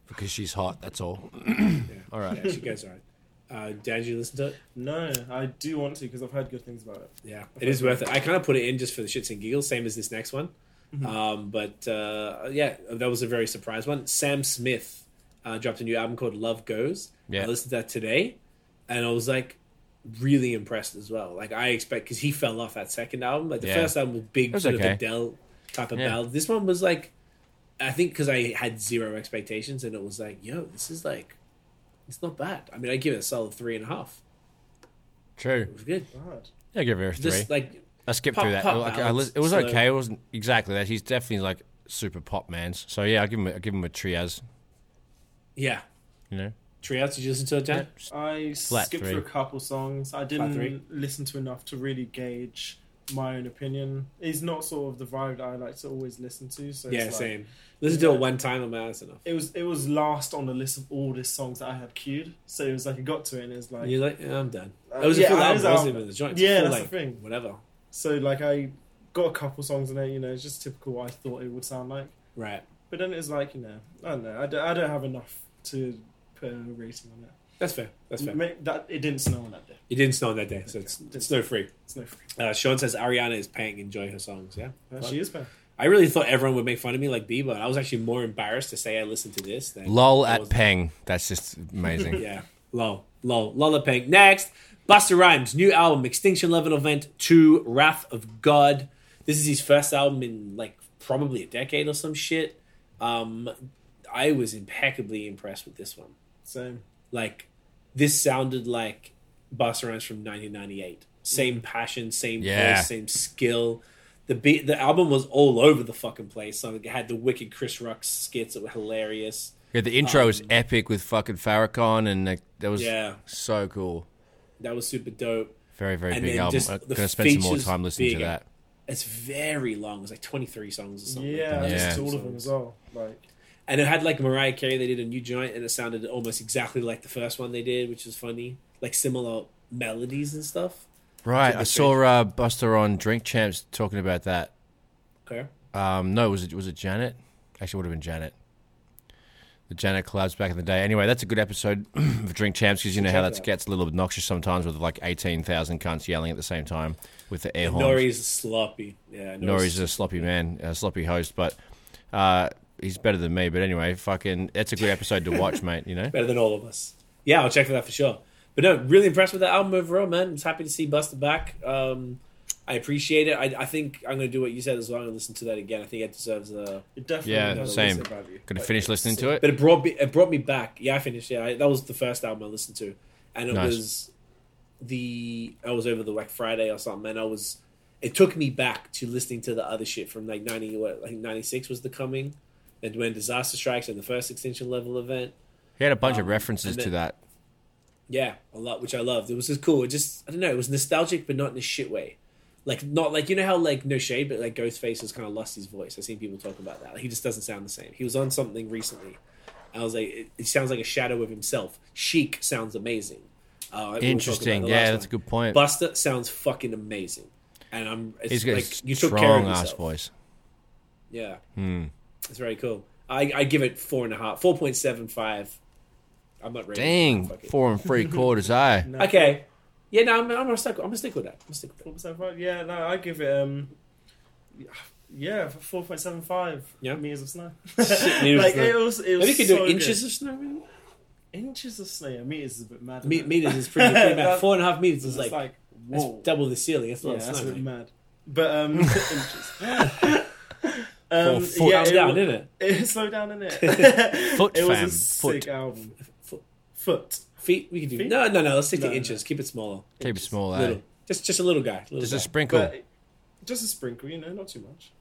because she's hot. That's all. all right. Yeah, she goes all right. Uh, Dan, did you listen to it? No, I do want to because I've heard good things about it. Yeah, it is worth it. I kind of put it in just for the shits and giggles, same as this next one. Um, but uh, yeah, that was a very surprise one. Sam Smith uh, dropped a new album called Love Goes. Yeah. I listened to that today, and I was like really impressed as well. Like I expect because he fell off that second album. Like the Yeah. first album was big, It was sort okay. of Adele type of Yeah. ballad. This one was like, I think because I had zero expectations, and it was like, yo, this is like, it's not bad. I mean, I give it a solid three and a half. True. It was good. God. Yeah, I give her a three. Just like I skipped pop- through that. pop Like, I ballads, lis- it was slow. okay. It wasn't exactly that. He's definitely like super pop man's. So yeah, I give him. A, I give him a trias. yeah. You know. Trios, did you listen to it, Dan? I Flat skipped three. through a couple songs. I three. didn't listen to enough to really gauge my own opinion. It's not sort of the vibe that I like to always listen to. So it's Yeah, like- same. Listen to it one time, I'm out, that's enough. It was it was last on the list of all the songs that I had queued. So it was like I got to it and it was like And you're like, yeah, I'm done. Uh, It was yeah, a full it album, is it wasn't album. even the joint. Yeah, full, that's like, the thing. Whatever. so like I got a couple songs in there. You know, it's just typical what I thought it would sound like. Right. But then it was like you know I don't know I don't, I don't have enough to put a rating on it. That's fair. That's fair. Ma- That it didn't snow on that day. You didn't snow on that day, so it's, Didn't it's no free. It's no free. Uh, Sean says Ariana is paying enjoy her songs, yeah? Uh, She is bad. I really thought everyone would make fun of me like Bieber, and I was actually more embarrassed to say I listened to this than. Lol I at was- Peng. That's just amazing. Yeah. Lol. Lol. Lollapink. Next, Buster Rhymes, new album, Extinction Level Event 2, Wrath of God. This is his first album in like probably a decade or some shit. Um, I was impeccably impressed with this one. Same. Like, this sounded like Buster Rhymes from 1998. Same passion, same Yeah. voice, same skill. The beat, the album was all over the fucking place. So it had the wicked Chris Rock skits that were hilarious. Yeah, the intro is epic with fucking Farrakhan, and like, that was Um, Yeah. so cool. That was super dope. Very, very And big then album. just I'm the gonna spend some more features time listening to being that. it's very long. It was like 23 songs or something. like Yeah, that. Yeah. just all of them as well. Like And it had like Mariah Carey, they did a new joint and it sounded almost exactly like the first one they did, which was funny. Like similar melodies and stuff. Right, the I saw uh, Buster on Drink Champs talking about that. Okay. Um, no, was it was it Janet? Actually, it would have been Janet. the Janet collabs back in the day. Anyway, that's a good episode of Drink Champs because you know how Check it that out. gets a little obnoxious sometimes with like 18,000 cunts yelling at the same time with the air horns. Nori is sloppy. Yeah, Nori's Oh. a sloppy man, a sloppy host, but uh, he's better than me. But anyway, fucking, that's a good episode to watch, mate. You know, better than all of us. Yeah, I'll check for that for sure. But no, really impressed with that album overall, man. I was happy to see Buster back. Um, I appreciate it. I, I think I'm going to do what you said as well. I'm going to listen to that again. I think it deserves a. It definitely Yeah, does same. listen value. gonna Like, finish listening to it. But it brought me. It brought me back. Yeah, I finished. Yeah, I, that was the first album I listened to, and it Nice. was the. I was over the Whack Friday or something, and I was. It took me back to listening to the other shit from like ninety. What like ninety six was the coming, and when disaster strikes and the first extinction level event. He had a bunch of Um, references and to then- that. Yeah, a lot, which I loved. It was just cool. It just I don't know. It was nostalgic, but not in a shit way. Like not like you know how like no shade, but like Ghostface has kind of lost his voice. I've seen people talk about that. Like, he just doesn't sound the same. He was on something recently. I was like, it, it sounds like a shadow of himself. Chic sounds amazing. Uh, we were talking about Interesting. the Yeah, last that's a one. good point. Buster sounds fucking amazing, and I'm it's He's got like a you took care of strong ass yourself. voice. Hmm. Yeah, it's very cool. I, I give it four and a half, four point seven five. I'm not ready. Dang, Fuck it. four and three quarters. I No. Okay. Yeah, no, I'm, I'm gonna stick. I'm gonna stick with that. I'm gonna stick with that. Four point seven five. Yeah, no, I give it um, yeah, four point seven five Yeah. meters of snow. meters of like snow. it was, it was Maybe you could so do it inches good. of snow. Maybe? Inches of snow. Yeah, meters is a bit mad. isn't Me- it? meters is pretty, pretty bad. That's- Four and a half meters is It's like, like, that's whoa. double the ceiling. That's a yeah, lot of that's a snow. bit mate. mad. But um, inches. um, foot. yeah, Calm it, down, wa- isn't it? it slowed down in it. Foot, it was fam, a sick foot. album. Foot. Foot. Feet, we can do. Feet? No, no, no. Let's stick No, to no, inches. Keep it smaller. keep it small. Eh? Little. Just, just a little guy. Little Just a guy. sprinkle. But just a sprinkle, you know, not too much.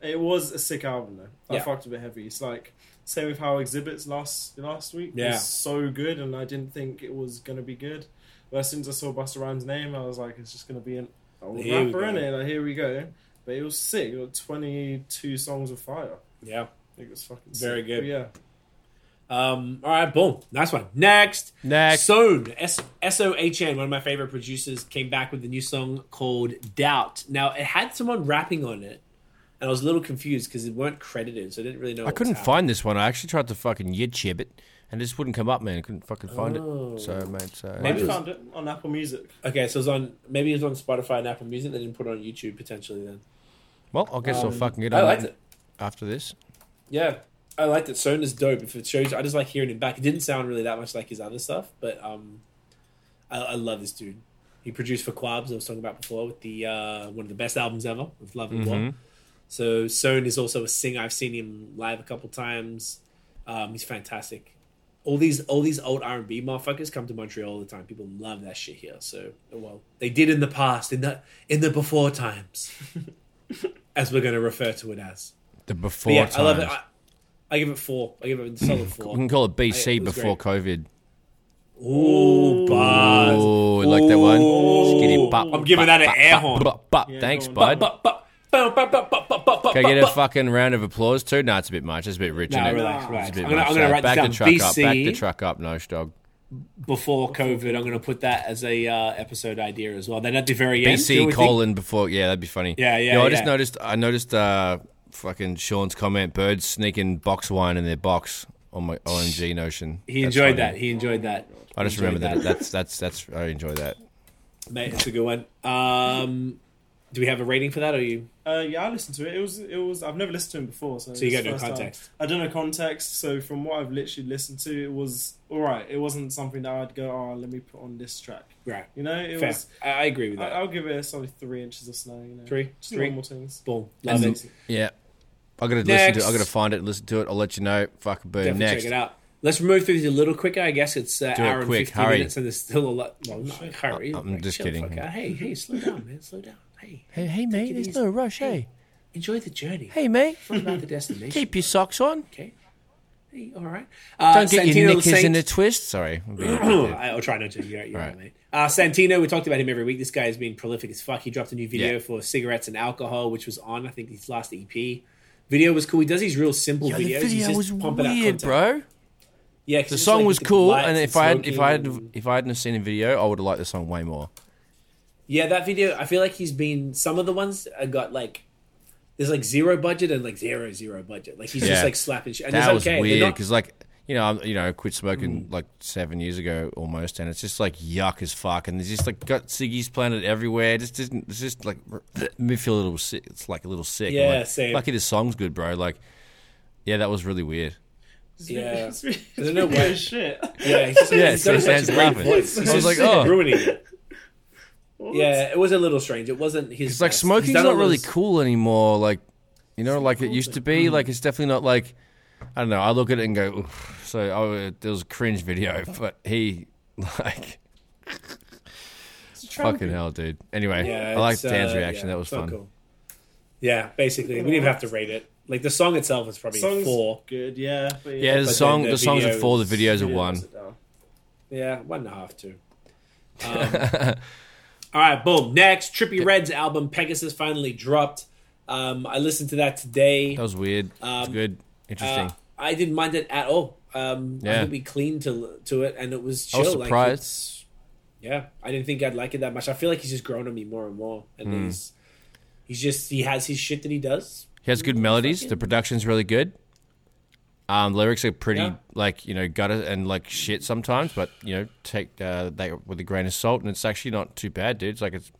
It was a sick album though. I Yeah. fucked a bit heavy. It's like same with how exhibits last last week Yeah. was so good, and I didn't think it was gonna be good. But as soon as I saw Buster Rhymes' name, I was like, it's just gonna be an old Here we rapper go. in it. Like here we go. But it was sick. It was twenty two songs of fire. yeah. It was fucking Very sick. good. But yeah. Um. All right. Boom. Nice one. Next. Next. Sohn, S O H N, one of my favorite producers, came back with a new song called Doubt. Now, it had someone rapping on it, and I was a little confused because it weren't credited, so I didn't really know. I couldn't find this one. I actually tried to fucking YouTube it, and it just wouldn't come up, man. I couldn't fucking find Oh. it. So, mate, so I Maybe it was- found it on Apple Music. Okay, so it was on maybe it was on Spotify and Apple Music. They didn't put it on YouTube potentially. Then well, I guess I'll fucking get Um, I on liked that it. after this. Yeah, I liked it. Sona's dope. If it shows, I just like hearing him back. It didn't sound really that much like his other stuff, but um, I, I love this dude. He produced for Quabs, I was talking about before, with the uh, one of the best albums ever with Love and War. So Son is also a singer. I've seen him live a couple times. Um, he's fantastic. All these all these old R and B motherfuckers come to Montreal all the time. People love that shit here. So oh well, they did in the past, in the in the before times, as we're going to refer to it as. The before But yeah, times. I love it. I, I give it four. I give it a solid we four. can call it I- BC it was before COVID. Ooh, bars. Oh, like that one. Skinny Ooh. bop. I'm giving that an air horn. Bop, bop. Yeah, Thanks, go bud. Bop, bop, bop, bop, bop, bop, bop, bop, bop, Can I get a bop. fucking round of applause too? No, it's a bit much. It's a bit rich. No, innit? relax, It's relax. a bit I'm gonna- much. I'm gonna So write this back the down. truck up. Back the BC. truck up, Nosh Dog. Before COVID, I'm going to put that as a uh, episode idea as well. Then at the very end, do we BC think- colon before. Yeah, that'd be funny. Yeah, yeah, Yo, I just yeah. noticed. I noticed. uh Fucking Sean's comment: Birds sneaking box wine in their box on my OMG notion. He That's enjoyed funny. that. He enjoyed that. I just Enjoyed remember that. That's that's that's. I enjoy that. Mate, it's a good one. Um, do we have a rating for that? Or you? Uh, yeah, I listened to it. It was it was. I've never listened to him before, so, So you it's got no the first time. context. I don't know context. So from what I've literally listened to, it was all right. It wasn't something that I'd go, oh, let me put on this track. Right. You know, it Fair. was. I, I agree with I, that. I'll give it a solid three inches of snow. You know, Three? just Three? normal things. Boom. Love And it. Yeah, I gotta listen to. it. I Next. gotta find it, listen to it. I'll let you know. Fucking boom. Definitely Next, check it out. Let's move through these a little quicker. I guess it's uh, Do it hour and quick, 15 hurry. minutes, and there's still a lot. Well, not hurry. I'm like, just chill, kidding. fuck out. Hey, hey, slow down, man. Slow down. Hey, Hey, hey, mate, there's easy. no rush, hey. enjoy the journey. Hey, mate, What about the destination? keep your socks on. Okay. Hey, all right. Uh, Don't get your Santino knickers Saint- in a twist. Sorry. I'm being a bit there. I- I'll try not to. You're, you're right. Right. mate. Uh, Santino, we talked about him every week. This guy has been prolific as fuck. He dropped a new video Yeah. for cigarettes and alcohol, which was on, I think, his last EP. Video was cool. He does these real simple Yo, videos. the He's video just was pumping out weird, content. bro. Yeah, 'cause The it's song like was the cool, lights and if I had, if I had, smoking and- if I hadn't have seen a video, I would have liked the song way more. Yeah, that video. I feel like he's been some of the ones I got like there's like zero budget and like zero zero budget. Like he's Yeah. just like slapping shit. And That it's was okay. They're weird not- Mm. because, like, you know, I'm, you know, I quit smoking like seven years ago almost, and it's just like yuck as fuck. And there's just like got ciggies planted everywhere. It just isn't. It's just like me feel a little sick. It's like a little sick. I'm Yeah, like, same. Lucky this song's good, bro. Like, yeah, that was really weird. Yeah. It's really- it's There's no really way. good shit. Yeah, he's, Yeah, he's so done such he a stands great laughing. voice. I He's was just like, oh. ruining it. What? Yeah, it was a little strange. It wasn't his. It's like best. smoking's He's done not all really those- cool anymore. Like, you know, like it used to be. Like, it's definitely not like. I don't know. I look at it and go, Oof. so I, it was a cringe video, but he like It's a tramp. fucking hell, dude. Anyway, Yeah, I like it's, uh, Dan's reaction. yeah, that was so fun. cool. Yeah, basically, we didn't even have to rate it. Like the song itself is probably Song's four. good, yeah. But Yeah, the then song, the the, songs are videos- four. The videos are Yeah, one. sit down. Yeah, one and a half, two. Um, All right, boom. Next, Trippy Red's album Pegasus finally dropped. Um, I listened to that today. That was weird. it's Um, good. Interesting. Uh, I didn't mind it at all. Um, I Yeah. think we cleaned to to it, and it was I chill. was Like, surprised. it's- yeah, I didn't think I'd like it that much. I feel like he's just grown on me more and more, and Hmm. he's he's just he has his shit that he does. he has good melodies. The production's really good. Um, lyrics are pretty Yeah. like you know gutter and like shit sometimes, but you know take uh, that with a grain of salt, and it's actually not too bad, dude. It's like it's.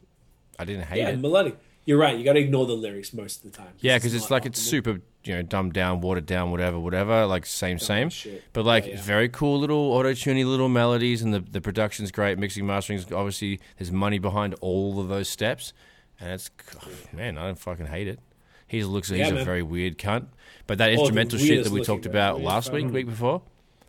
I didn't hate Yeah, it. melodic. You're right. You got to ignore the lyrics most of the time. Yeah, because it's not like it's optimal. super, you know, dumbed down, watered down, whatever, whatever. Like same, same. shit. But like Yeah, it's yeah. very cool little auto tuney little melodies, and the the production's great. Mixing, mastering's obviously there's money behind all of those steps, and it's oh, man, I don't fucking hate it. He looks he's Yeah, a man. Oh, very weird cunt. But that the instrumental shit that weirdest we looking talked guy. about Weirdest last week, week before,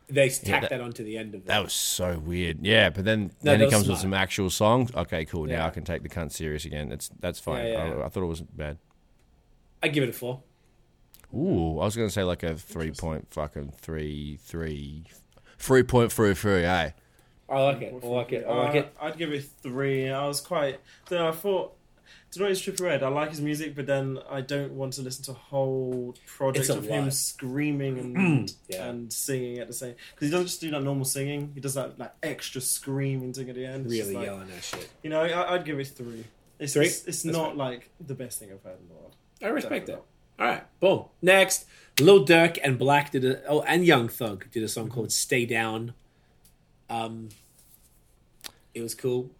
They tack that- that, onto the end of it. that was so weird. Yeah, but then No, that then he was comes with smart. some actual songs. Okay, cool. Yeah. Now I can take the cunt serious again. It's that's fine. Yeah, yeah. I, I thought it wasn't bad. I give it a four. Ooh, I was gonna say like a three point fucking three three three point three three, eh? I like it. oh, I like it. I like Uh, it. I'd give it three. I was quite. Then I thought. Do you know it's Triple Red? I like his music, but then I don't want to listen to whole projects It's a of him lot. screaming and Yeah. and singing at the same. Because he doesn't just do that normal singing; he does that like extra screaming thing at the end. It's just Really like- yelling that shit. You know, I, I'd give it three. It's Three? It's, it's That's not fine. like the best thing I've heard in the world. I respect Definitely that. All right, boom. Next, Lil Durk and Black did a oh, and Young Thug did a song called "Stay Down." Um, it was cool.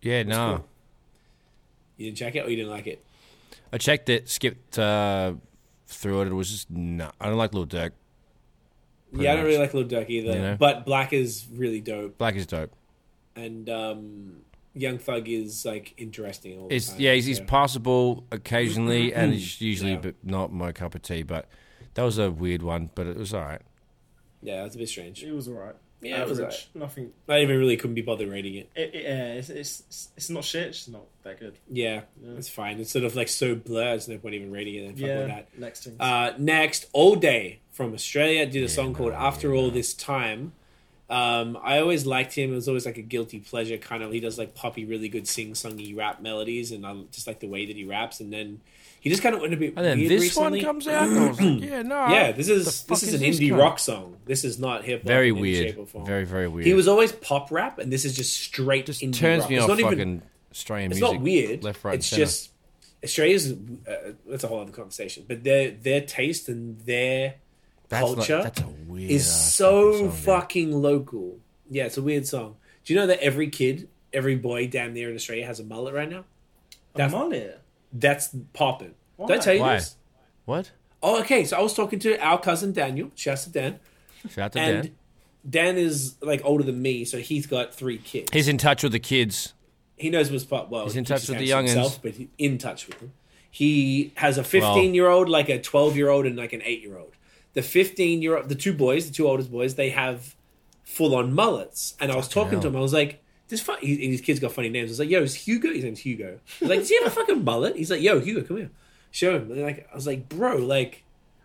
Yeah, no. You didn't check it, or you didn't like it. I checked it, skipped uh, through it. It was just no. I don't like Lil Durk. yeah, I much. don't really like Lil Durk either, You know? but Black is really dope, Black is dope. and um, Young Thug is like interesting. All the It's time, yeah, he's, he's so- passable occasionally, and it's usually Yeah. but not my cup of tea. But that was a weird one, but it was all right. yeah, that's a bit strange. It was alright. Yeah, it was Average. Nothing. I even really couldn't be bothered rating it. It, it, yeah, it's, it's it's- it's not shit. It's just not that good. Yeah, it's fine. It's sort of like so blurred, there's no point even rating it. And fuck all yeah. that. Next thing. Uh, next, All Day from Australia did a song called After All This Time. Um, I always liked him. It was always like a guilty pleasure kind of. He does like poppy, really good sing songy rap melodies, and I just like the way that he raps. And then he just kind of went a bit And then weird this recently. one comes out. and I was like, yeah, no. yeah, this is the this fuck is is an this indie guy? rock song. This is not hip hop. very in any weird. shape or form. Very very weird. He was always pop rap, and this is just straight. just indie turns rock. me It's off. not Fucking even- Australian it's music. not weird. Left, right, and It's center. just Australia's. Uh, that's a whole other conversation. But their their taste and their That's not- culture that's a weird is ass so fucking fucking, song, dude. local. Yeah, it's a weird song. Do you know that every kid, every boy down there in Australia has a mullet right now? a that's- mullet. That's popping. Did I Why? tell you Why? this? What? Oh, okay. So I was talking to our cousin Daniel. Shouts to Dan. Shout out to And Dan. Dan, is like older than me, so he's got three kids. He's in touch with the kids. he knows what's pop. Well, He's in he touch keeps with his the hands to young'uns. himself, but he's in touch with them. He has a 15 year old, like a 12 year old, and like an 8 year old. The 15 year old, the two boys, the two oldest boys, they have full on mullets. And I was talking to hell. him, I was like, this fu-, he, and his kids got funny names. I was like, yo, is Hugo? His name's Hugo. I was like, does he have a fucking mullet? He's like, yo, Hugo, come here. Show him. And like, I was like, bro, like,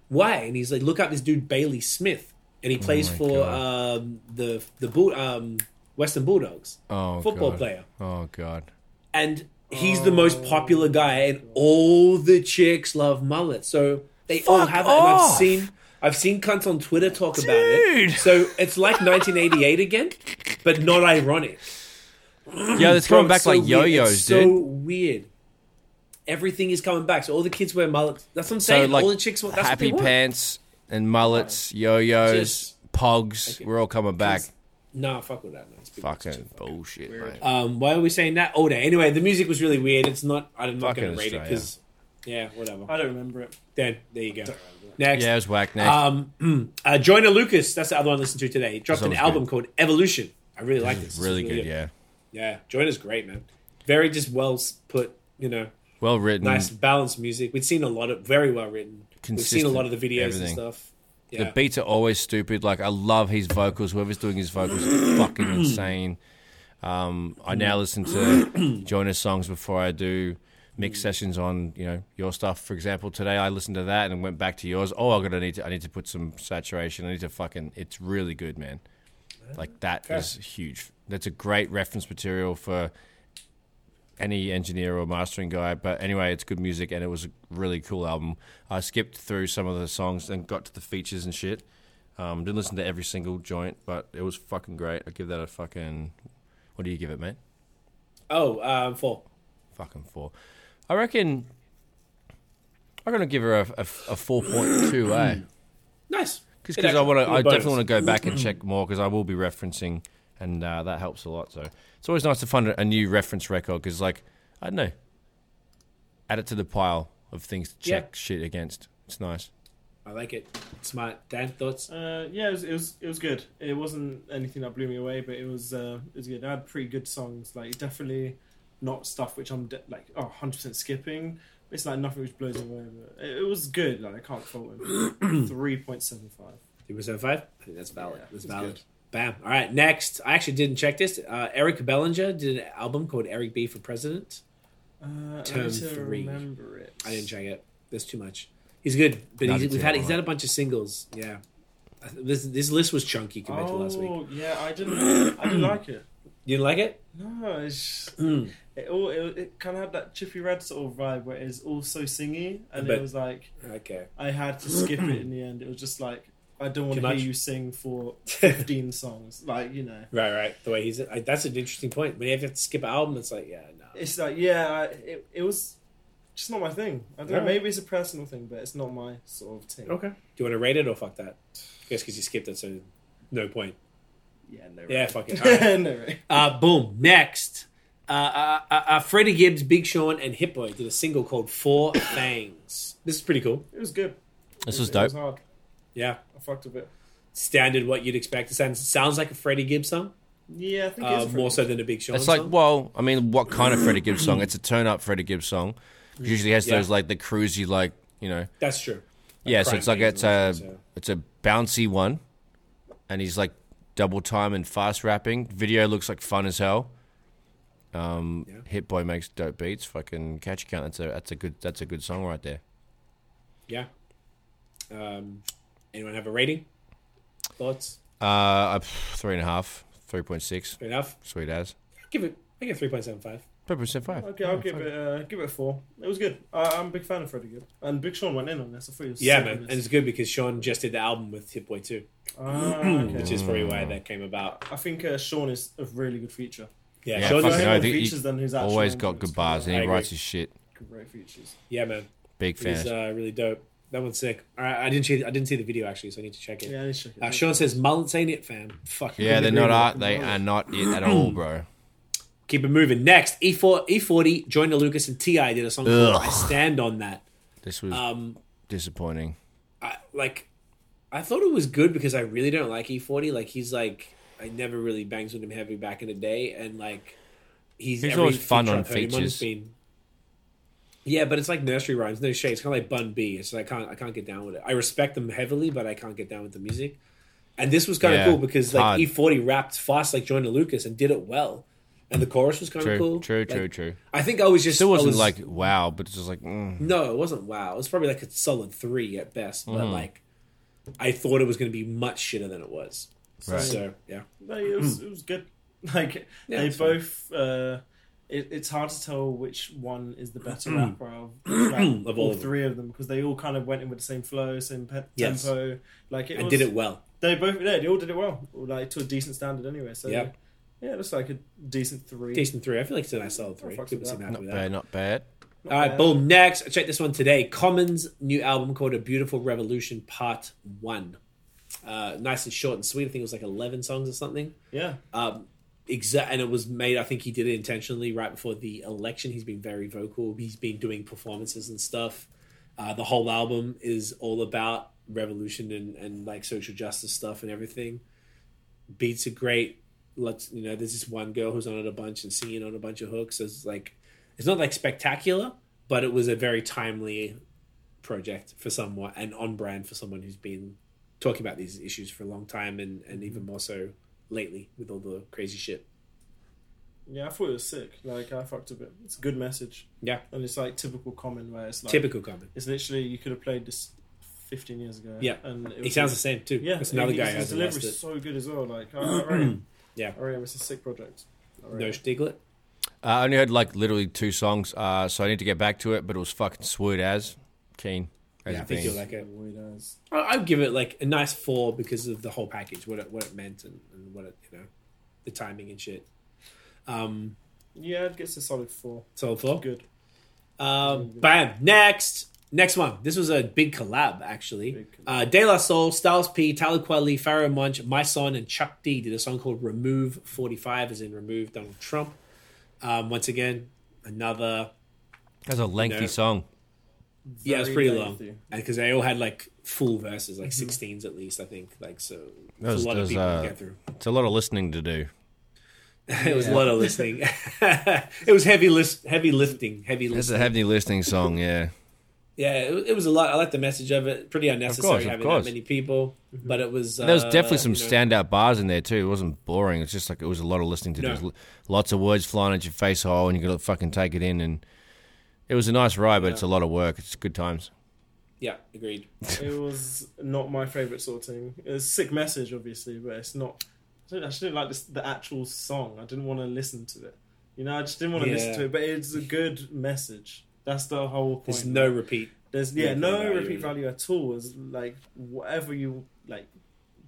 why? And he's like, look up this dude, Bailey Smith. And he plays Oh my for God. um, the, the Bull- um, Western Bulldogs, Oh, football God. player Oh god. and he's the most popular guy, and all the chicks love mullets. So they all Fuck have it. And I've off. seen, I've seen cunts on Twitter talk about it. Dude. So it's like 1988 again, but not ironic. Yeah, it's Bro, coming back it's so like weird. yo-yos, It's So dude. weird. Everything is coming back. So all the kids wear mullets. That's what I'm So saying. like all the chicks. want- That's happy what they want. pants and mullets, yo-yos, Just- Pogs. We're all coming back. Nah, fuck with that. No, it's big- it's too Fucking bullshit, Weird. mate. Um, why are we saying that? Oh, no. Anyway, the music was really weird. It's not. I'm not Fucking going to rate it because, yeah, whatever. I don't remember it. Then there you go. Next, Uh, Yeah, it was whack. Next. um, uh, Joyner Lucas. That's the other one I listened to today. He dropped This an one's album good. Mm, called Evolution. I really like this. This is really good, yeah. Yeah, Joyner's great, man. Very just well s- put. You know, Well written. nice balanced music. We've seen a lot of very well written. We've seen a lot of the Consistent, videos everything. and stuff. Yeah. The beats are always stupid. Like I love his vocals. Whoever's doing his vocals is fucking insane. Um, I now listen to Jonas songs before I do mix sessions on you know your stuff. For example, today I listened to that and went back to yours. Oh, I'm gonna need to. I need to put some saturation. I need to fucking. It's really good, man. Like that is huge. That's a great reference material for any engineer or mastering guy. But anyway, it's good music and it was a really cool album. I skipped through some of the songs and got to the features and shit. Um, didn't listen to every single joint, but it was fucking great. I give that a fucking. What do you give it, man? Oh, um, four. Fucking four. I reckon. I'm gonna give her a, a, a four point two, eh? Nice. Good Because I action. want to. Good I bonus. definitely want to go back Mm. and check more because I will be referencing, and uh, that helps a lot. So it's always nice to find a- a new reference record because, like, I don't know, add it to the pile of things to Yeah. check shit against. It's nice. I like it. Smart. Dan, thoughts? Uh, yeah, it was, it was it was good. It wasn't anything that blew me away, but it was uh, it was good. I had pretty good songs. Like definitely not stuff which I'm de- like oh 100 percent skipping. It's like nothing which blows me away. But it, it was good. Like I can't fault it. Three point seven five. Three point seven five. I think that's valid. Yeah, that's that's valid. good. Bam. All right. Next, I actually didn't check this. Uh, Eric Bellinger did an album called Eric B for President. Uh, I Term need to three. remember it. I didn't check it. There's too much. He's good, but No, I he's, did we've too, had I he's like had a bunch of singles. Yeah. I th- This this list was chunky compared to last week. Oh yeah, I didn't. I didn't like it. You didn't like it? No, it's just, Mm. it all it, it kind of had that Chippy Red sort of vibe where it's all so singy, and But- it was like Okay. I had to skip it in the end. It was just like I don't want Too to hear much? you sing for fifteen sonons. Like you know, Right, right. The way he's I, that's an interesting point. When you have to skip an album, it's like yeah, no. it's like yeah, I, it it was just not my thing. I don't know. Alright. Maybe it's a personal thing, but it's not my sort of thing. Okay. Do you want to rate it or fuck that? Yes, because you skipped it, so no point. Yeah, no. Yeah, right. fuck it. All right. no. Right. Uh, boom. Next, uh, uh, uh, uh, Freddie Gibbs, Big Sean, and Hip Boy did a single called Four Fangs. This is pretty cool. It was good. This It- was It dope. was hard. Yeah. I fucked with it. Standard what you'd expect. It sounds, sounds like a Freddie Gibbs song, Yeah, I think it uh, is more so than a Big Sean It's like, song. well, I mean, what kind of Freddie Gibbs song? It's a turn up Freddie Gibbs song. It usually has Mm. Yeah. those like the cruisy, like you know, That's true. yeah. So it's like crime it's uh, a bands and all that, so. it's a bouncy one, and he's like double time and fast rapping. Video looks like fun as hell. Um, Yeah. Hit Boy makes dope beats. Fucking catch count. That's a that's a good that's a good song right there. Yeah. Um, anyone have a rating? Thoughts? Uh, I- pff, three and a half, three point six, Fair enough. sweet as. Give it. I give three point seven five. Three percent five. Okay, I'll give it uh, give it a four. It was good. I, I'm a big fan of Freddie Gibb, and Big Sean went in on this. I thought he was Yeah, sick man, on and this. it's good because Sean just did the album with Hip Boy too, Ah, which okay. is probably Mm. why that came about. I think uh, Sean is a really good feature. Yeah, Yeah, Sean. fucking Shows I more think he features than his actual Always album. got It's good bars, and I he agree. writes his shit. Great features. Yeah, man. Big He's fan. uh, really dope. That one's sick. All right, I didn't see. I didn't see the video actually, so I need to check it. Yeah, I need to check it Uh, out. Sean says mullets ain't it, fam. Fuck. Yeah, couldn't agree they're not more. art. They are not it at all, bro. Keep it moving. Next, E E4, E40, Joyner Lucas, and Ti did a song called Ugh. "I Stand on That." This was Um, disappointing. I, like, I thought it was good because I really don't like E40. Like, he's like, I never really bangs with him heavy back in the day, and like, he's, He's every always fun feature on I've heard him features. has been- Yeah, but it's like nursery rhymes, no shade. It's kind of like Bun B. It's like I can't, I can't get down with it. I respect them heavily, but I can't get down with the music. And this was kind of Yeah, cool because it's like hard. E40 rapped fast like Joyner Lucas and did it well, and the chorus was kind True, of cool. true, true, Like, true. I think I was just Still wasn't I was- like wow, but it's just like mm. no, it wasn't wow. It was probably like a solid three at best, but Mm-hmm. like I thought it was going to be much shitter than it was. Right. So yeah, No, it was, it was good. Like they it's fine. both. Uh, it, it's hard to tell which one is the better rapper of, rap, Hmm. Of all all of them. three of them because they all kind of went in with the same flow, same pe- Yes. tempo. Like it and was, did it well. They both. Yeah, they all did it well, like to a decent standard anyway. So Yeah. yeah, it looks like a decent three. Decent three. I feel like it's a nice solid three. fucks People with seem that. happy not with that. bad, not bad. All right, boom. Next, I checked this one today. Common's new album called "A Beautiful Revolution" Part One. uh, nice and short and sweet. I think it was like eleven songs or something. Yeah. Um, exa- and it was made. I think he did it intentionally right before the election. He's been very vocal. He's been doing performances and stuff. Uh, the whole album is all about revolution and, and like social justice stuff and everything. Beats are great. Let's you know, there's this one girl who's on it a bunch and singing on a bunch of hooks. So it's like it's not like spectacular, but it was a very timely project for someone and on brand for someone who's been talking about these issues for a long time and, and even more so lately with all the crazy shit. Yeah, I thought it was sick. Like I fucked a bit. It's a good message. Yeah. And it's like typical common where it's like Typical Common. It's literally you could have played this fifteen years ago. Yeah. And it He was- sounds the same too. Yeah, Yeah, it's another it- guy who His hasn't lost delivery it. so good as well. Like, I, I rate it. Yeah. I rate it. It's a sick project. I rate No it. Stiglet. Uh, I only heard like literally two songs, uh, so I need to get back to it. But it was fucking swoot as keen. As Yeah, I it think being. you'll like it. Weird as. I- I'd give it like a nice four because of the whole package, what it what it meant and, and what it you know, the timing and shit. Um, Yeah, it gets a solid four. solid four. Good. Um, bam. Next. Next one. This was a big collab, actually. Big collab. Uh, De La Soul, Styles P, Talib Kweli, Pharaoh Munch, My Son, and Chuck D did a song called Remove 45, as in Remove Donald Trump. Um, once again, another. That's a lengthy No. song. yeah, it was Very Mm-hmm. pretty lengthy. long. Because they all had like full verses, like 16s at least, I think. Like, so That it's was- a lot that of was, people uh, to get through. It's a lot of listening to do. it was a lot of listening. it was heavy, list, heavy lifting, heavy It's lifting. a heavy listening song. Yeah, Yeah, it, it was a lot. I like the message of it. Pretty unnecessary course, of having course. that many people, Mm-hmm. but it was. And there was uh, definitely some you know, standout bars in there too. It wasn't boring. It's just like it was a lot of listening to. No. There's l- lots of words flying at your face hole, and you got to fucking take it in. And it was a nice ride, but it's a lot of work. It's good times. Yeah, agreed. it was not my favorite sort of thing. It was a sick message, obviously, but it's not. I didn't, I just didn't like this, the actual song. I didn't want to listen to it. You know, I just didn't want to Yeah. listen to it. But it's a good message. That's the whole point. There's no repeat. There's yeah, repeat no value in repeat it. value at all. It's like whatever you like,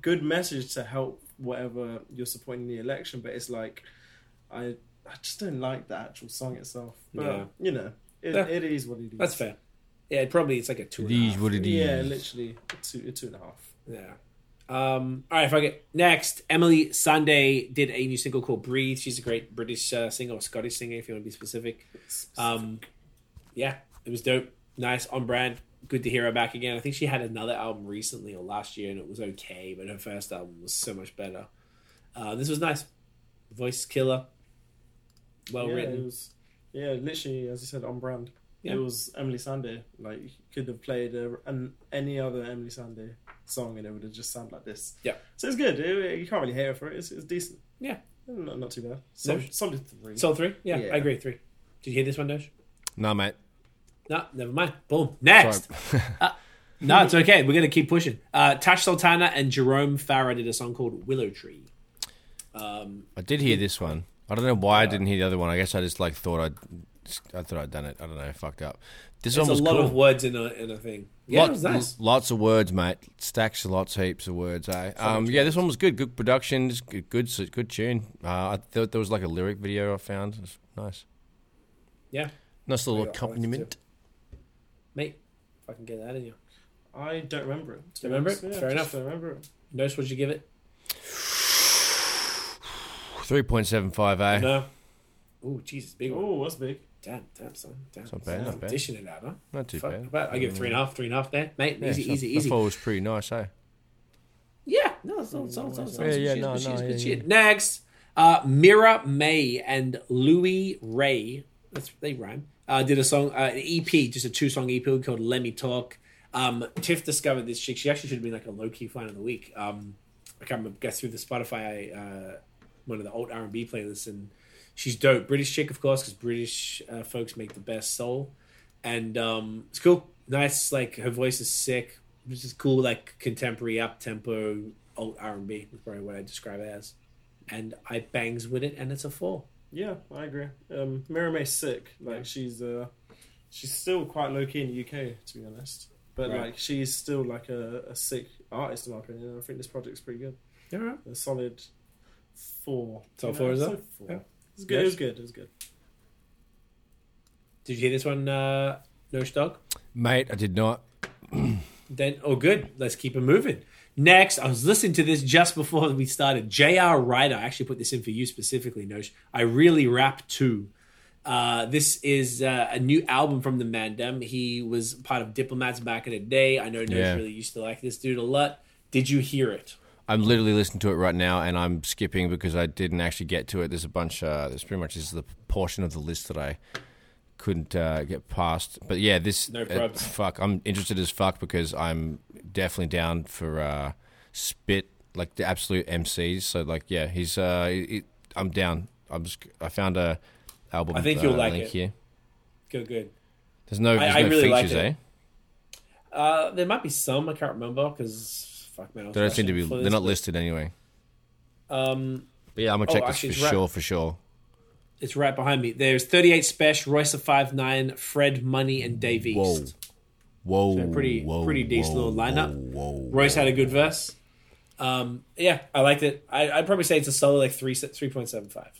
good message to help whatever you're supporting in the election. But it's like, I I just don't like the actual song itself. But Yeah. you know, it, Yeah. it is what it is. That's fair. Yeah, it probably it's like a two. It And a is half. what it is. Yeah, literally a two a two and a half. Yeah. Um, all right, fuck it. Next, Emily Sunday did a new single called "Breathe." She's a great British uh, singer or Scottish singer, if you want to be specific. Um, yeah, it was dope. Nice on brand. Good to hear her back again. I think she had another album recently or last year, and it was okay, but her first album was so much better. Uh, this was nice. Voice killer. Well yeah, It written. was, yeah, literally, as you said, on brand. Yeah. It was Emily Sande. Like, you could have played a, an, any other Emily Sande song and it would have just sounded like this. Yeah. So it's good. It- you can't really hate her for it. It's, it's decent. Yeah. Not, not too bad. Some, No. some did three. Soul three? Yeah, Yeah. I agree. Three. Did you hear this one, Dosh? No, mate. No, never mind. Boom. Next. Sorry. No, it's okay. We're gonna keep pushing. Uh, Tash Sultana and Jerome Farah did a song called Willow Tree. Um, I did hear this one. I don't know why I didn't hear the other one. I guess I just like thought I, would I thought I'd done it. I don't know. Fucked up. This it's one a was lot cool. of words in a in a thing. Yeah, Lot- it was nice. Lots of words, mate. Stacks of lots, heaps of words. Eh? Um, yeah, this one was good. Good production. just Good, good, good tune. Uh, I thought there was like a lyric video I found. It was nice. Yeah, Nice little Yeah, I liked it accompaniment. mate. Fucking get that in you. I don't remember it. to be Remember honest. it? Yeah, Fair I enough. just don't remember it. Notice what you give it. Three point seven five. Eh? No. Oh, Jesus, big one. Oh, that's big. Damn, damn, son. Damn. not bad, Son, not bad. Dishing it out, huh? Not too Fuck bad. about- I give it three and a half, three and a half there, mate. Yeah, easy, so easy, I easy. thought it was pretty nice. Eh? Yeah, no, it's all, it's all, it's all, it's all Yeah, good yeah, shit, no, good shit, no, good yeah, shit. Next, uh, Mira May and Louis Ray, that's, they rhyme, uh, did a song, uh, an EP, just a two song EP called Let Me Talk. Um, Tiff discovered this chick. She actually should have been like a low key fan of the week. Um, I can't remember, guess through the Spotify, uh, one of the old R&B playlists, and she's dope. British chick, of course, because British uh, folks make the best soul and um, it's cool. Nice, like her voice is sick. This is cool, like contemporary up tempo old R and B. is Probably what I describe it as. And I bangs with it, and it's a four. Yeah, I agree. Um, Mira May's sick. Like she's uh, she's still quite low key in the UK, to be honest. But Right. like she's still like a, a sick artist in my opinion. and I think this project's pretty good. All right. A solid four. So You four is solid up? Four. Yeah. It's good. It was good. It was good. Did you hear this one, uh, Nosh Dog? Mate, I did not. Then, oh, good. Let's keep it moving. Next, I was listening to this just before we started. J.R. Ryder, I actually put this in for you specifically, Nosh. I really rap too. Uh, this is uh, a new album from the Mandem. He was part of Diplomats back in the day. I know Nosh Yeah. really used to like this dude a lot. Did you hear it? I'm literally listening to it right now, and I'm skipping because I didn't actually get to it. There's a bunch. Uh, there's pretty much this is the portion of the list that I couldn't uh, get past. But yeah, this. No uh, probs. fuck, I'm interested as fuck because I'm definitely down for uh, spit like the absolute MCs. So like, yeah, he's. Uh, it, I'm down. I'm just. I found a album. I think uh, you'll like link it. here. Go good. There's no. There's I no really like features, it. eh? Uh, there might be some I can't remember because fuck man, I was They don't seem to rushing be. before They're this, not but, listed anyway. Um, But yeah, I'm gonna Oh, check actually, this it's for right- sure. For sure. it's right behind me. There's 38 Special, Royce of Five Nine, Fred Money, and Dave East. Whoa. Whoa, So pretty- whoa, pretty decent whoa, little lineup. Whoa, whoa, Royce had a good verse. Um, yeah, I liked it. I, I'd probably say it's a solid like three three point seven five.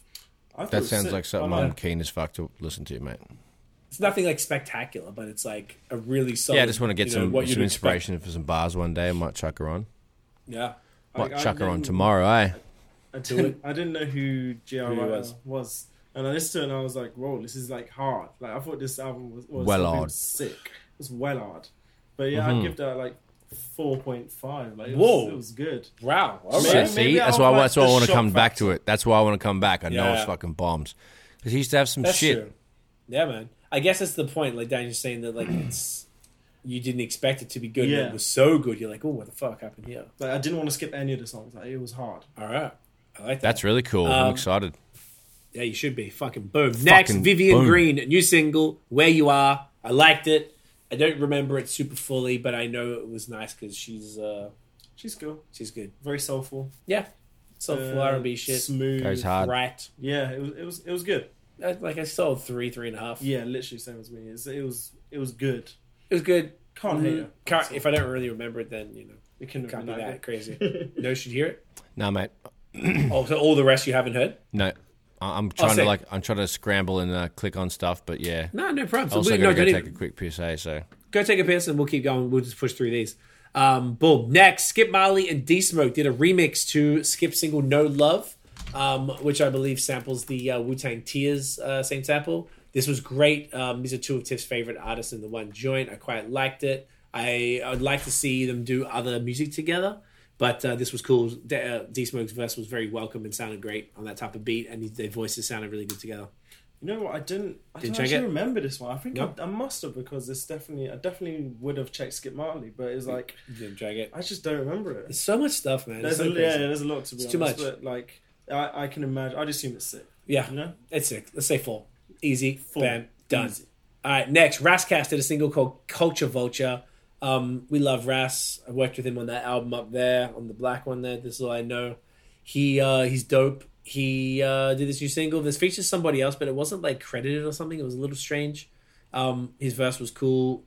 I thought it That was sounds sick. like I something like I'm uh, it. keen as fuck to listen to, mate. It's nothing like spectacular, but it's like a really solid. Yeah, I just want to get you know, some, what you'd some expect. inspiration for some bars one day. I might chuck her on. Yeah, Might I- I chuck her on didn't- tomorrow, eh? I didn't, I didn't know who J.R. Who he Ryder was. was. And I listened to it and I was like, whoa, this is like hard. Like, I thought this album was, was Well something hard. sick. It was well hard. But yeah, I'd give that like 4.5. Like, it was, Mm-hmm. Whoa. It was good. wow. all Maybe- Yeah, right. Shit. see, maybe that's I'll why, like that's why I the want to shock come back factor. to it. That's why I want to come back. I know it's Yeah. fucking bombs. 'Cause he used to have some That's shit. true. Yeah, man. I guess that's the point. Like Daniel's saying that like it's you didn't expect it to be good. And Yeah. it was so good. You're like, oh, what the fuck happened here? Like, I didn't want to skip any of the songs. Like, it was hard. All right, I like that. That's really cool. I'm Um, excited. Yeah, you should be. Fucking boom. Next, Fucking Vivian boom. Green, new single, Where You Are. I liked it. I don't remember it super fully, but I know it was nice because she's uh, She's cool. she's good. Very soulful. Yeah, soulful Uh, R&B shit. Smooth. Goes hard. Right. Yeah, it was, it was it was good. I, Uh, like I sold three, three and a half. Yeah, literally same as me. It's, it was it was good. It was good. Can't hate Mm, it. Can't, if I don't really remember it, then you know, It couldn't have can't be been that that crazy. good. No, should hear it. No, mate. Oh, so all the rest you haven't heard? No, I- I'm trying to sick. like, I'm trying to scramble and uh, click on stuff, but yeah. No, no problem. Also, we- gotta no, go don't take even- a quick piss, eh? So go take a piss and we'll keep going. We'll just push through these. Um, boom. Next, Skip Marley and D Smoke did a remix to Skip's single No Love, um, which I believe samples the uh, Wu Tang Tears uh, same sample. This was great. Um, these are two of Tiff's favorite artists in the one joint. I quite liked it. I, I would like to see them do other music together, but uh, this was cool. D, uh, D Smoke's verse was very welcome and sounded great on that type of beat, and their voices sounded really good together. You know what? I didn't. I Didn't didn't check actually it? remember this one. I think No. I, I must have because this definitely. I definitely would have checked Skip Marley, but it's like Didn't drag it. I just don't remember it. There's so much stuff, man. It's There's so a, crazy. yeah, there's a lot to be It's too honest. much. But like, I, I can imagine. I'd assume it's sick. yeah. You know, It's six. Let's say four. Easy. Four. Bam. Done. Easy. All right. Next, Rascast did a single called Culture Vulture. Um, we love Ras. I worked with him on that album up there, on the black one there. This is all I know. He uh, he's dope. He uh, did this new single. This features somebody else, but it wasn't like credited or something. It was a little strange. Um, his verse was cool.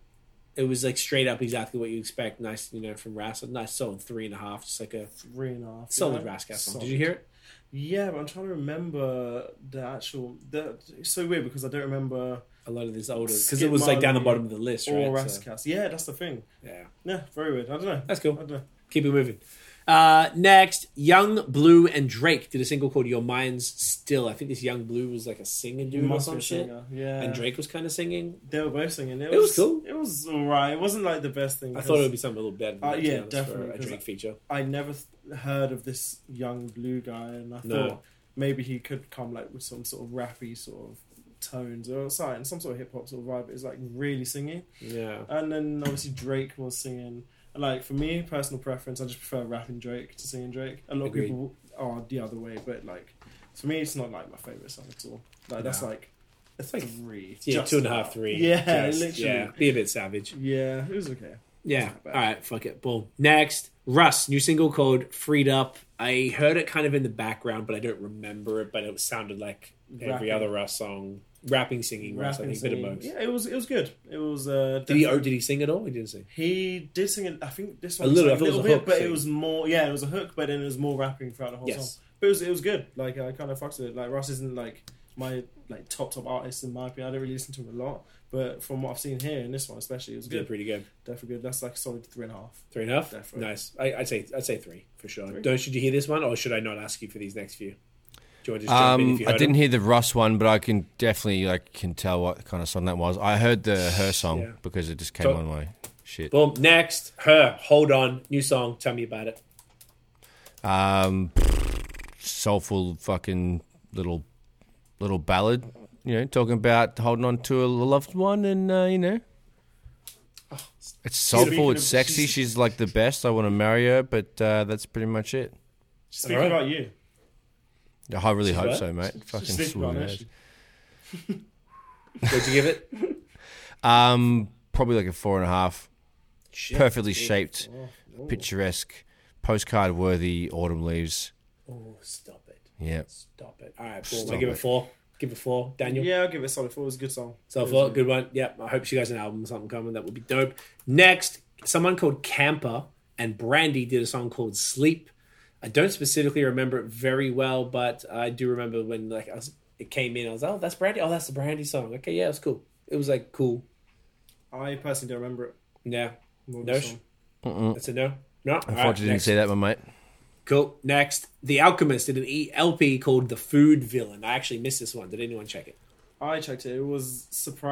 It was like straight up exactly what you expect. Nice, you know, from Ras. A nice solid three and a half, just like a three and a half. solid yeah. Rascast song. Solid. Did you hear it? Yeah, but I'm trying to remember the actual. The, it's so weird because I don't remember A lot of this older because it Skip was like down the Marley bottom of the list, all right? So, Rascast. Yeah, that's the thing. yeah. Yeah, very weird. I don't know. That's I cool. don't know. Keep it moving. Uh, next, Young Blue and Drake did a single called "Your Mind's Still." I think this Young Blue was like a singer You dude or must be some a shit, singer. Yeah, and Drake was kind of singing. They were both singing. It, It was cool. It was alright. It wasn't like the best thing. I thought it 'cause would be something a little better. Than Uh, that, to yeah, be honest, for definitely, a 'cause Drake feature. I never th- heard of this young blue guy, and I No. thought maybe he could come like with some sort of rappy sort of tones or something, some sort of hip hop sort of vibe. It's like really singing, Yeah, and then obviously Drake was singing. And, Like for me, personal preference, I just prefer rapping Drake to singing Drake. A lot Agreed. of people are the other way, but like for me, it's not like my favorite song at all. Like that's No. like a like- three, yeah, just two and a about. half, three. Yeah, Just- literally. Yeah, Yeah. be a bit savage. it was okay. Yeah. not All bad. right. Fuck it. Boom. Next, Russ, new single called "Freed Up." I heard it kind of in the background, but I don't remember it. But it sounded like every Rapping. other Russ song, rapping, singing, Russ. I Rapping, think a bit of singing. both. Yeah, it was it was good. It was. Uh, Did he? Oh, did he sing at all? He didn't sing. He did sing it. I think this A one was little, like I thought it was a bit, hook but thing. it was more. Yeah, it was a hook, but then it was more rapping throughout the whole Yes. song. But it was it was good. Like I kind of fucked with it. Like Russ isn't like my like top top artist in my opinion. I don't really listen to him a lot, But from what I've seen here in this one, especially, it was Yeah, good. pretty good. Definitely good. That's like a solid three and a half. Three and a half. Definitely. Nice. I, I'd say I'd say three for sure. Three. Don't should you hear this one, or should I not ask you for these next few? Do you want to just jump in Um, if you I heard didn't them? hear the Ross one, but I can definitely like can tell what kind of song that was. I heard the her song Yeah. because it just came So- on my shit. Boom. Next, her. Hold on. New song. Tell me about it. Um, soulful fucking little little ballad, you know, talking about holding on to a loved one, and uh, you know, Oh, it's Speaking soulful, of- it's sexy. she's- She's, like the best. I want to marry her, but uh, that's pretty much it. Speaking Alright. about you. I really hope what? so, mate. Fucking sleeping swoon on her, head. What'd you give it? Um, probably like a four and a half. Shit. Perfectly shaped, picturesque, postcard worthy autumn leaves. Oh, stop it. Yeah. Stop it. All right, boom. I Stop give it it. four. Give it four. Daniel. Yeah, I'll give it a solid four. It was a good song. So It was far, good one. Yep. I hope she has an album or something coming. That would be dope. Next, someone called Camper and Brandy did a song called Sleep. I don't specifically remember it very well, but I do remember when like I was, it came in. I was oh, that's Brandy. Oh, that's the Brandy song. Okay, yeah, it was cool. It was like cool. I personally don't remember it. Yeah, More No, no, sh- that's a no. No, All right, Unfortunately, didn't next. see that one, mate. Cool. Next, The Alchemist did an E- LP called The Food Villain. I actually missed this one. Did anyone check it? I checked it. It was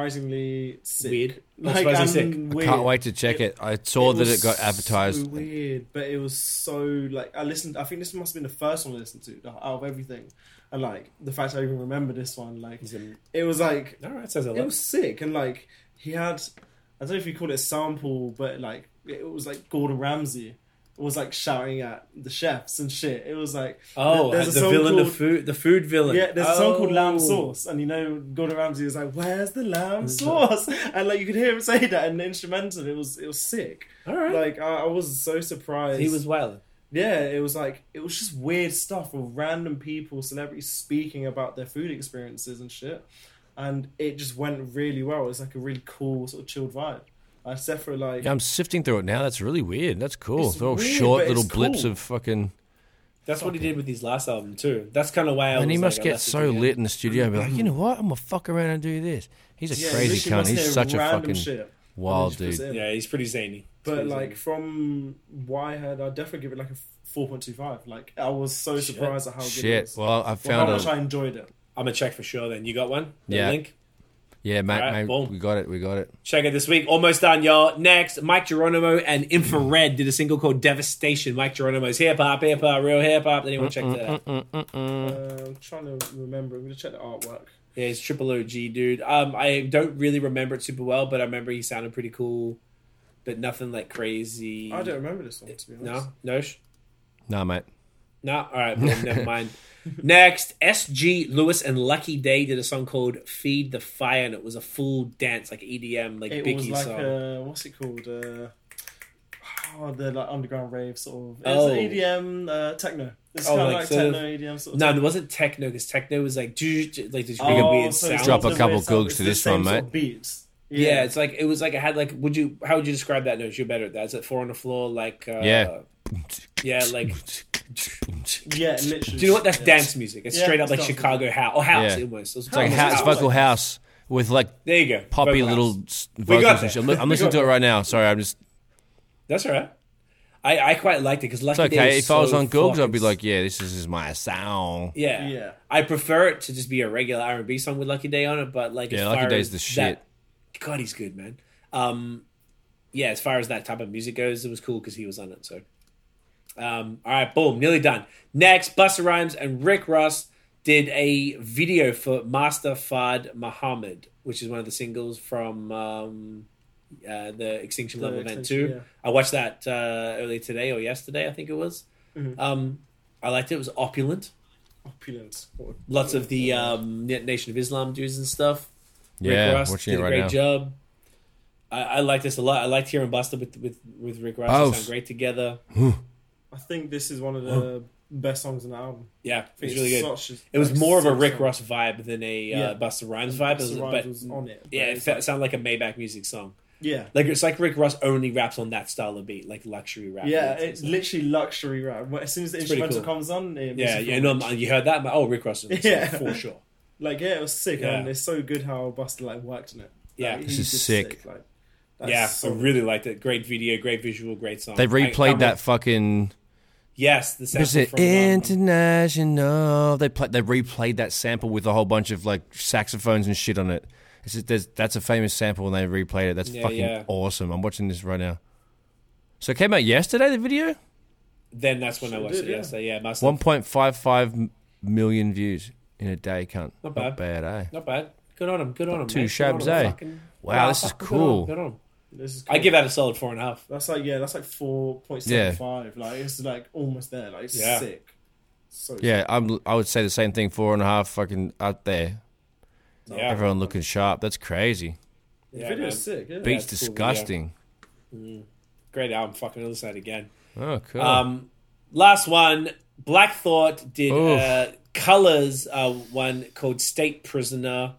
surprisingly sick. Weird. Not Like, um, surprisingly and sick. weird. Can't wait to check it. I saw that it got advertised. So weird, but it was so like I listened. I think this must have been the first one I listened to out of everything, and like the fact I even remember this one, like Is it- it was like All right, sounds a it lot. was sick, and like he had, I don't know if you call it a sample, but like it was like Gordon Ramsay was like shouting at the chefs and shit. It was like Oh, there- the villain, called, the food, the food villain. yeah, there's a song called Oh. Lamb Sauce, and you know Gordon Ramsay was like, "Where's the lamb sauce?" And like you could hear him say that in the instrumental. It was it was sick. All right. Like I, I was so surprised. he was wild. yeah. It was like it was just weird stuff with random people, celebrities speaking about their food experiences and shit, and it just went really well. It was like a really cool sort of chilled vibe. I said for like Yeah, I'm sifting through it now. That's really weird. That's cool. It's They're all weird, short but it's little blips cool. of fucking. That's what he did with his last album too. That's kind of why I. And he was must like, "Oh, I get left it so to the lit end. in the studio and be like, you know what? I'm gonna fuck around and do this. He's a yeah, crazy literally cunt. must hear He's such a random fucking shit, and then wild just puts dude. it in. Yeah, he's pretty zany. But Pretty like zany. from what I heard, I'd definitely give it like a four point two five. Like I was so Shit. surprised at how good it Shit. was. Well, I Well, how found much a I enjoyed it. I'm gonna check for sure. Then you got one. The Yeah. Link. yeah, mate. Alright, mate, boom. we got it. We got it. Check it this week. Almost done, y'all. Next, Mike Geronimo and Infrared did a single called Devastation. Mike Geronimo's hip hop, hip hop, real hip hop. Anyone check that? out? Hmm. Uh, I'm trying to remember. I'm gonna check the artwork. Yeah, he's triple OG, dude. Um, I don't really remember it super well, but I remember he sounded pretty cool, but nothing like crazy. I don't remember this one to be honest. No, no. sh- Nah, mate. No, all right, well, never mind. Next, S.G. Lewis and Lucky Day did a song called "Feed the Fire," and it was a full dance, like EDM, like It was Bicky like song. uh, what's it called? Uh, oh, the like underground rave sort of. It's Oh. EDM uh, techno. It's Oh, kind of like like sort of- techno EDM sort of. No, thing. it wasn't techno because techno was like, do like this really Oh, weird so sound. it's Drop a not the couple weird googs sound, it's to the this same one, sort of mate. Beats. yeah. it's like it was like I had like, would you? How would you describe that? No, you're better at that. It's like four on the floor, like uh, Yeah. yeah, like. yeah, literally. Do you know what? That's Yeah. dance music. It's Yeah, straight up it's like dance Chicago house or house Yeah. almost. It was It's like a almost house, vocal house with like There you go, poppy Vocal house. little s- We got vocals there. and shit. I'm li- I'm listening to it right now. Sorry, I'm just. That's all right. I, I quite liked it because Lucky It's Day was okay. If I was so on Googs, I'd fucking be like, yeah, this is, this is my sound. Yeah. Yeah. I prefer it to just be a regular R and B song with Lucky Day on it, but like Yeah, as Lucky far Day's as the that- shit. God, he's good, man. Um yeah, as far as that type of music goes, it was cool because he was on it, so um, all right, boom, nearly done. Next, Buster Rhymes and Rick Ross did a video for Master Fad Muhammad, which is one of the singles from um, uh, the Extinction The Level Event Extinction, 2. yeah. I watched that uh, earlier today or yesterday, I think it was. Mm-hmm. Um, I liked it. It was opulent Oh, Opulent. lots of the um, Na- Nation of Islam dudes and stuff. Yeah, Rick Ross watching did it a right great now. job. I, I like this a lot. I liked hearing Buster with with, with Rick Ross. Oh, they sound great together. I think this is one of the best songs on the album. Yeah, I it think was really good. such a- it was like, more of a such Rick Ross vibe than a uh, Yeah. Buster Rhymes vibe, Busta but, but- Rhymes was on it. but yeah, it it's fe- like- sounded like a Maybach Music song. yeah, Like it's like Rick Ross only raps on that style of beat, like luxury rap. yeah. beats and It's stuff. literally luxury rap. Well, As soon as the It's pretty instrumental cool. comes on, it yeah, makes you yeah. feel No, rich. I'm- you heard that? I'm like, oh, Rick Ross, is on this song, Yeah. for sure. like yeah, it was sick, Yeah. and it's so good how Buster like worked on it. Yeah. Like, This he's is just sick. Like, that's yeah, so I really liked it. Great video, great visual, great song. They I- replayed I'm- that fucking. Yes, the Was sample it from um, international? They played. They replayed that sample with a whole bunch of like saxophones and shit on it. It's just, there's, that's a famous sample, and they replayed it. That's Yeah, fucking yeah. awesome. I'm watching this right now. So it came out yesterday. The video Then that's when I Sure watched did, it. yeah. Yesterday. Yeah, must one point five five million views in a day. Cunt. Not Not bad, eh? Not bad. Good on him. Good on him. Two mate. Good on shabs, him. eh? Fucking- Wow, Nah, this is fucking good on him, cool. Good on him. This is I cool. give that a solid four and a half. That's like yeah, that's like four point seven five. Like it's like almost there. Like it's Yeah. sick. So Yeah, I'm. I would say the same thing. Four and a half fucking up there. Yeah, Everyone looking sharp. That's crazy. the yeah, video man. is sick. Yeah. Beats it's cool video. disgusting. great album. Fucking I'll listen to that again. Oh, cool. Um, last one. Black Thought did Oof. uh, Colors, uh, one called State Prisoner.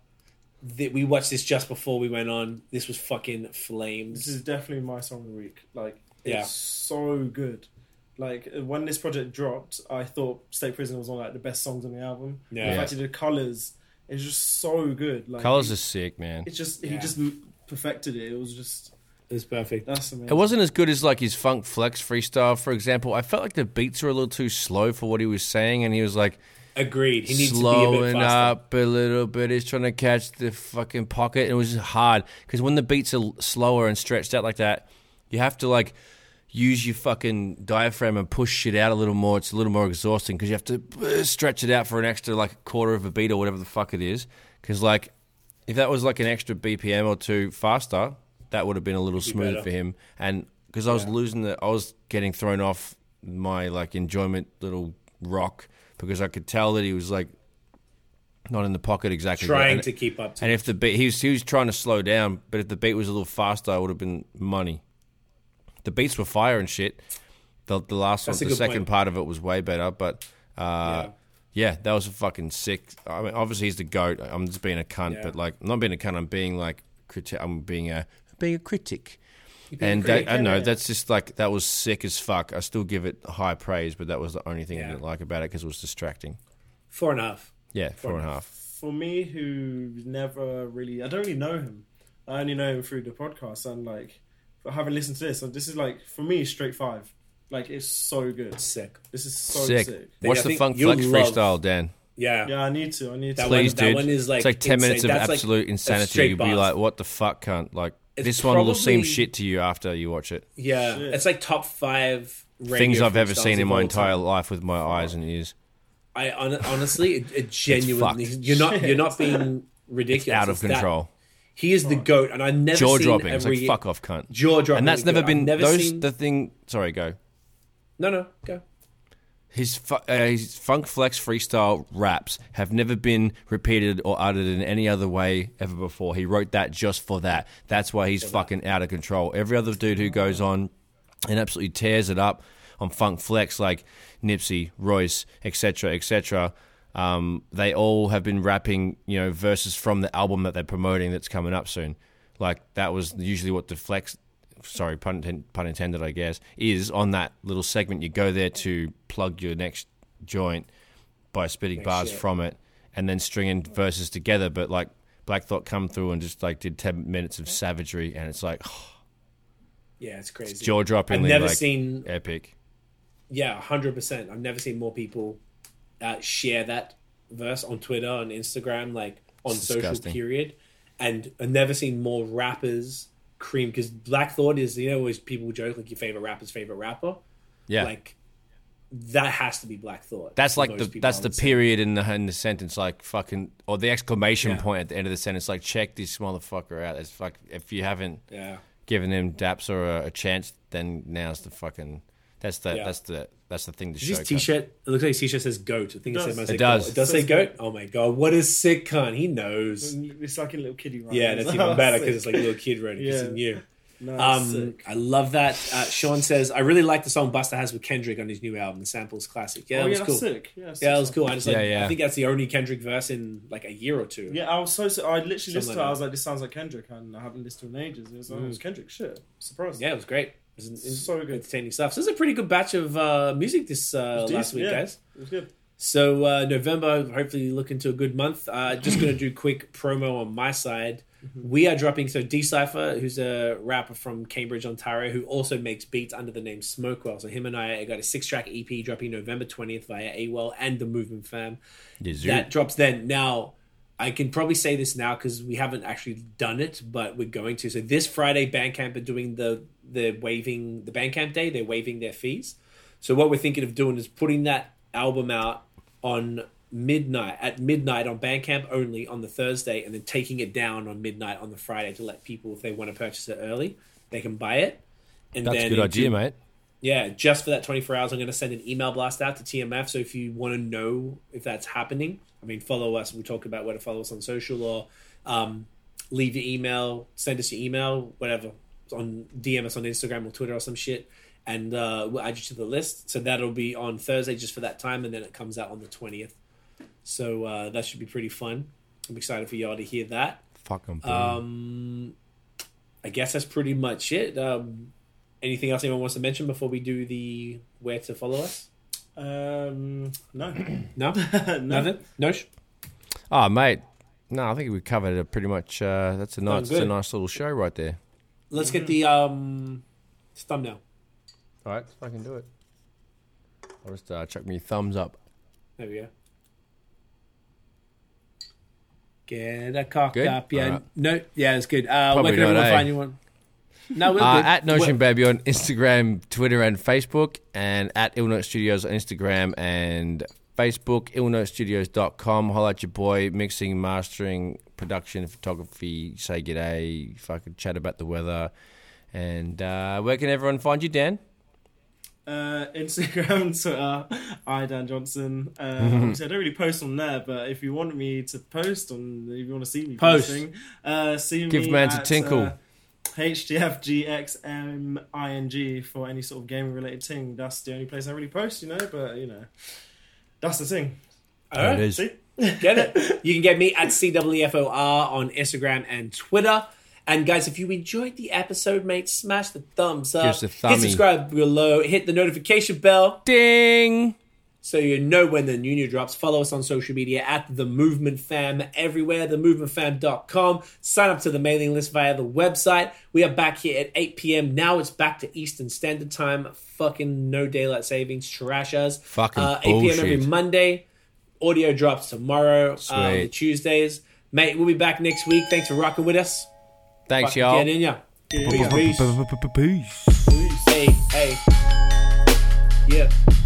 That we watched this just before we went on. This was fucking This flames. is definitely my song of the week. Like it's Yeah. so good. Like when this project dropped, I thought State Prison was one of like the best songs on the album. Yeah. In fact, the colors is just so good. Like Colors he- are sick, man. It's just he Yeah. just perfected it. It was just It was perfect. that's amazing. It wasn't as good as like his funk flex freestyle, for example. I felt like the beats were a little too slow for what he was saying, and he was like Agreed. He needs to be a slowing bit faster. up a little bit. He's trying to catch the fucking pocket. It was hard because when the beats are slower and stretched out like that, you have to like use your fucking diaphragm and push shit out a little more. It's a little more exhausting because you have to uh, stretch it out for an extra like quarter of a beat or whatever the fuck it is. Because like if that was like an extra BPM or two faster, that would have been a little smooth better. for him. And because I was losing the, I was getting thrown off my like enjoyment little rock because I could tell that he was like not in the pocket exactly. Trying and, to keep up to And if the beat, he was he was trying to slow down, but if the beat was a little faster, I would have been money. The beats were fire and shit. The the last That's a one, the good second point. part of it was way better, but. Uh, yeah, that was a fucking sick. I mean, obviously he's the goat. I'm just being a cunt, Yeah. but like, I'm not being a cunt. I'm being like criti- I'm being a being a critic. a And critic, that, I know yeah. that's just like that was sick as fuck. I still give it high praise, but that was the only thing I Yeah. didn't like about it because it was distracting. Four and a half. Yeah, four and a half. for me who never really I don't really know him. I only know him through the podcast and like I haven't listened to this. So this is like for me straight five. Like it's so good. Sick. This is so sick. sick. Dude, I What's the think funk you'll flex love- freestyle, Dan? Yeah. Yeah, I need to. I need to. That Please, that dude. one is, like, it's like ten insane. minutes of That's, like, absolute a insanity. straight You'll be bars. like, "What the fuck, cunt!" Like It's this one will seem probably- shit to you after you watch it. Yeah, Shit. it's like top five radio Things I've ever freestyles seen in of my all entire time. life with my eyes and ears. I hon- honestly, it, it genuinely, fucked. you're not you're not being ridiculous. Out of It's that- control. he is the goat, and I never jaw seen dropping. It's Every, like fuck off, cunt. Jaw dropping. and that's never been never those seen- the thing. Sorry, go. no, no, go. His, fu- uh, his funk flex freestyle raps have never been repeated or uttered in any other way ever before. He wrote that just for that. That's why he's fucking out of control. Every other dude who goes on and absolutely tears it up on funk flex, like Nipsey, Royce, etc., etc. Um, they all have been rapping, you know, verses from the album that they're promoting that's coming up soon. Like that was usually what the flex sorry, pun, inten- pun intended, I guess, is on that little segment. You go there to plug your next joint by spitting bars shit. from it and then stringing verses together. But like Black Thought come through and just like did 10 minutes of savagery and it's like Yeah, it's crazy. jaw dropping. I've never seen- Epic. yeah, hundred percent. I've never seen more people uh, share that verse on Twitter, on Instagram, like on It's social disgusting. period, and I've never seen more rappers cream because Black Thought is you know always people joke like your favorite rapper's favorite rapper, Yeah. like that has to be Black Thought. that's for like most the people, that's I the would say. period in the in the sentence like fucking or the exclamation Yeah. point at the end of the sentence like check this motherfucker out. It's fuck if you haven't Yeah, given them daps or a, a chance, then now's the fucking that's the Yeah. that's the that's the thing to Is show. his t-shirt. It looks like his t-shirt says "goat." I think it, It said does. must It say does. goat. It does say "goat." Oh my god, what is sick, cunt? He knows. It's like a little kiddie. Right Yeah, that's even better because it's like a little kid wrote it, Yeah. kissing you. no, it's Um, sick. I love that. Uh, Sean says, I really like the song Buster has with Kendrick on his new album, The Samples Classic. Yeah, oh, that yeah, was that's cool. sick. Yeah, that's Yeah, that sick. was cool. I just like, Yeah, yeah. I think that's the only Kendrick verse in like a year or two. Yeah, I was so. I literally listened like to it. that. Mm. I was like, this sounds like Kendrick, and I haven't listened to it in ages. It was, like, oh, it was Kendrick. Shit, surprised. Yeah, it was great. It was, it was So good. entertaining stuff. So this is a pretty good batch of uh, music this uh, It was last decent, week, yeah. guys. It was good. So uh, November, hopefully, looking to a good month. Uh, just going to do quick promo on my side. We are dropping so Decipher, who's a rapper from Cambridge, Ontario, who also makes beats under the name Smokewell. So him and I got a six-track EP dropping November twentieth via AWOL and the Movement Fam. That drops then. Now, I can probably say this now because we haven't actually done it, but we're going to. So this Friday, Bandcamp are doing the the waiving the Bandcamp day. They're waiving their fees. So what we're thinking of doing is putting that album out on midnight at midnight on Bandcamp only on the Thursday, and then taking it down on midnight on the Friday to let people, if they want to purchase it early, they can buy it. And That's a then good in idea, two- mate. yeah, just for that 24 hours, I'm going to send an email blast out to TMF. So if you want to know if that's happening, I mean, follow us. We'll talk about where to follow us on social or um, leave your email, send us your email, whatever, It's on DM us on Instagram or Twitter or some shit. And uh, we'll add you to the list. So that'll be on Thursday just for that time. And then it comes out on the 20th. So uh, that should be pretty fun. I'm excited for y'all to hear that. Fucking Um, I guess that's pretty much it. Um, anything else anyone wants to mention before we do the where to follow us? Um, no. No, no. nothing. No, sh- oh, mate. No, I think we covered it pretty much. Uh, that's a nice, it's a good. nice little show right there. let's get the um thumbnail. All right, fucking do it. I'll just uh, chuck me thumbs up. There we go. Get a cock Good? up, yeah. All right. No, yeah, it's good. Uh, Probably where can not, everyone eh? find you on? No, we're Uh, good. at We're- Notion Baby on Instagram, Twitter, and Facebook, and at Ill Note Studios on Instagram and Facebook, illnotestudios.com. Holla at your boy, mixing, mastering, production, photography, say g'day, fucking chat about the weather. And uh, where can everyone find you, Dan? Uh, Instagram, Twitter, I Dan Johnson. Uh, Mhm. obviously I don't really post on there, but if you want me to post on, if you want to see me Post. posting, uh, see Give me man to at, tinkle. Uh, HDFGXMING for any sort of gaming related thing. That's the only place I really post, you know. But you know, that's the thing. All right. is. See, Get it? You can get me at CWFOR on Instagram and Twitter. And guys, if you enjoyed the episode, mate, smash the thumbs up. Give us a hit thummy. subscribe below. Hit the notification bell Ding! so you know when the new new drops. Follow us on social media at The Movement Fam everywhere, themovementfam.com. Sign up to the mailing list via the website. We are back here at 8 p.m. Now it's back to Eastern Standard Time. Fucking no daylight savings, trash us. Fucking uh, 8 p.m. every bullshit. Monday. Audio drops tomorrow, um, Sweet. Tuesdays. Mate, we'll be back next week. Thanks for rocking with us. Thanks, Fucking y'all. Get in ya. Yeah. Peace. Peace. Hey, hey. Yeah.